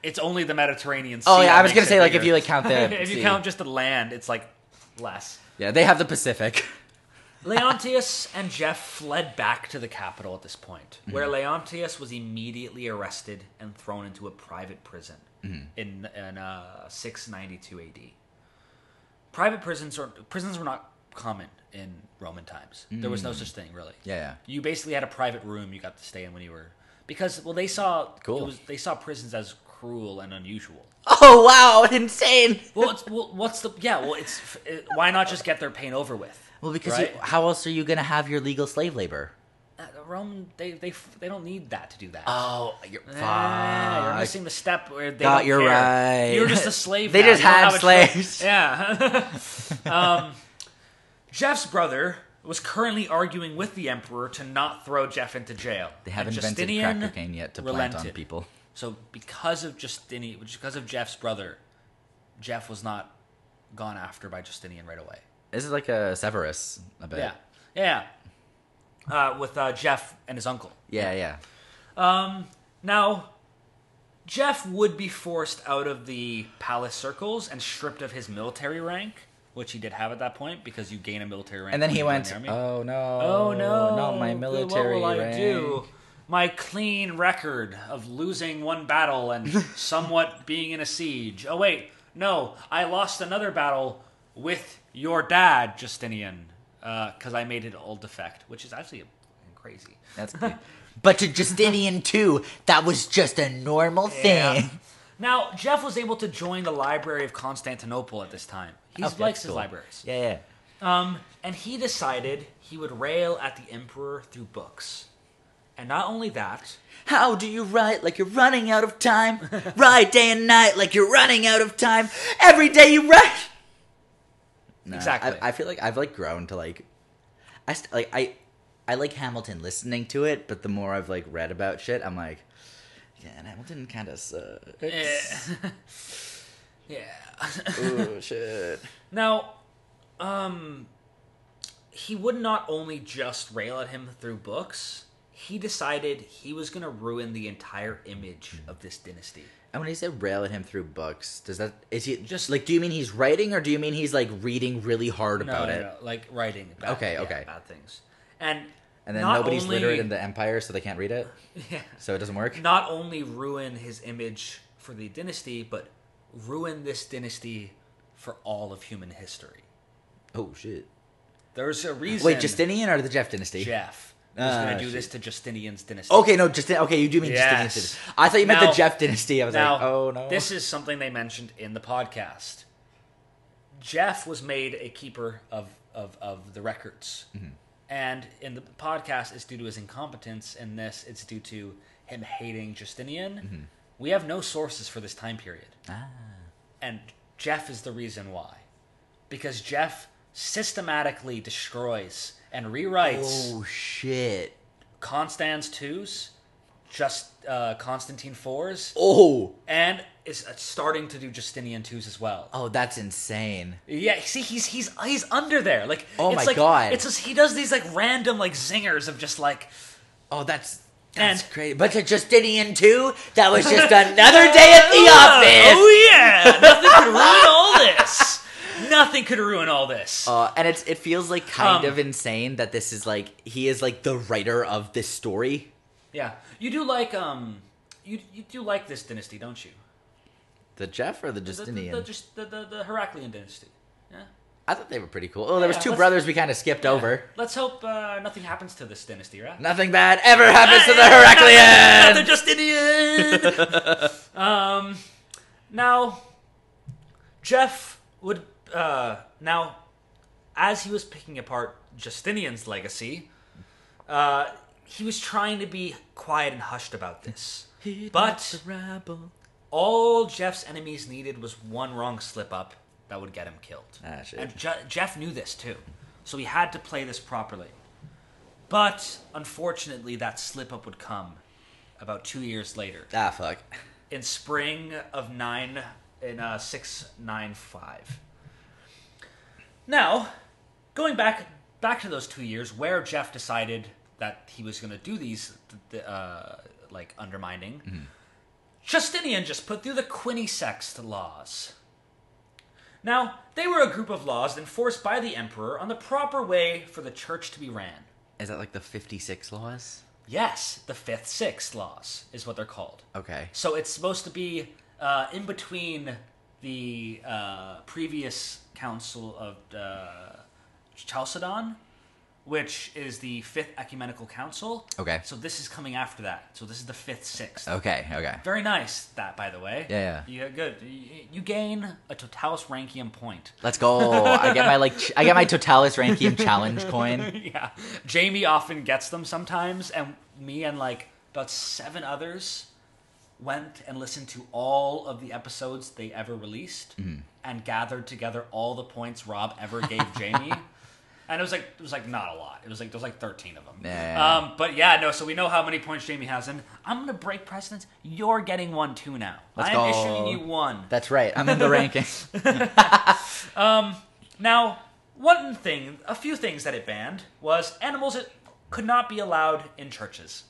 S1: It's only the Mediterranean Sea.
S2: Oh yeah,
S1: that
S2: I was
S1: makes
S2: gonna
S1: it
S2: say like if
S1: bigger.
S2: you like count the
S1: if you
S2: sea.
S1: count just the land, it's like less.
S2: yeah, they have the Pacific.
S1: Leontius and Jeff fled back to the capital at this point,
S2: Mm-hmm.
S1: where Leontius was immediately arrested and thrown into a private prison
S2: Mm-hmm.
S1: in, in uh, 692 AD. Private prisons or prisons were not common in Roman times. There
S2: Mm.
S1: was no such thing, really.
S2: Yeah, yeah.
S1: You basically had a private room you got to stay in when you were because well they saw
S2: Cool.
S1: it was, they saw prisons as cruel and unusual.
S2: Oh wow, insane.
S1: Well, it's, well what's the yeah? Well, it's f- it, why not just get their pain over with?
S2: Well, because
S1: right?
S2: you, how else are you going to have your legal slave labor?
S1: Uh, Rome, they they f- they don't need that to do that.
S2: Oh, you're
S1: Ah, you're Eh, missing the step where they
S2: Got-
S1: don't
S2: you're
S1: care.
S2: right.
S1: You're just a slave.
S2: They
S1: now.
S2: just
S1: You don't
S2: had
S1: have a choice.
S2: slaves.
S1: Yeah. um, Jeff's brother was currently arguing with the emperor to not throw Jeff into jail.
S2: They haven't
S1: And
S2: invented
S1: Justinian
S2: crack cocaine yet to plant on
S1: relented.
S2: people.
S1: So because of Justinian, because of Jeff's brother, Jeff was not gone after by Justinian right away.
S2: This is like a Severus, a bit.
S1: Yeah, yeah. Uh, with uh, Jeff and his uncle.
S2: yeah, yeah.
S1: Now, Jeff would be forced out of the palace circles and stripped of his military rank, which he did have at that point because you gain a military rank.
S2: And then
S1: when
S2: he
S1: you join
S2: went,
S1: the army.
S2: oh no,
S1: Oh no!
S2: not my military
S1: What will
S2: rank."
S1: I do? My clean record of losing one battle and somewhat being in a siege. Oh wait, no, I lost another battle with your dad, Justinian. because I made it old effect, which is actually crazy.
S2: That's good. But to Justinian too, that was just a normal
S1: Yeah.
S2: thing.
S1: Now Jeff was able to join the Library of Constantinople at this time. He
S2: Okay,
S1: likes his
S2: cool.
S1: libraries.
S2: Yeah, yeah.
S1: Um, and he decided he would rail at the emperor through books. And not only that,
S2: How do you write like you're running out of time? Write day and night like you're running out of time. Every day you write. No,
S1: Exactly.
S2: I, I feel like I've like grown to like, I st- like I, I like Hamilton listening to it, but the more I've like read about shit, I'm like, yeah, and Hamilton kind of
S1: Eh.
S2: sucks.
S1: yeah.
S2: Ooh, shit.
S1: Now, um, he would not only just rail at him through books. He decided he was going to ruin the entire image of this dynasty.
S2: And when he said rail at him through books, does that is he just like? Do you mean he's writing, or do you mean he's like reading really hard about it?
S1: like writing. About,
S2: Okay,
S1: yeah,
S2: okay.
S1: About things, and
S2: And then
S1: not
S2: nobody's
S1: only-
S2: literate in the empire, so they can't read it.
S1: Yeah.
S2: So it doesn't work.
S1: not only ruin his image for the dynasty, but ruin this dynasty for all of human history.
S2: Oh shit!
S1: There's a reason.
S2: Wait, Justinian or the Jeff dynasty?
S1: Jeff is
S2: Ah,
S1: going to do
S2: shit.
S1: this to Justinian's dynasty.
S2: Okay, no, Justin. Okay, you do mean
S1: Yes.
S2: Justinian's dynasty. I thought you meant
S1: Now-
S2: the Jeff dynasty. I was
S1: Now,
S2: like, oh no.
S1: this is something they mentioned in the podcast. Jeff was made a keeper of of, of the records,
S2: Mm-hmm.
S1: and in the podcast, it's due to his incompetence. In this, it's due to him hating Justinian.
S2: Mm-hmm.
S1: We have no sources for this time period,
S2: Ah.
S1: and Jeff is the reason why, because Jeff systematically destroys and rewrites
S2: oh shit!
S1: Constans twos, just uh, Constantine fours,
S2: Oh,
S1: and is uh, starting to do Justinian twos as well.
S2: oh, that's insane.
S1: Yeah, see, he's he's he's under there. Like,
S2: Oh
S1: it's
S2: my
S1: like,
S2: God.
S1: it's just, he does these like random like zingers of just like
S2: Oh, that's that's
S1: And-
S2: crazy. But to Justinian too, that was just another day at the office.
S1: Oh yeah, nothing could ruin all this. Nothing could ruin all this.
S2: Uh, and it's it feels like kind
S1: Um,
S2: of insane that this is like he is like the writer of this story.
S1: yeah, you do like um, you you do like this dynasty, don't you?
S2: The Jeff or the
S1: The the,
S2: Justinian?
S1: the, just the, the, the Heraclean dynasty. Yeah.
S2: I thought they were pretty cool. Oh, there was
S1: Yeah,
S2: two
S1: let's-
S2: brothers we kind of skipped over.
S1: Let's hope uh, nothing happens to this dynasty, right?
S2: Nothing bad ever happens to the
S1: They're
S2: Heraclean.
S1: just Indian. um, now, Jeff would uh, now, as he was picking apart Justinian's legacy, uh, he was trying to be quiet and hushed about this. But all Jeff's enemies needed was one wrong slip up that would get him killed.
S2: Ah, shit.
S1: And Je- Jeff knew this too, so he had to play this properly. But unfortunately, that slip up would come about two years later
S2: ah, fuck.
S1: in spring of nine in uh, six nine five. Now, going back back to those two years where Jeff decided that he was going to do these th- th- uh, like undermining, Justinian just put through the quinisext laws. Now, they were a group of laws enforced by the emperor on the proper way for the church to be ran.
S2: Is that like the fifty-six laws?
S1: Yes, the fifth, sixth laws is what they're called.
S2: Okay.
S1: So it's supposed to be uh, in between the uh, previous council of uh, Chalcedon, which is the fifth ecumenical council.
S2: Okay.
S1: So this is coming after that. So this is the fifth, sixth.
S2: Okay. Okay.
S1: Very nice, that by the way.
S2: Yeah, yeah.
S1: Yeah, good. You- You gain a totalis rankium point.
S2: Let's go. I get my like ch- I get my Totalis Rankium challenge coin.
S1: yeah, Jamie often gets them sometimes, and me and like about seven others went and listened to all of the episodes they ever released
S2: Mm-hmm.
S1: and gathered together all the points Rob ever gave Jamie. And it was like it was like not a lot. It was like there was like thirteen of them.
S2: Yeah.
S1: Um, but yeah, no. So we know how many points Jamie has, and I'm gonna break precedence. You're getting one too now.
S2: Let's
S1: I'm
S2: go.
S1: issuing you one.
S2: That's right. I'm in the ranking.
S1: Now, one thing, a few things that it banned was animals that could not be allowed in churches.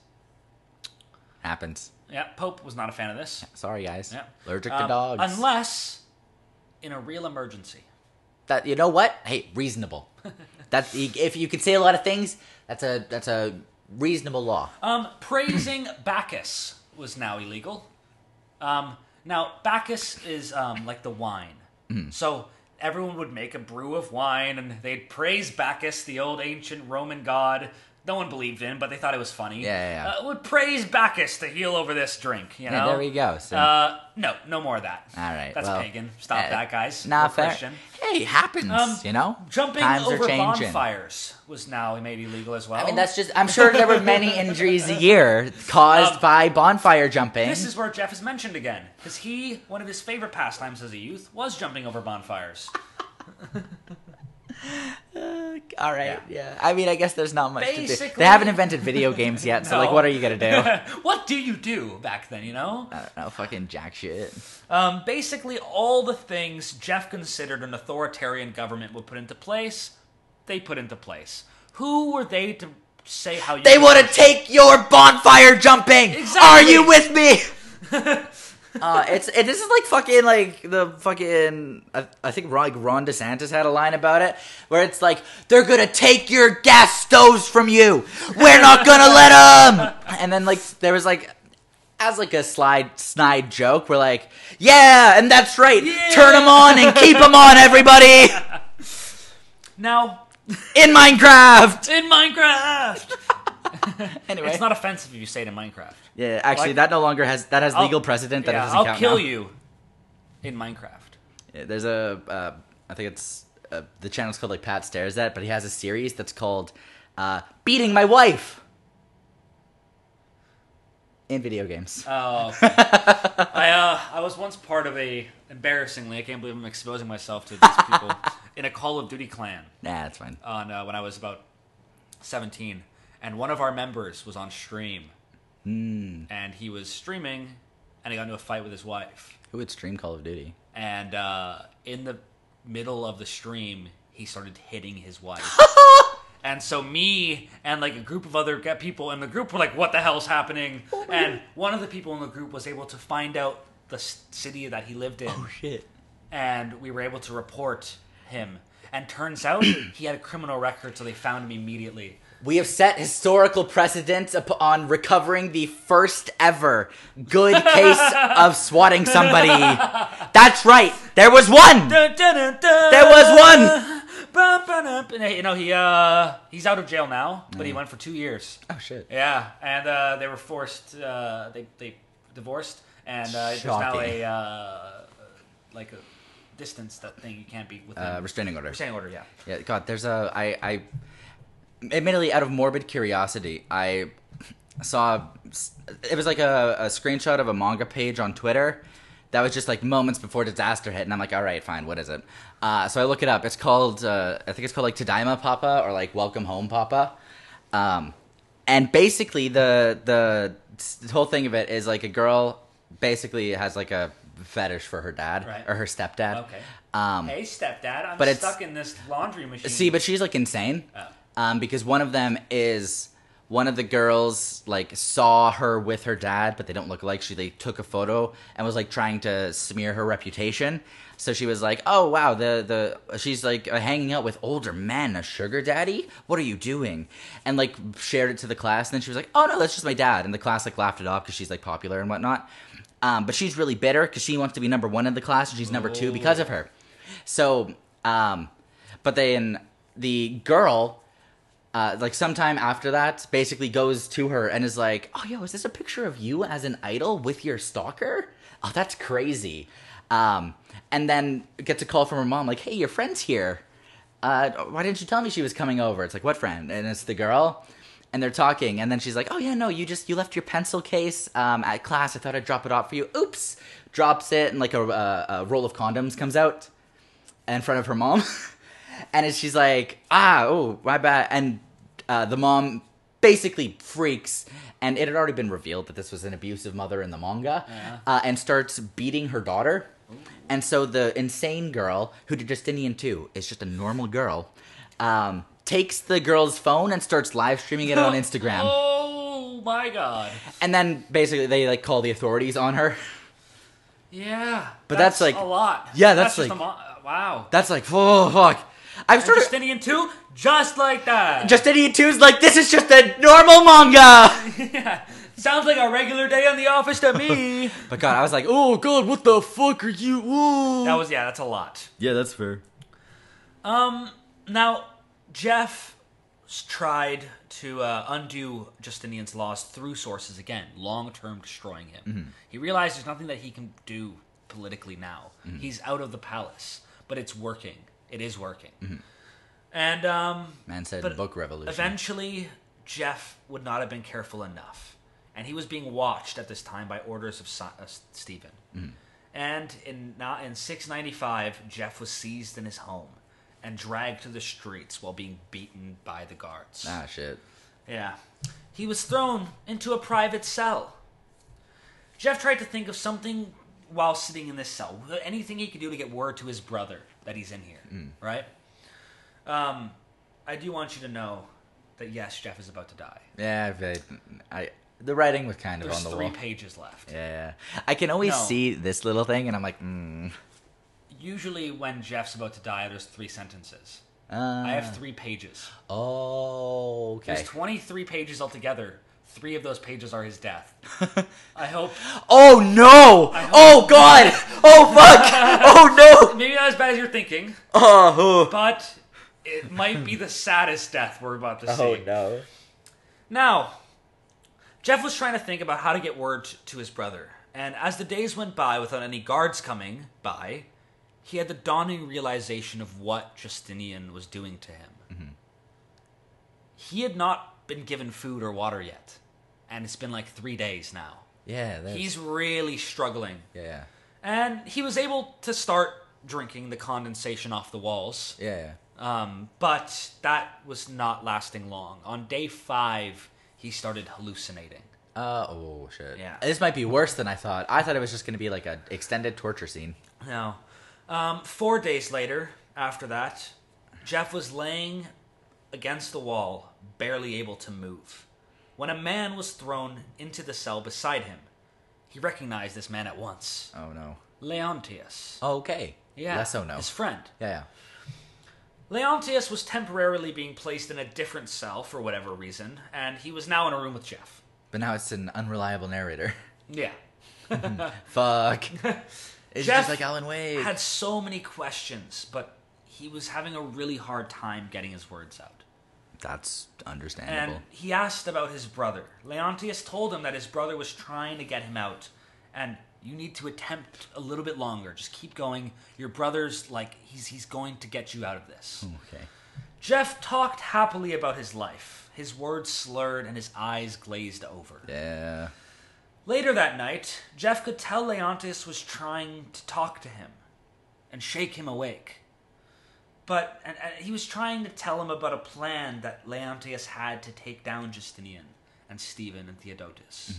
S2: Happens.
S1: Yeah, Pope was not a fan of this.
S2: Sorry, guys.
S1: Yeah.
S2: Allergic to
S1: Um,
S2: dogs.
S1: Unless in a real emergency.
S2: that you know what? Hey, reasonable. That's if you can say a lot of things, that's a that's a reasonable law.
S1: Um, praising Bacchus was now
S2: Hmm.
S1: illegal. Um, now, Bacchus is um, like the wine. So everyone would make a brew of wine and they'd praise Bacchus, the old ancient Roman god. No one believed in, but they thought it was funny.
S2: Yeah, yeah, yeah.
S1: Uh, would praise Bacchus to heal over this drink. You know,
S2: Yeah, there we go. So-
S1: Uh, no, no more of that.
S2: All right,
S1: that's
S2: well,
S1: pagan. Stop
S2: uh,
S1: that, guys.
S2: Nah,
S1: We're
S2: fair.
S1: Christian.
S2: Hey, happens.
S1: Um,
S2: you know,
S1: Jumping
S2: Times
S1: over
S2: are changing.
S1: bonfires was now made illegal as well.
S2: I mean, that's just. I'm sure there were many injuries a year caused by bonfire jumping.
S1: This is where Jeff is mentioned again, because he, one of his favorite pastimes as a youth, was jumping over bonfires.
S2: uh, all right. Yeah. I mean, I guess there's not much to do.
S1: Basically-
S2: They haven't invented video games yet, so like,
S1: No.
S2: what are you gonna do?
S1: what do you do back then, you know?
S2: I don't know. Fucking jack shit.
S1: Um, basically, all the things Jeff considered an authoritarian government would put into place, they put into place. Who were they to say how you
S2: They want to take your bonfire jumping. Are
S1: Exactly.
S2: you with me? uh, it's it, this is like fucking like the fucking I, I think Ron, like Ron DeSantis had a line about it where it's like they're gonna take your gas stoves from you. We're not gonna let them. And then like there was like as like a slide snide joke we're like yeah and that's right turn them on and keep them on everybody
S1: Now,
S2: in minecraft
S1: in Minecraft!
S2: anyway
S1: it's not offensive if you say it in Minecraft.
S2: yeah actually
S1: like-
S2: that no longer has that has
S1: I'll-
S2: legal precedent that it
S1: yeah,
S2: doesn't
S1: I'll
S2: count
S1: kill
S2: now.
S1: you in Minecraft.
S2: Yeah, There's a, uh, I think it's uh, the channel's called like Pat stares at, but he has a series that's called uh, "Beating My Wife" in video games.
S1: Oh, okay. I uh, I was once part of a embarrassingly, I can't believe I'm exposing myself to these people in a Call of Duty clan
S2: nah, that's fine.
S1: on uh, when I was about 17, and one of our members was on stream, and he was streaming, and he got into a fight with his wife,
S2: Who would stream Call of Duty?
S1: and uh, in the middle of the stream, he started hitting his wife. And so me and like a group of other ge- people in the group were like, "What the hell's happening?"
S2: Oh
S1: and one of the people in the group was able to find out the s- city that he lived in,
S2: Shit.
S1: and we were able to report him. And turns out he had a criminal record, so they found him immediately.
S2: We have set historical precedent upon recovering the first ever good case of swatting somebody. That's right. There was one. There
S1: There
S2: was one.
S1: You know he uh he's out of jail now, but
S2: Mm.
S1: he went for two years.
S2: Oh shit.
S1: Yeah, and uh, they were forced. Uh, they they divorced, and uh, there's now
S2: Shocking.
S1: a uh, like a distance that thing you can't be within.
S2: Uh, restraining order.
S1: restraining order. Yeah.
S2: Yeah, God, there's a I I admittedly out of morbid curiosity, I saw it was like a, a screenshot of a manga page on Twitter that was just like moments before disaster hit, and I'm like, all right, fine, what is it? Uh, so I look it up. It's called uh, I think it's called like Tadaima Papa or like Welcome Home Papa. Um, and basically the the s- whole thing of it is like a girl basically has like a fetish for her dad
S1: Right.
S2: or her stepdad.
S1: Okay.
S2: Um,
S1: hey, stepdad, I'm
S2: but it's-
S1: stuck in this laundry machine.
S2: See, but she's like insane. Um, because one of them is one of the girls like saw her with her dad, but they don't look alike. She like took a photo and was like trying to smear her reputation. So she was like, "Oh wow, the the she's like uh, hanging out with older men, a sugar daddy. What are you doing?" And like shared it to the class, and then she was like, "Oh no, that's just my dad." And the class like laughed it off because she's like popular and whatnot. Um, but she's really bitter because she wants to be number one in the class, and she's number two because of her. So, um, but then the girl, uh, like sometime after that, basically goes to her and is like, "Oh, yo, is this a picture of you as an idol with your stalker? Oh, that's crazy." Um, and then gets a call from her mom, like, "Hey, your friend's here. Uh, why didn't you tell me she was coming over?" It's like, "What friend?" And it's the girl. And they're talking, and then she's like, "Oh yeah, no, you just you left your pencil case um, at class. I thought I'd drop it off for you. Oops!" Drops it, and like a, a, a roll of condoms comes out in front of her mom, and it's- she's like, "Ah, oh, my bad." And uh, the mom basically freaks, and it had already been revealed that this was an abusive mother in the manga,
S1: Uh-huh.
S2: uh, and starts beating her daughter. And so the insane girl, who did Justinian too, is just a normal girl, um, takes the girl's phone and starts live streaming it on Instagram,
S1: Oh my god.
S2: and then basically they like call the authorities on her.
S1: Yeah.
S2: But that's like-
S1: a lot.
S2: yeah, that's
S1: just
S2: like-
S1: a mo- wow.
S2: That's like, oh fuck! I've
S1: And
S2: started.
S1: Justinian too, just like that.
S2: Justinian 2's like, this is just a normal manga!
S1: yeah. Sounds like a regular day in the office to me.
S2: But God, I was like, oh God, what the fuck are you? Ooh.
S1: that was yeah, that's a lot.
S2: yeah, that's fair.
S1: Now, Jeff s- tried to uh, undo Justinian's laws through sources again, long term destroying him. He realized there's nothing that he can do politically now. He's out of the palace, but it's working. It is working. And um,
S2: Man said
S1: But
S2: book revolution.
S1: Eventually, Jeff would not have been careful enough, and he was being watched at this time by orders of si- uh, S- Stephen. And in not in 695, Jeff was seized in his home and dragged to the streets while being beaten by the guards.
S2: ah, shit.
S1: Yeah. He was thrown into a private cell. Jeff tried to think of something while sitting in this cell. Anything he could do to get word to his brother that he's in here,
S2: Mm.
S1: right? Um, I do want you to know that yes, Jeff is about to die.
S2: Yeah, but I the writing was kind of
S1: There's
S2: on the
S1: three
S2: wall.
S1: pages left.
S2: Yeah, I can always
S1: No.
S2: see this little thing, and I'm like, mm,
S1: Usually, when Jeff's about to die, there's three sentences.
S2: uh,
S1: I have three pages.
S2: oh, okay.
S1: There's 23 pages altogether. Three of those pages are his death. I hope.
S2: Oh no! Oh god! Oh fuck! oh no!
S1: Maybe not as bad as you're thinking.
S2: Oh,
S1: but it might be the saddest death we're about to see.
S2: Oh, no!
S1: Now, Jeff was trying to think about how to get word t- to his brother, and as the days went by without any guards coming by, he had the dawning realization of what Justinian was doing to him. He had not been given food or water yet, and it's been like three days now.
S2: Yeah, that's,
S1: He's really struggling,
S2: yeah,
S1: and he was able to start drinking the condensation off the walls.
S2: yeah.
S1: Um, but that was not lasting long. On day five, he started hallucinating.
S2: Uh, oh shit!
S1: Yeah.
S2: this might be worse than I thought. I thought it was just gonna be like an extended torture scene.
S1: Now, um, four days later, after that, Jeff was laying against the wall, barely able to move, when a man was thrown into the cell beside him. He recognized this man at once
S2: Oh no!
S1: Leontius.
S2: Oh, okay.
S1: Yeah.
S2: Less oh no.
S1: His friend.
S2: Yeah, yeah.
S1: Leontius was temporarily being placed in a different cell for whatever reason, and he was now in a room with Jeff.
S2: But now it's an unreliable narrator.
S1: Yeah.
S2: Fuck. It's
S1: Jeff
S2: just like Alan Wade.
S1: had so many questions, but he was having a really hard time getting his words out.
S2: That's
S1: And
S2: understandable.
S1: he asked about his brother. Leontius told him that his brother was trying to get him out, and you need to attempt a little bit longer. Just keep going. Your brother's like he's he's going to get you out of this.
S2: okay.
S1: Jeff talked happily about his life, his words slurred and his eyes glazed over.
S2: Yeah.
S1: Later that night, Jeff could tell Leontis was trying to talk to him and shake him awake. But and, and he was trying to tell him about a plan that Leontius had to take down Justinian and Stephen and Theodotus.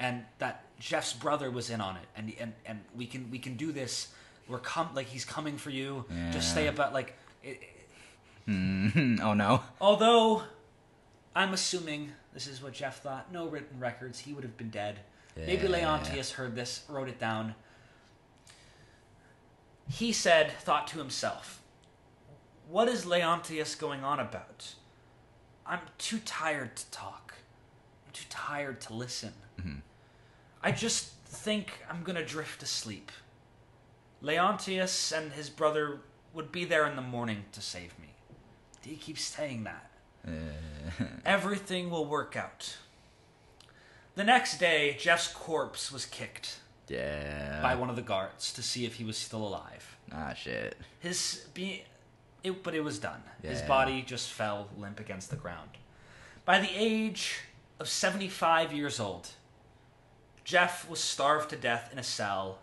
S1: And that Jeff's brother was in on it and and, and we can we can do this. We're com- like he's coming for you. Just stay about like it,
S2: Mm, Oh no.
S1: Although, I'm assuming this is what Jeff thought. No written records. He would have been dead. Maybe
S2: Yeah.
S1: Leontius heard this, wrote it down. He said, thought to himself, What is Leontius going on about? I'm too tired to talk. I'm too tired to listen. I just think I'm going to drift to sleep. Leontius and his brother would be there in the morning to save me. He keeps saying that. Everything will work out. The next day, Jeff's corpse was kicked
S2: Yeah.
S1: by one of the guards to see if he was still alive.
S2: Ah shit.
S1: His be, it, but it was done. His
S2: Yeah.
S1: body just fell limp against the ground. By the age of 75 years old, Jeff was starved to death in a cell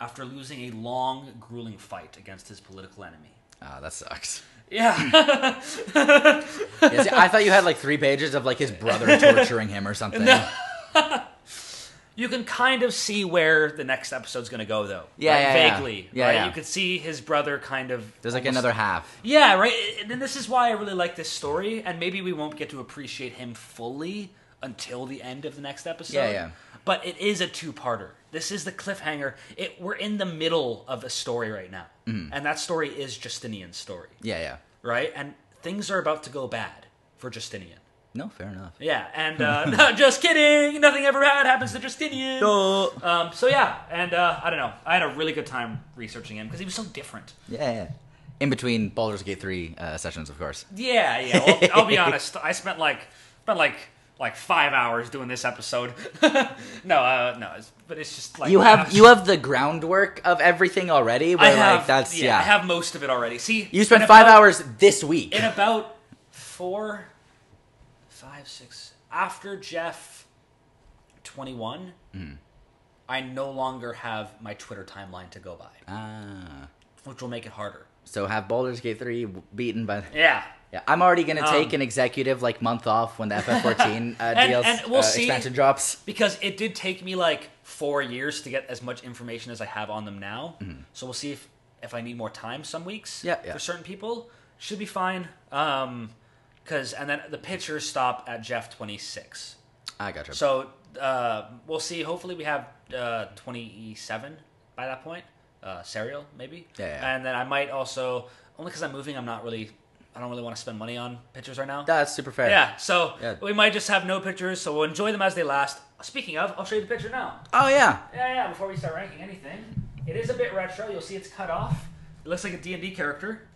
S1: after losing a long, grueling fight against his political enemy.
S2: Ah, that sucks.
S1: Yeah.
S2: Yeah, see, I thought you had like three pages of like his brother torturing him or something.
S1: You can kind of see where the next episode's going to go, though.
S2: Yeah,
S1: right?
S2: yeah, yeah.
S1: vaguely.
S2: Yeah,
S1: right?
S2: yeah.
S1: you could see his brother kind of.
S2: There's like
S1: almost-
S2: another half.
S1: Yeah, right. And then this is why I really like this story, and maybe we won't get to appreciate him fully until the end of the next episode.
S2: Yeah, yeah.
S1: But it is a two-parter. This is the cliffhanger. It we're in the middle of a story right now,
S2: Mm-hmm.
S1: and that story is Justinian's story,
S2: Yeah, yeah.
S1: right? And things are about to go bad for Justinian.
S2: No, fair enough.
S1: Yeah, and uh, no, just kidding. Nothing ever bad happens to Justinian.
S2: Oh.
S1: Um, so yeah, and uh, I don't know. I had a really good time researching him because he was so different.
S2: Yeah, yeah. in between Baldur's Gate three uh, sessions, of course.
S1: Yeah, yeah. Well, I'll be honest. I spent like spent like like five hours doing this episode. no, uh, no. It's, but it's just like
S2: You have you have the groundwork of everything already. Where
S1: I have
S2: like that's yeah.
S1: I have most of it already. See,
S2: you spent
S1: in
S2: five
S1: about-
S2: hours this week.
S1: in about four, five, six after Jeff twenty one.
S2: Hmm.
S1: I no longer have my Twitter timeline to go by,
S2: Ah.
S1: which will make it harder.
S2: so have Baldur's Gate three w- beaten by.
S1: Yeah.
S2: Yeah, I'm already gonna take
S1: Um,
S2: an executive like month off when the FF14 uh,
S1: And-
S2: DLC
S1: and we'll
S2: uh,
S1: see.
S2: expansion drops.
S1: because it did take me like four years to get as much information as I have on them now. So we'll see if if I need more time some weeks.
S2: Hmm. Yeah, yeah.
S1: for certain people should be fine. Um, because and then the pictures stop at Jeff twenty six.
S2: I gotcha.
S1: So uh, we'll see. Hopefully we have uh twenty seven by that point. Uh, serial maybe.
S2: Yeah, yeah.
S1: And then I might also only because I'm moving. I'm not really. I don't really want to spend money on pictures right now.
S2: that's super fair.
S1: Yeah, so
S2: Yeah.
S1: we might just have no pictures, so we'll enjoy them as they last. Speaking of, I'll show you the picture now.
S2: Oh yeah.
S1: Yeah, yeah, before we start ranking anything. It is a bit retro. You'll see it's cut off. It looks like a D&D character.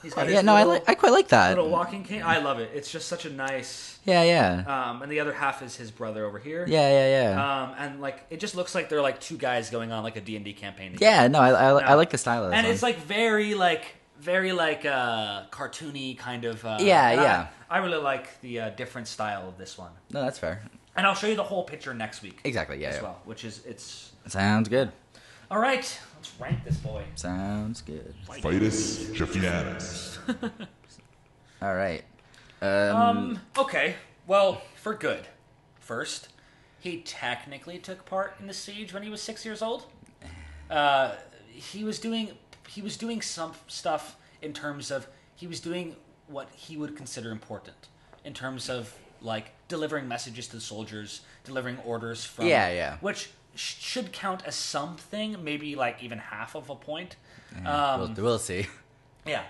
S1: He's got
S2: Oh, yeah.
S1: his
S2: No, I
S1: little,
S2: like. I quite like that.
S1: little walking cane. I love it. It's just such a nice...
S2: Yeah, yeah.
S1: Um, and the other half is his brother over here.
S2: yeah, yeah, yeah.
S1: Um, and, like, it just looks like they're, like, two guys going on, like, a D&D campaign. together.
S2: yeah. No, I, I, I
S1: No.
S2: like the style of this
S1: and
S2: one.
S1: it's like very like very like uh cartoony kind of uh,
S2: Yeah,
S1: and I-
S2: yeah.
S1: I, really like the uh, different style of this one
S2: no, that's fair.
S1: and I'll show you the whole picture next week
S2: Exactly. Yeah.
S1: as
S2: yeah.
S1: well which is it's
S2: Sounds good.
S1: all right let's rank this boy
S2: Sounds good.
S3: Vitus Jeffianus.
S2: All right.
S1: um
S2: Mm.
S1: okay well for good first he technically took part in the siege when he was six years old uh he was doing he was doing some stuff in terms of he was doing what he would consider important in terms of like delivering messages to the soldiers, delivering orders from
S2: Yeah, yeah.
S1: which sh- should count as something, maybe like even half of a point.
S2: Mm,
S1: Um,
S2: we'll, we'll see.
S1: Yeah.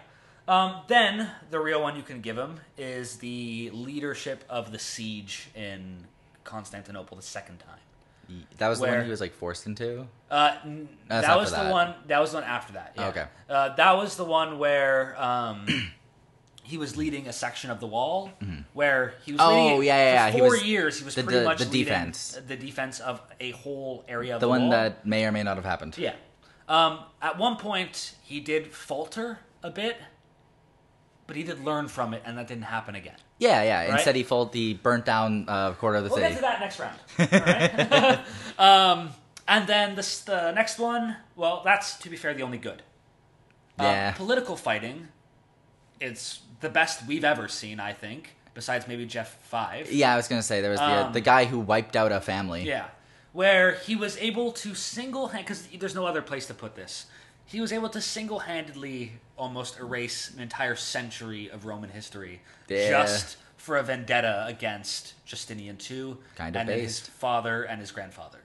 S1: Um, then the real one you can give him is the leadership of the siege in Constantinople the second time.
S2: That was the
S1: where-
S2: one he was like forced into.
S1: Uh, n-
S2: That's
S1: that
S2: after
S1: was
S2: that.
S1: the one. That was the one after that. yeah.
S2: Okay.
S1: Uh, that was the one where um, he was leading a section of the wall where he was.
S2: Mm-hmm. Oh,
S1: leading it
S2: yeah, yeah, yeah.
S1: For
S2: He
S1: four
S2: was-
S1: years, he was
S2: the-
S1: pretty
S2: the-
S1: much
S2: the
S1: leading
S2: defense.
S1: the defense of a whole area. Of
S2: The
S1: the
S2: one
S1: wall.
S2: that may or may not have happened.
S1: Yeah. Um, at one point, he did falter a bit, but he did learn from it, and that didn't happen again.
S2: Yeah, yeah.
S1: Right? Oh,
S2: Instead, he fold the burnt down uh, quarter of the
S1: We'll
S2: city.
S1: get to that next round. All right? um, and then this, the next one, well, that's, to be fair, the only good. Um,
S2: Yeah.
S1: political fighting, it's the best we've ever seen, I think, besides maybe Jeff 5.
S2: Yeah, I was gonna say there was the uh,
S1: Um,
S2: the guy who wiped out a family.
S1: Yeah. Where he was able to single hand because there's no other place to put this. He was able to single handedly almost erase an entire century of Roman history
S2: Yeah.
S1: just for a vendetta against Justinian II
S2: Kinda
S1: and then his
S2: based.
S1: father and his grandfather,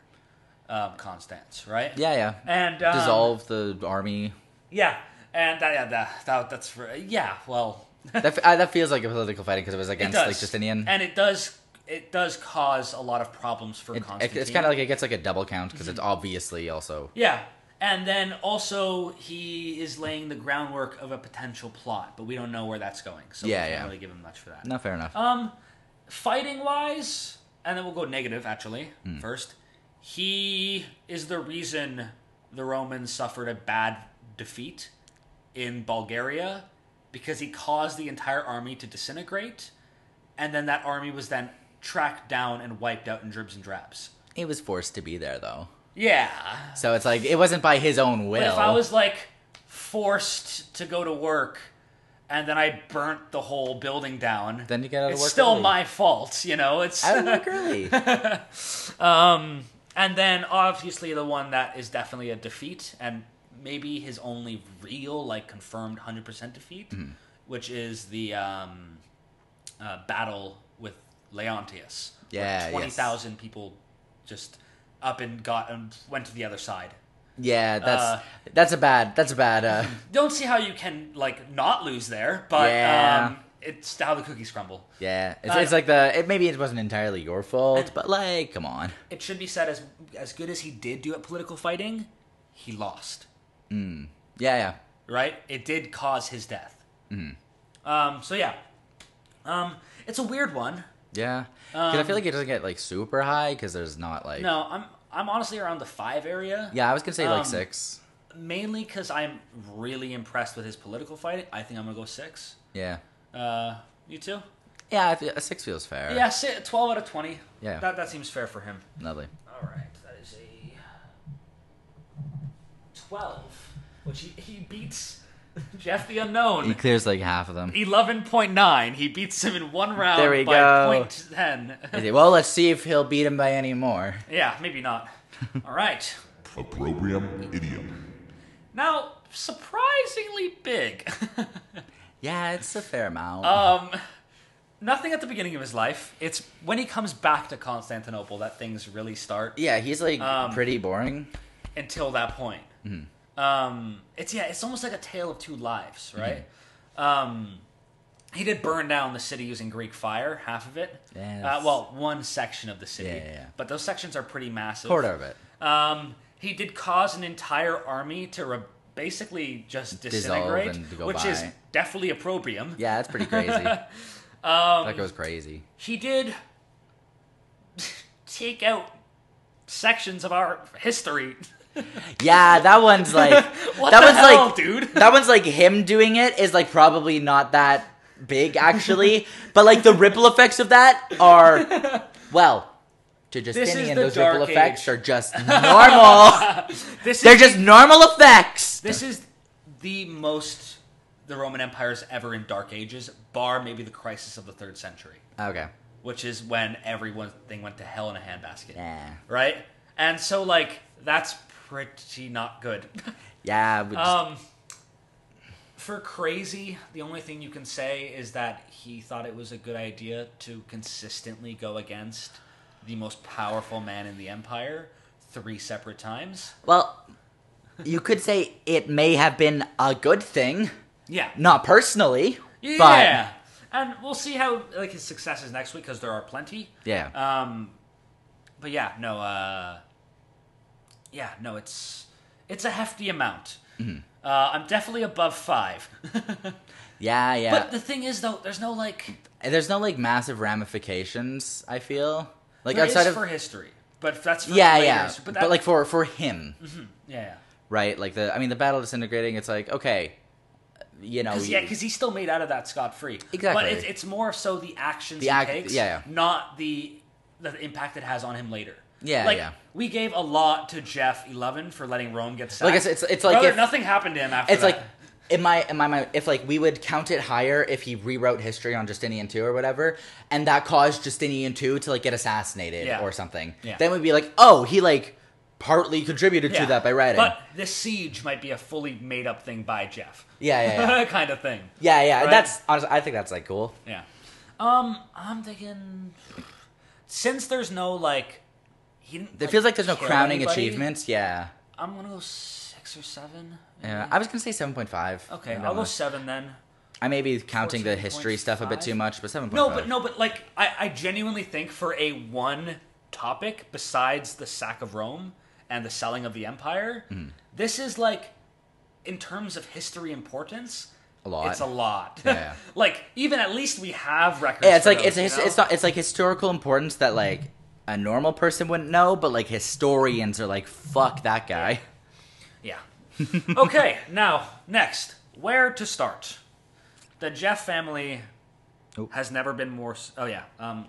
S1: um, Constance, right?
S2: Yeah, yeah.
S1: And um,
S2: Dissolve the army.
S1: Yeah, and that, yeah, that, that that's for yeah. Well,
S2: That, f- uh, that feels like a political fighting because it was
S1: it
S2: against
S1: does,
S2: like Justinian.
S1: and it does it does cause a lot of problems for
S2: It-
S1: Constantine.
S2: it- it's kind of like it gets like a double count because
S1: Mm-hmm.
S2: it's obviously also
S1: Yeah. And then also he is laying the groundwork of a potential plot, but we don't know where that's going. So
S2: Yeah,
S1: we can't
S2: yeah.
S1: really give him much for that.
S2: no fair enough.
S1: Um fighting wise, and then we'll go negative actually
S2: Hmm.
S1: first. He is the reason the Romans suffered a bad defeat in Bulgaria because he caused the entire army to disintegrate, and then that army was then tracked down and wiped out in dribs and drabs.
S2: He was forced to be there though,
S1: Yeah.
S2: so it's like it wasn't by his own will.
S1: But if I was like forced to go to work and then I burnt the whole building down,
S2: Then you get out of
S1: it's
S2: work
S1: still
S2: early.
S1: my fault, you know. It's
S2: I would work early.
S1: um, and then obviously the one that is definitely a defeat and maybe his only real like confirmed hundred percent defeat,
S2: Mm-hmm.
S1: which is the um, uh, battle with Leontius. where
S2: Yeah, yes.
S1: twenty thousand people just up and got and went to the other side.
S2: yeah, that's
S1: Uh,
S2: that's a bad that's a bad. Uh,
S1: don't see how you can like not lose there, but
S2: Yeah.
S1: um, it's how the cookies crumble.
S2: yeah, it's,
S1: Uh,
S2: it's like the it, maybe it wasn't entirely your fault, but like come on,
S1: It should be said as as good as he did do at political fighting, he lost.
S2: yeah, yeah.
S1: right? It did cause his death.
S2: Mm-hmm.
S1: Um, so yeah, um, it's a weird one.
S2: Yeah, 'Cause I feel like it doesn't get like super high because there's not like.
S1: Um, No, I'm I'm honestly around the five area.
S2: Yeah, I was gonna say like
S1: Um,
S2: six.
S1: mainly because I'm really impressed with his political fight. I think I'm gonna go six.
S2: Yeah.
S1: Uh, you too?
S2: Yeah, I feel, a six feels fair.
S1: Yeah, si twelve out of twenty.
S2: Yeah.
S1: that that seems fair for him.
S2: Lovely.
S1: All right, that is a twelve, which he he beats Jeff the
S2: He
S1: Unknown.
S2: clears like half of them.
S1: Eleven point nine. He beats him in one round
S2: There we
S1: by
S2: go.
S1: point ten.
S2: Well, let's see if he'll beat him by any more.
S1: yeah, maybe not. All right.
S3: Opprobrium idiom.
S1: Now, surprisingly big.
S2: Yeah, it's a fair amount.
S1: Um, nothing at the beginning of his life. It's when he comes back to Constantinople that things really start.
S2: yeah, he's like
S1: um,
S2: pretty boring.
S1: Until that point,
S2: Mm-hmm.
S1: um, it's yeah, it's almost like a tale of two lives, right? Um, he did burn down the city using Greek fire, half of it.
S2: Yeah,
S1: Uh,
S2: that's-
S1: well, one section of the city,
S2: Yeah, yeah, yeah.
S1: but those sections are pretty massive.
S2: Quarter of it.
S1: Um, he did cause an entire army to re- basically just
S2: Dissolve
S1: disintegrate,
S2: and go
S1: which is
S2: by.
S1: definitely opprobrium.
S2: Yeah, that's pretty crazy. um, that goes crazy.
S1: he did take out sections of our history.
S2: Yeah, that one's like
S1: What
S2: that
S1: the
S2: one's
S1: hell,
S2: like
S1: dude?
S2: That one's like him doing it is like probably not that big actually, but like the ripple effects of that are well. To
S1: This is
S2: Justinian,
S1: the
S2: those ripple
S1: Dark
S2: effects
S1: Age.
S2: are just normal.
S1: This
S2: They're
S1: is
S2: just normal effects.
S1: this is the most the Roman Empire's ever in Dark Ages, bar maybe the crisis of the third century,
S2: Okay.
S1: which is when everyone thing went to hell in a handbasket.
S2: Yeah.
S1: Right? And so like that's pretty not good.
S2: Yeah. we just-
S1: Um, for crazy, the only thing you can say is that he thought it was a good idea to consistently go against the most powerful man in the empire three separate times.
S2: well, you could say it may have been a good thing,
S1: Yeah,
S2: not personally,
S1: yeah. And we'll see how like his successes next week because there are plenty.
S2: but yeah.
S1: Um, but yeah, no, uh, yeah, no, it's it's a hefty amount.
S2: Mm-hmm.
S1: Uh, I'm definitely above five.
S2: yeah, yeah.
S1: But the thing is, though, there's no like.
S2: And there's no like massive ramifications. I feel like
S1: There is
S2: outside of
S1: for history, but that's for
S2: yeah,
S1: later.
S2: yeah,
S1: But,
S2: but,
S1: that,
S2: like for for him,
S1: yeah,
S2: right? Like the I mean, the battle disintegrating. It's like okay, you know,
S1: because yeah, because he's still made out of that scot free.
S2: Exactly.
S1: But it's, it's more so the actions
S2: The
S1: he
S2: act-
S1: takes,
S2: yeah, yeah.
S1: not the the impact it has on him later.
S2: Yeah,
S1: like
S2: yeah.
S1: we gave a lot to Jeff Eleven for letting Rome get sacked.
S2: Like, it's- it's- it's like
S1: Brother,
S2: if-
S1: nothing happened to him after.
S2: it's
S1: that.
S2: like in my in my mind, if like we would count it higher if he rewrote history on Justinian two or whatever, and that caused Justinian two to like get assassinated
S1: Yeah.
S2: or something,
S1: Yeah.
S2: then we'd be like, oh, he like partly contributed
S1: Yeah.
S2: to that by writing.
S1: But this siege might be a fully made up thing by Jeff.
S2: yeah, yeah, yeah,
S1: kind of thing.
S2: yeah, yeah.
S1: Right?
S2: That's honestly, I think that's like cool.
S1: Yeah. Um, I'm thinking since there's no like he didn't.
S2: It feels like there's no
S1: kill
S2: crowning
S1: anybody,
S2: achievements. Yeah.
S1: I'm gonna go six or seven.
S2: Yeah,
S1: maybe.
S2: I was gonna say seven point five.
S1: Okay, I'll go seven then.
S2: I may be counting the history stuff a bit
S1: 14.5?
S2: too much, but seven point
S1: No,
S2: five.
S1: but no, but like I, I genuinely think for a one topic besides the sack of Rome and the selling of the empire,
S2: Hmm.
S1: this is like in terms of history importance.
S2: A lot.
S1: It's a lot.
S2: Yeah.
S1: like even at least we have records.
S2: Yeah, it's
S1: for
S2: like it's
S1: those,
S2: a
S1: you
S2: his,
S1: know?
S2: it's not it's like historical importance that like a normal person wouldn't know, but like historians are like, fuck that guy.
S1: Yeah. okay, now, next. Where to start? The Jeff family
S2: Oh.
S1: has never been more. s- Oh, yeah. Um,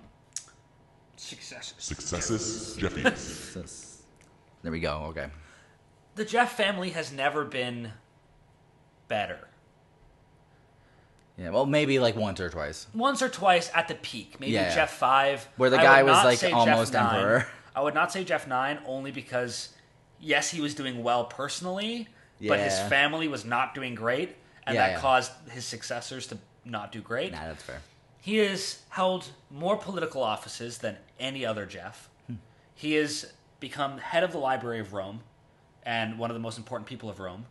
S1: successes.
S3: Successus Jeffius.
S2: There we go. Okay.
S1: The Jeff family has never been better.
S2: Yeah. Well, maybe like once or twice.
S1: Once or twice at the peak. Maybe
S2: Yeah.
S1: Jeff 5.
S2: Where the
S1: I would
S2: guy was,
S1: not
S2: like,
S1: say
S2: almost
S1: Jeff 9.
S2: emperor.
S1: I would not say Jeff 9 only because, yes, he was doing well personally, but his
S2: Yeah.
S1: family was not doing great, and
S2: Yeah,
S1: that
S2: yeah.
S1: caused his successors to not do great.
S2: Nah, that's fair.
S1: He has held more political offices than any other Jeff. He has become head of the Library of Rome and one of the most important people of Rome,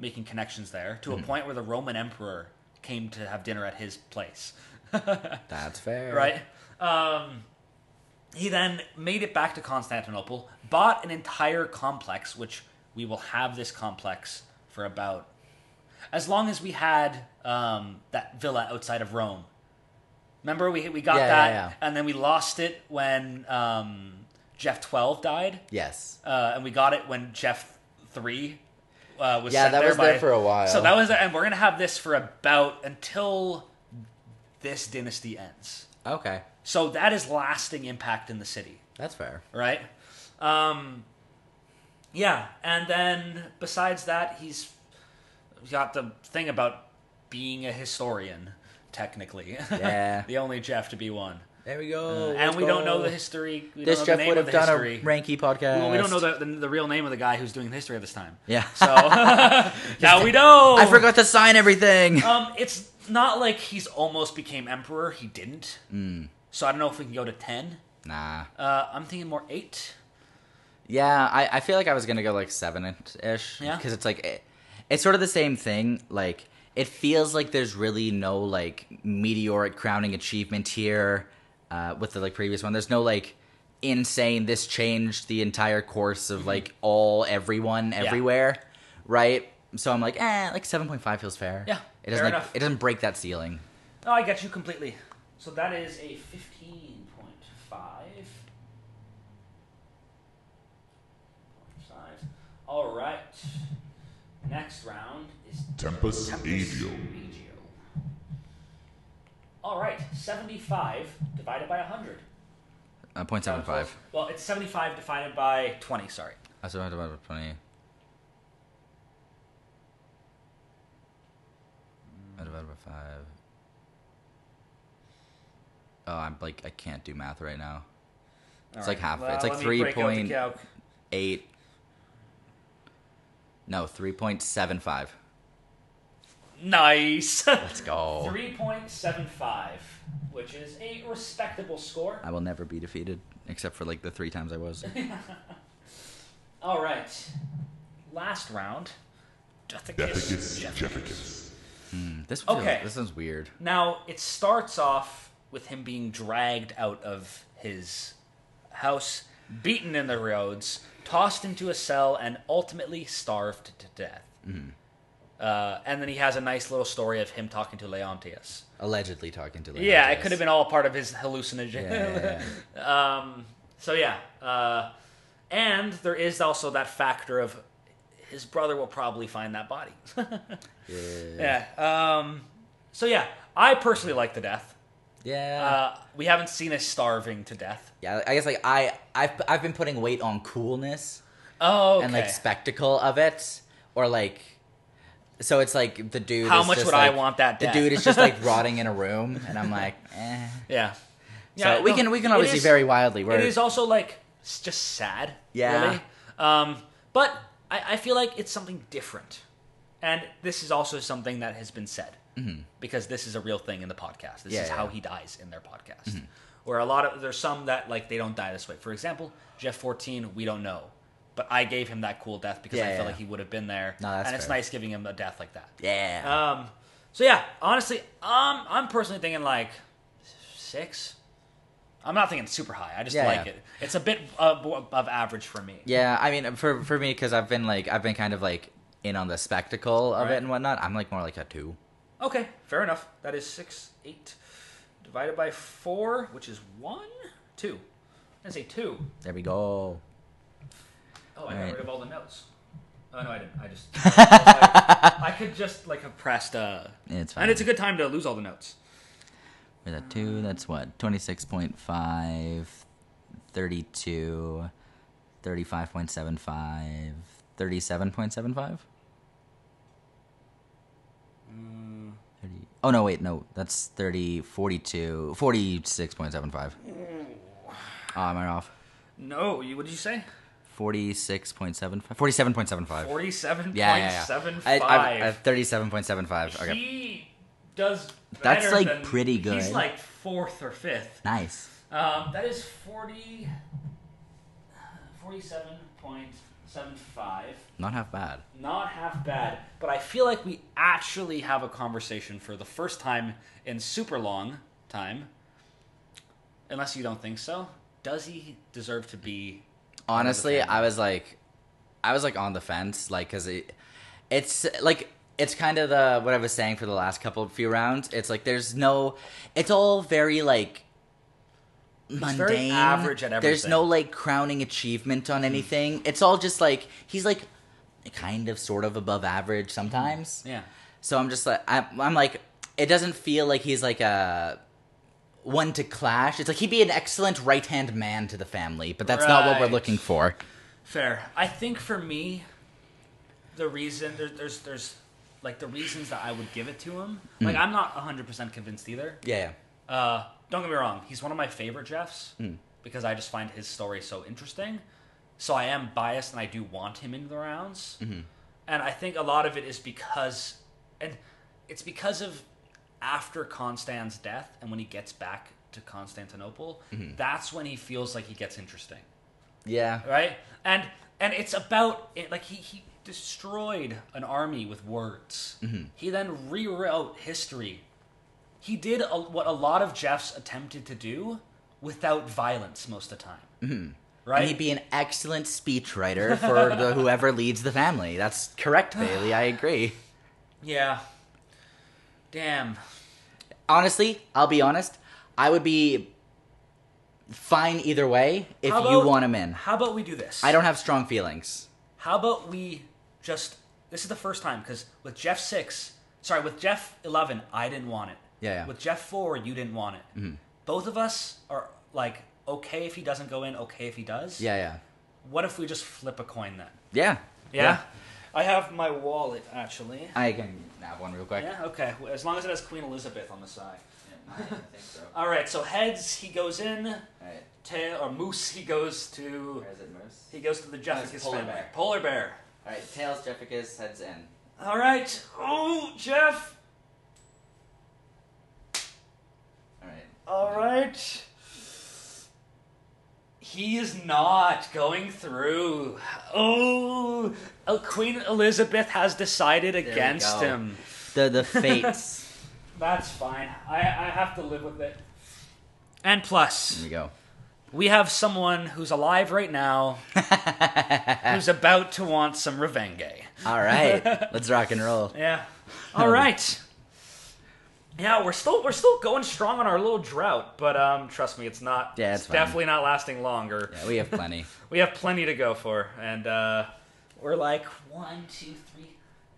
S1: making connections there to a point where the Roman emperor came to have dinner at his place.
S2: That's fair.
S1: Right? Um, he then made it back to Constantinople, bought an entire complex, which we will have this complex for about as long as we had um, that villa outside of Rome. Remember, we we got
S2: Yeah, yeah,
S1: that,
S2: yeah.
S1: and then we lost it when um, Jeff Twelve died,
S2: Yes.
S1: uh, and we got it when Jeff Three uh, was
S2: Yeah,
S1: sent
S2: that
S1: there
S2: was there
S1: by-
S2: for a while.
S1: So that was, and we're gonna have this for about until this dynasty ends.
S2: Okay.
S1: So that is lasting impact in the city
S2: That's fair.
S1: right? Um, yeah, and then besides that, he's got the thing about being a historian, technically.
S2: Yeah.
S1: the only Jeff to be one,
S2: There we go.
S1: Uh, and we don't know the history. We
S2: This
S1: don't know
S2: Jeff
S1: the name
S2: would
S1: of
S2: have
S1: the
S2: done
S1: history.
S2: a ranky podcast.
S1: well, we don't know the, the, the real name of the guy who's doing the history at this time.
S2: Yeah.
S1: So now we know.
S2: I forgot to sign everything.
S1: Um, it's not like he's almost became emperor. He didn't.
S2: Mm.
S1: So I don't know if we can go to ten.
S2: nah.
S1: Uh, I'm thinking more eight.
S2: Yeah, I, I feel like I was gonna go like seven ish.
S1: Yeah.
S2: Because it's like it, it's sort of the same thing. Like it feels like there's really no like meteoric crowning achievement here uh, with the like previous one. There's no like insane. This changed the entire course
S1: Mm-hmm.
S2: of like all everyone everywhere, right? So I'm like, eh, like seven point five feels fair.
S1: Yeah,
S2: it doesn't
S1: fair
S2: like,
S1: enough.
S2: it doesn't break that ceiling.
S1: Oh, I get you completely. So that is a 15.5. All right. Next round is
S3: Tempus Agio.
S1: Regio. All right, 75 divided by 100.
S2: Uh, 0.75.
S1: Well, it's 75 divided by 20, sorry.
S2: I still have to buy twenty. I divided by five. Oh, I'm like I can't do math right now. It's like half- it's like
S1: let me break out the
S2: 3
S1: calc.
S2: Eight. No, three point seven five.
S1: Nice.
S2: Let's go.
S1: 3.75, which is a respectable score.
S2: I will never be defeated, except for like the three times I was. Hmm,
S1: All right. Last round. Deathicus.
S3: Deficus Jefficus.
S2: this one feels-
S1: Okay.
S2: This one's weird.
S1: Now, it starts off with him being dragged out of his house, beaten in the roads, tossed into a cell, and ultimately starved to death. Uh, and then he has a nice little story of him talking to Leontius.
S2: Allegedly talking to.
S1: Yeah, it could have been all part of his hallucinogen.
S2: Yeah.
S1: Um, so yeah, uh, and there is also that factor of his brother will probably find that body. yeah. Um, so yeah, I personally like the death.
S2: yeah.
S1: Uh, we haven't seen us starving to death.
S2: yeah. I guess like I I've I've been putting weight on coolness.
S1: Oh, okay.
S2: and like spectacle of it, or like, so it's like the dude.
S1: How
S2: is
S1: much
S2: just,
S1: would I
S2: like-
S1: want that
S2: The
S1: death?
S2: dude is just like rotting in a room, and I'm like, eh.
S1: yeah.
S2: so we
S1: no,
S2: can we can
S1: it
S2: obviously
S1: is-
S2: vary wildly. Where
S1: It is also like s- just sad.
S2: Yeah.
S1: Really. Um, but I, I feel like it's something different, and this is also something that has been said because this is a real thing in the podcast. This
S2: Mm-hmm. Yeah,
S1: is
S2: yeah. Mm-hmm.
S1: how he dies in their podcast. Where a lot of there's some that like they don't die this way. For example, Jeff 14, we don't know, but I gave him that cool death because
S2: Yeah,
S1: I
S2: yeah.
S1: felt like he would have been there,
S2: No, that's
S1: and it's
S2: fair.
S1: nice giving him a death like that.
S2: yeah,
S1: Um, so yeah, honestly, um, I'm personally thinking like six. I'm not thinking super high. I just
S2: Yeah,
S1: like
S2: yeah.
S1: it. It's a bit above, above average for me.
S2: yeah. I mean, for for me, because I've been like I've been kind of like in on the spectacle of
S1: Right.
S2: it and whatnot. I'm like more like a two.
S1: Okay, fair enough. That is six, eight, divided by four, which is one, two. I say two.
S2: There we go.
S1: Oh, I got
S2: Alright.
S1: rid of all the notes. Oh no, I didn't. I just I, could just like have pressed uh,
S2: It's fine.
S1: and it's a good time to lose all the notes.
S2: With a two, that's what? 26.5, 32, 35.75, 37.75? Thirty- Oh no! Wait, no. That's 30, 42, 46.75. Oh, am I off?
S1: No, you what did you say?
S2: Forty-six point seven five. Forty-seven point seven five.
S1: Forty-seven point seven five.
S2: Yeah, yeah, yeah. I- I- I- Thirty-seven point seven five. Okay.
S1: He does.
S2: That's,
S1: better
S2: like,
S1: than-
S2: pretty
S1: He's
S2: good.
S1: like fourth or fifth.
S2: Nice.
S1: Um, that is 40, 47.75.
S2: Not half bad.
S1: Not half bad, but I feel like we actually have a conversation for the first time in super long time. Unless you don't think so. Does he deserve to be.
S2: honestly
S1: fence.
S2: i was like i was like on the fence like because it it's like it's kind of the what I was saying for the last couple of few rounds. It's like there's no, it's all very like mundane.
S1: very average at
S2: There's
S1: everything.
S2: no
S1: Mm-hmm.
S2: like crowning achievement on anything. It's all just like he's like kind of sort of above average sometimes.
S1: Yeah.
S2: So I'm just like I'm, I'm like it doesn't feel like he's like a one to clash. It's like he'd be an excellent right hand man to the family, but that's not what we're
S1: Right.
S2: looking for.
S1: Fair. I think for me, the reason there, there's there's like the reasons that I would give it to him. Like I'm not 100 percent convinced either.
S2: Yeah. yeah.
S1: Uh, don't get me wrong. He's one of my favorite Jeffs because I just find his story so interesting. So I am biased and I do want him in the rounds. And I think a lot of it is because, and it's because of after Constan's death and when he gets back to Constantinople, that's when he feels like he gets interesting
S2: Yeah.
S1: right? And and it's about it, like he he destroyed an army with words.
S2: Mm-hmm.
S1: He then rewrote history. He did a, what a lot of Jeffs attempted to do without violence most of the time. Right?
S2: Mm-hmm. And he'd be an excellent speechwriter for the whoever leads the family. That's correct, Bailey. I agree.
S1: yeah. Damn.
S2: Honestly, I'll be honest. I would be fine either way if
S1: How
S2: you
S1: about-
S2: want him in.
S1: How about we do this?
S2: I don't have strong feelings.
S1: How about we just this is the first time because with Jeff six, sorry, with Jeff eleven, I didn't want it.
S2: Yeah, Mm-hmm. yeah.
S1: With Jeff four, you didn't want it. Both of us are like okay if he doesn't go in, okay if he does.
S2: Yeah, yeah,
S1: What if we just flip a coin then?
S2: yeah,
S1: I have my wallet actually.
S2: I can have one real quick.
S1: Yeah. Okay. Well, As long as it has Queen Elizabeth on the side. All right. So heads, he goes in. Tail or moose, he goes to. He goes to the Jefficus
S2: polar
S1: family.
S2: bear.
S1: Polar bear.
S2: All right, tails, Jefficus, heads in.
S1: All right. Oh, Jeff.
S2: All right.
S1: All right. He is not going through. Oh, uh, Queen Elizabeth has decided against
S2: go.
S1: him.
S2: The the fates.
S1: That's fine. I, I have to live with it. And plus,
S2: Here we go.
S1: we have someone who's alive right now who's about to want some revenge.
S2: All right, let's rock and roll.
S1: Yeah. All right. Yeah, we're still we're still going strong on our little drought, but um, trust me, it's not.
S2: Yeah, it's
S1: it's
S2: fine.
S1: definitely not lasting longer.
S2: Yeah, we have plenty.
S1: We have plenty to go for, and uh, we're like one, two, three,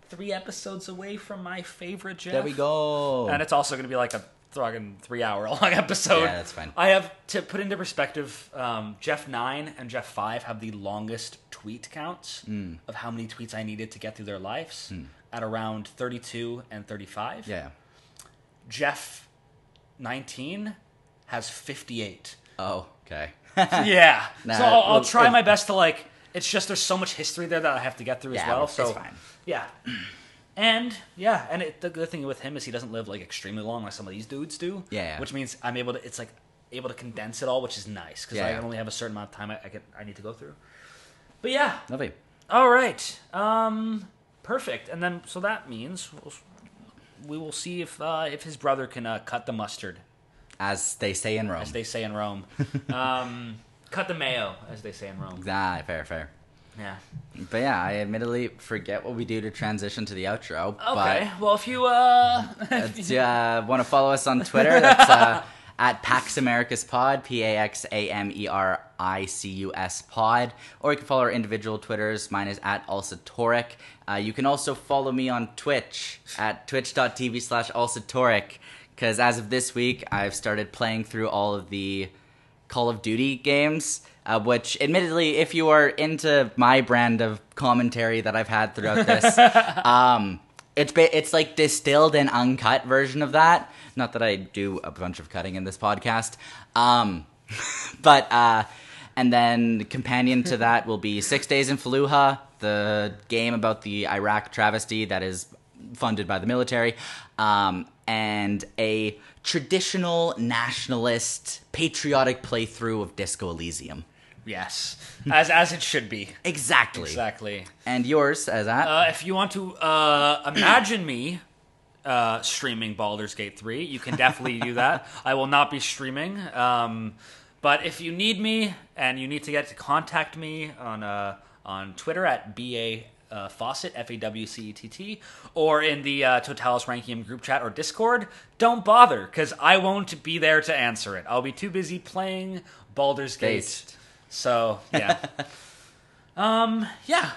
S1: three episodes away from my favorite Jeff.
S2: there we go.
S1: And it's also going to be like a fucking three-hour long episode.
S2: Yeah, that's fine.
S1: I have to put into perspective. Um, Jeff nine and Jeff five have the longest tweet counts
S2: Hmm.
S1: of how many tweets I needed to get through their lives at around thirty-two and thirty-five.
S2: Yeah.
S1: Jeff nineteen has fifty-eight.
S2: Oh, okay.
S1: Yeah.
S2: Nah,
S1: so I'll,
S2: well,
S1: I'll try
S2: it-
S1: my best to like. It's just there's so much history there that I have to get through as
S2: Yeah,
S1: well.
S2: it's
S1: So
S2: fine.
S1: yeah. And yeah, and it, the good thing with him is he doesn't live like extremely long like some of these dudes do.
S2: Yeah, yeah.
S1: Which means I'm able to. It's like able to condense it all, which is nice because
S2: Yeah,
S1: I
S2: yeah.
S1: only have a certain amount of time I, I can I need to go through. But yeah.
S2: Lovely.
S1: All right. Um. Perfect. And then so that means we'll, we will see if uh, if his brother can uh, cut the mustard
S2: As they say in Rome.
S1: as they say in Rome. um, cut the mayo, as they say in Rome.
S2: Ah, fair, fair.
S1: Yeah.
S2: But yeah, I admittedly forget what we do to transition to the outro.
S1: Okay. well, if you uh,
S2: But if you uh, want to follow us on Twitter, that's uh, at Pax Americas Pod, P A X A M E R I C U S Pod. Or you can follow our individual Twitters. Mine is at Ulsatoric. Uh, you can also follow me on Twitch at twitch.tv slash Ulsatoric. Because as of this week, I've started playing through all of the Call of Duty games, uh, which, admittedly, if you are into my brand of commentary that I've had throughout this, um, it's ba- it's like distilled and uncut version of that. Not that I do a bunch of cutting in this podcast, um, but uh, and then companion to that will be Six Days in Fallujah, the game about the Iraq travesty that is funded by the military, um, and a traditional nationalist patriotic playthrough of Disco Elysium.
S1: yes, as as it should be.
S2: Exactly.
S1: Exactly.
S2: And yours as that.
S1: Uh, if you want to uh, imagine me uh, streaming Baldur's Gate three, you can definitely do that. I will not be streaming. Um, but if you need me and you need to get to contact me on uh, on Twitter at b a uh, Fawcett, F A W C E T T, or in the uh, Totalis Rankium group chat or Discord, don't bother because I won't be there to answer it. I'll be too busy playing Baldur's Gate.
S2: Based.
S1: So yeah, um, yeah,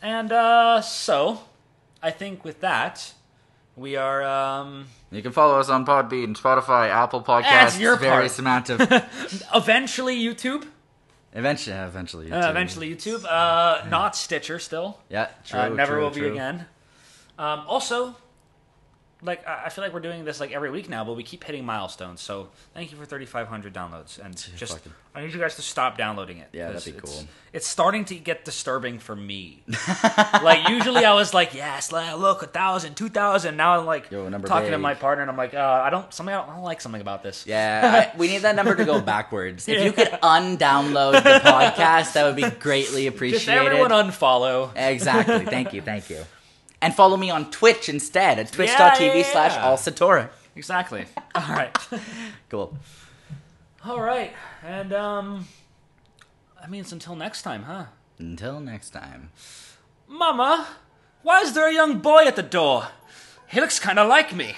S1: and uh, so I think with that we are. Um,
S2: You can follow us on Podbean, Spotify, Apple
S1: That's
S2: Podcasts,
S1: your
S2: very
S1: part.
S2: semantic.
S1: eventually YouTube.
S2: eventually, uh, eventually, you
S1: Uh,
S2: too.
S1: eventually YouTube. Uh, not Stitcher still.
S2: Yeah, true.
S1: uh, never
S2: true,
S1: will be
S2: true.
S1: again. Um, also, like I I feel like we're doing this like every week now, but we keep hitting milestones. So thank you for 3,500 downloads, and just
S2: fucking-
S1: I need you guys to stop downloading it.
S2: Yeah, that'd
S1: 'cause
S2: be
S1: it's-
S2: cool.
S1: It's starting to get disturbing for me. like usually I was like, yes, la- look, a thousand, two thousand. Now I'm like
S2: Yo, number
S1: talking to
S2: big.
S1: my partner, and I'm like, uh, I don't something I don't, I don't like something about this.
S2: Yeah, I, we need that number to go backwards. If you could undownload the podcast, that would be greatly appreciated.
S1: Just everyone unfollow.
S2: exactly. Thank you. Thank you. And follow me on Twitch instead at
S1: Yeah,
S2: twitch.tv
S1: yeah,
S2: slash
S1: yeah.
S2: all Satora.
S1: Exactly. All right.
S2: Cool.
S1: All right. And um I mean, it's until next time, huh?
S2: Until next time.
S1: Mama, why is there a young boy at the door? He looks kind of like me.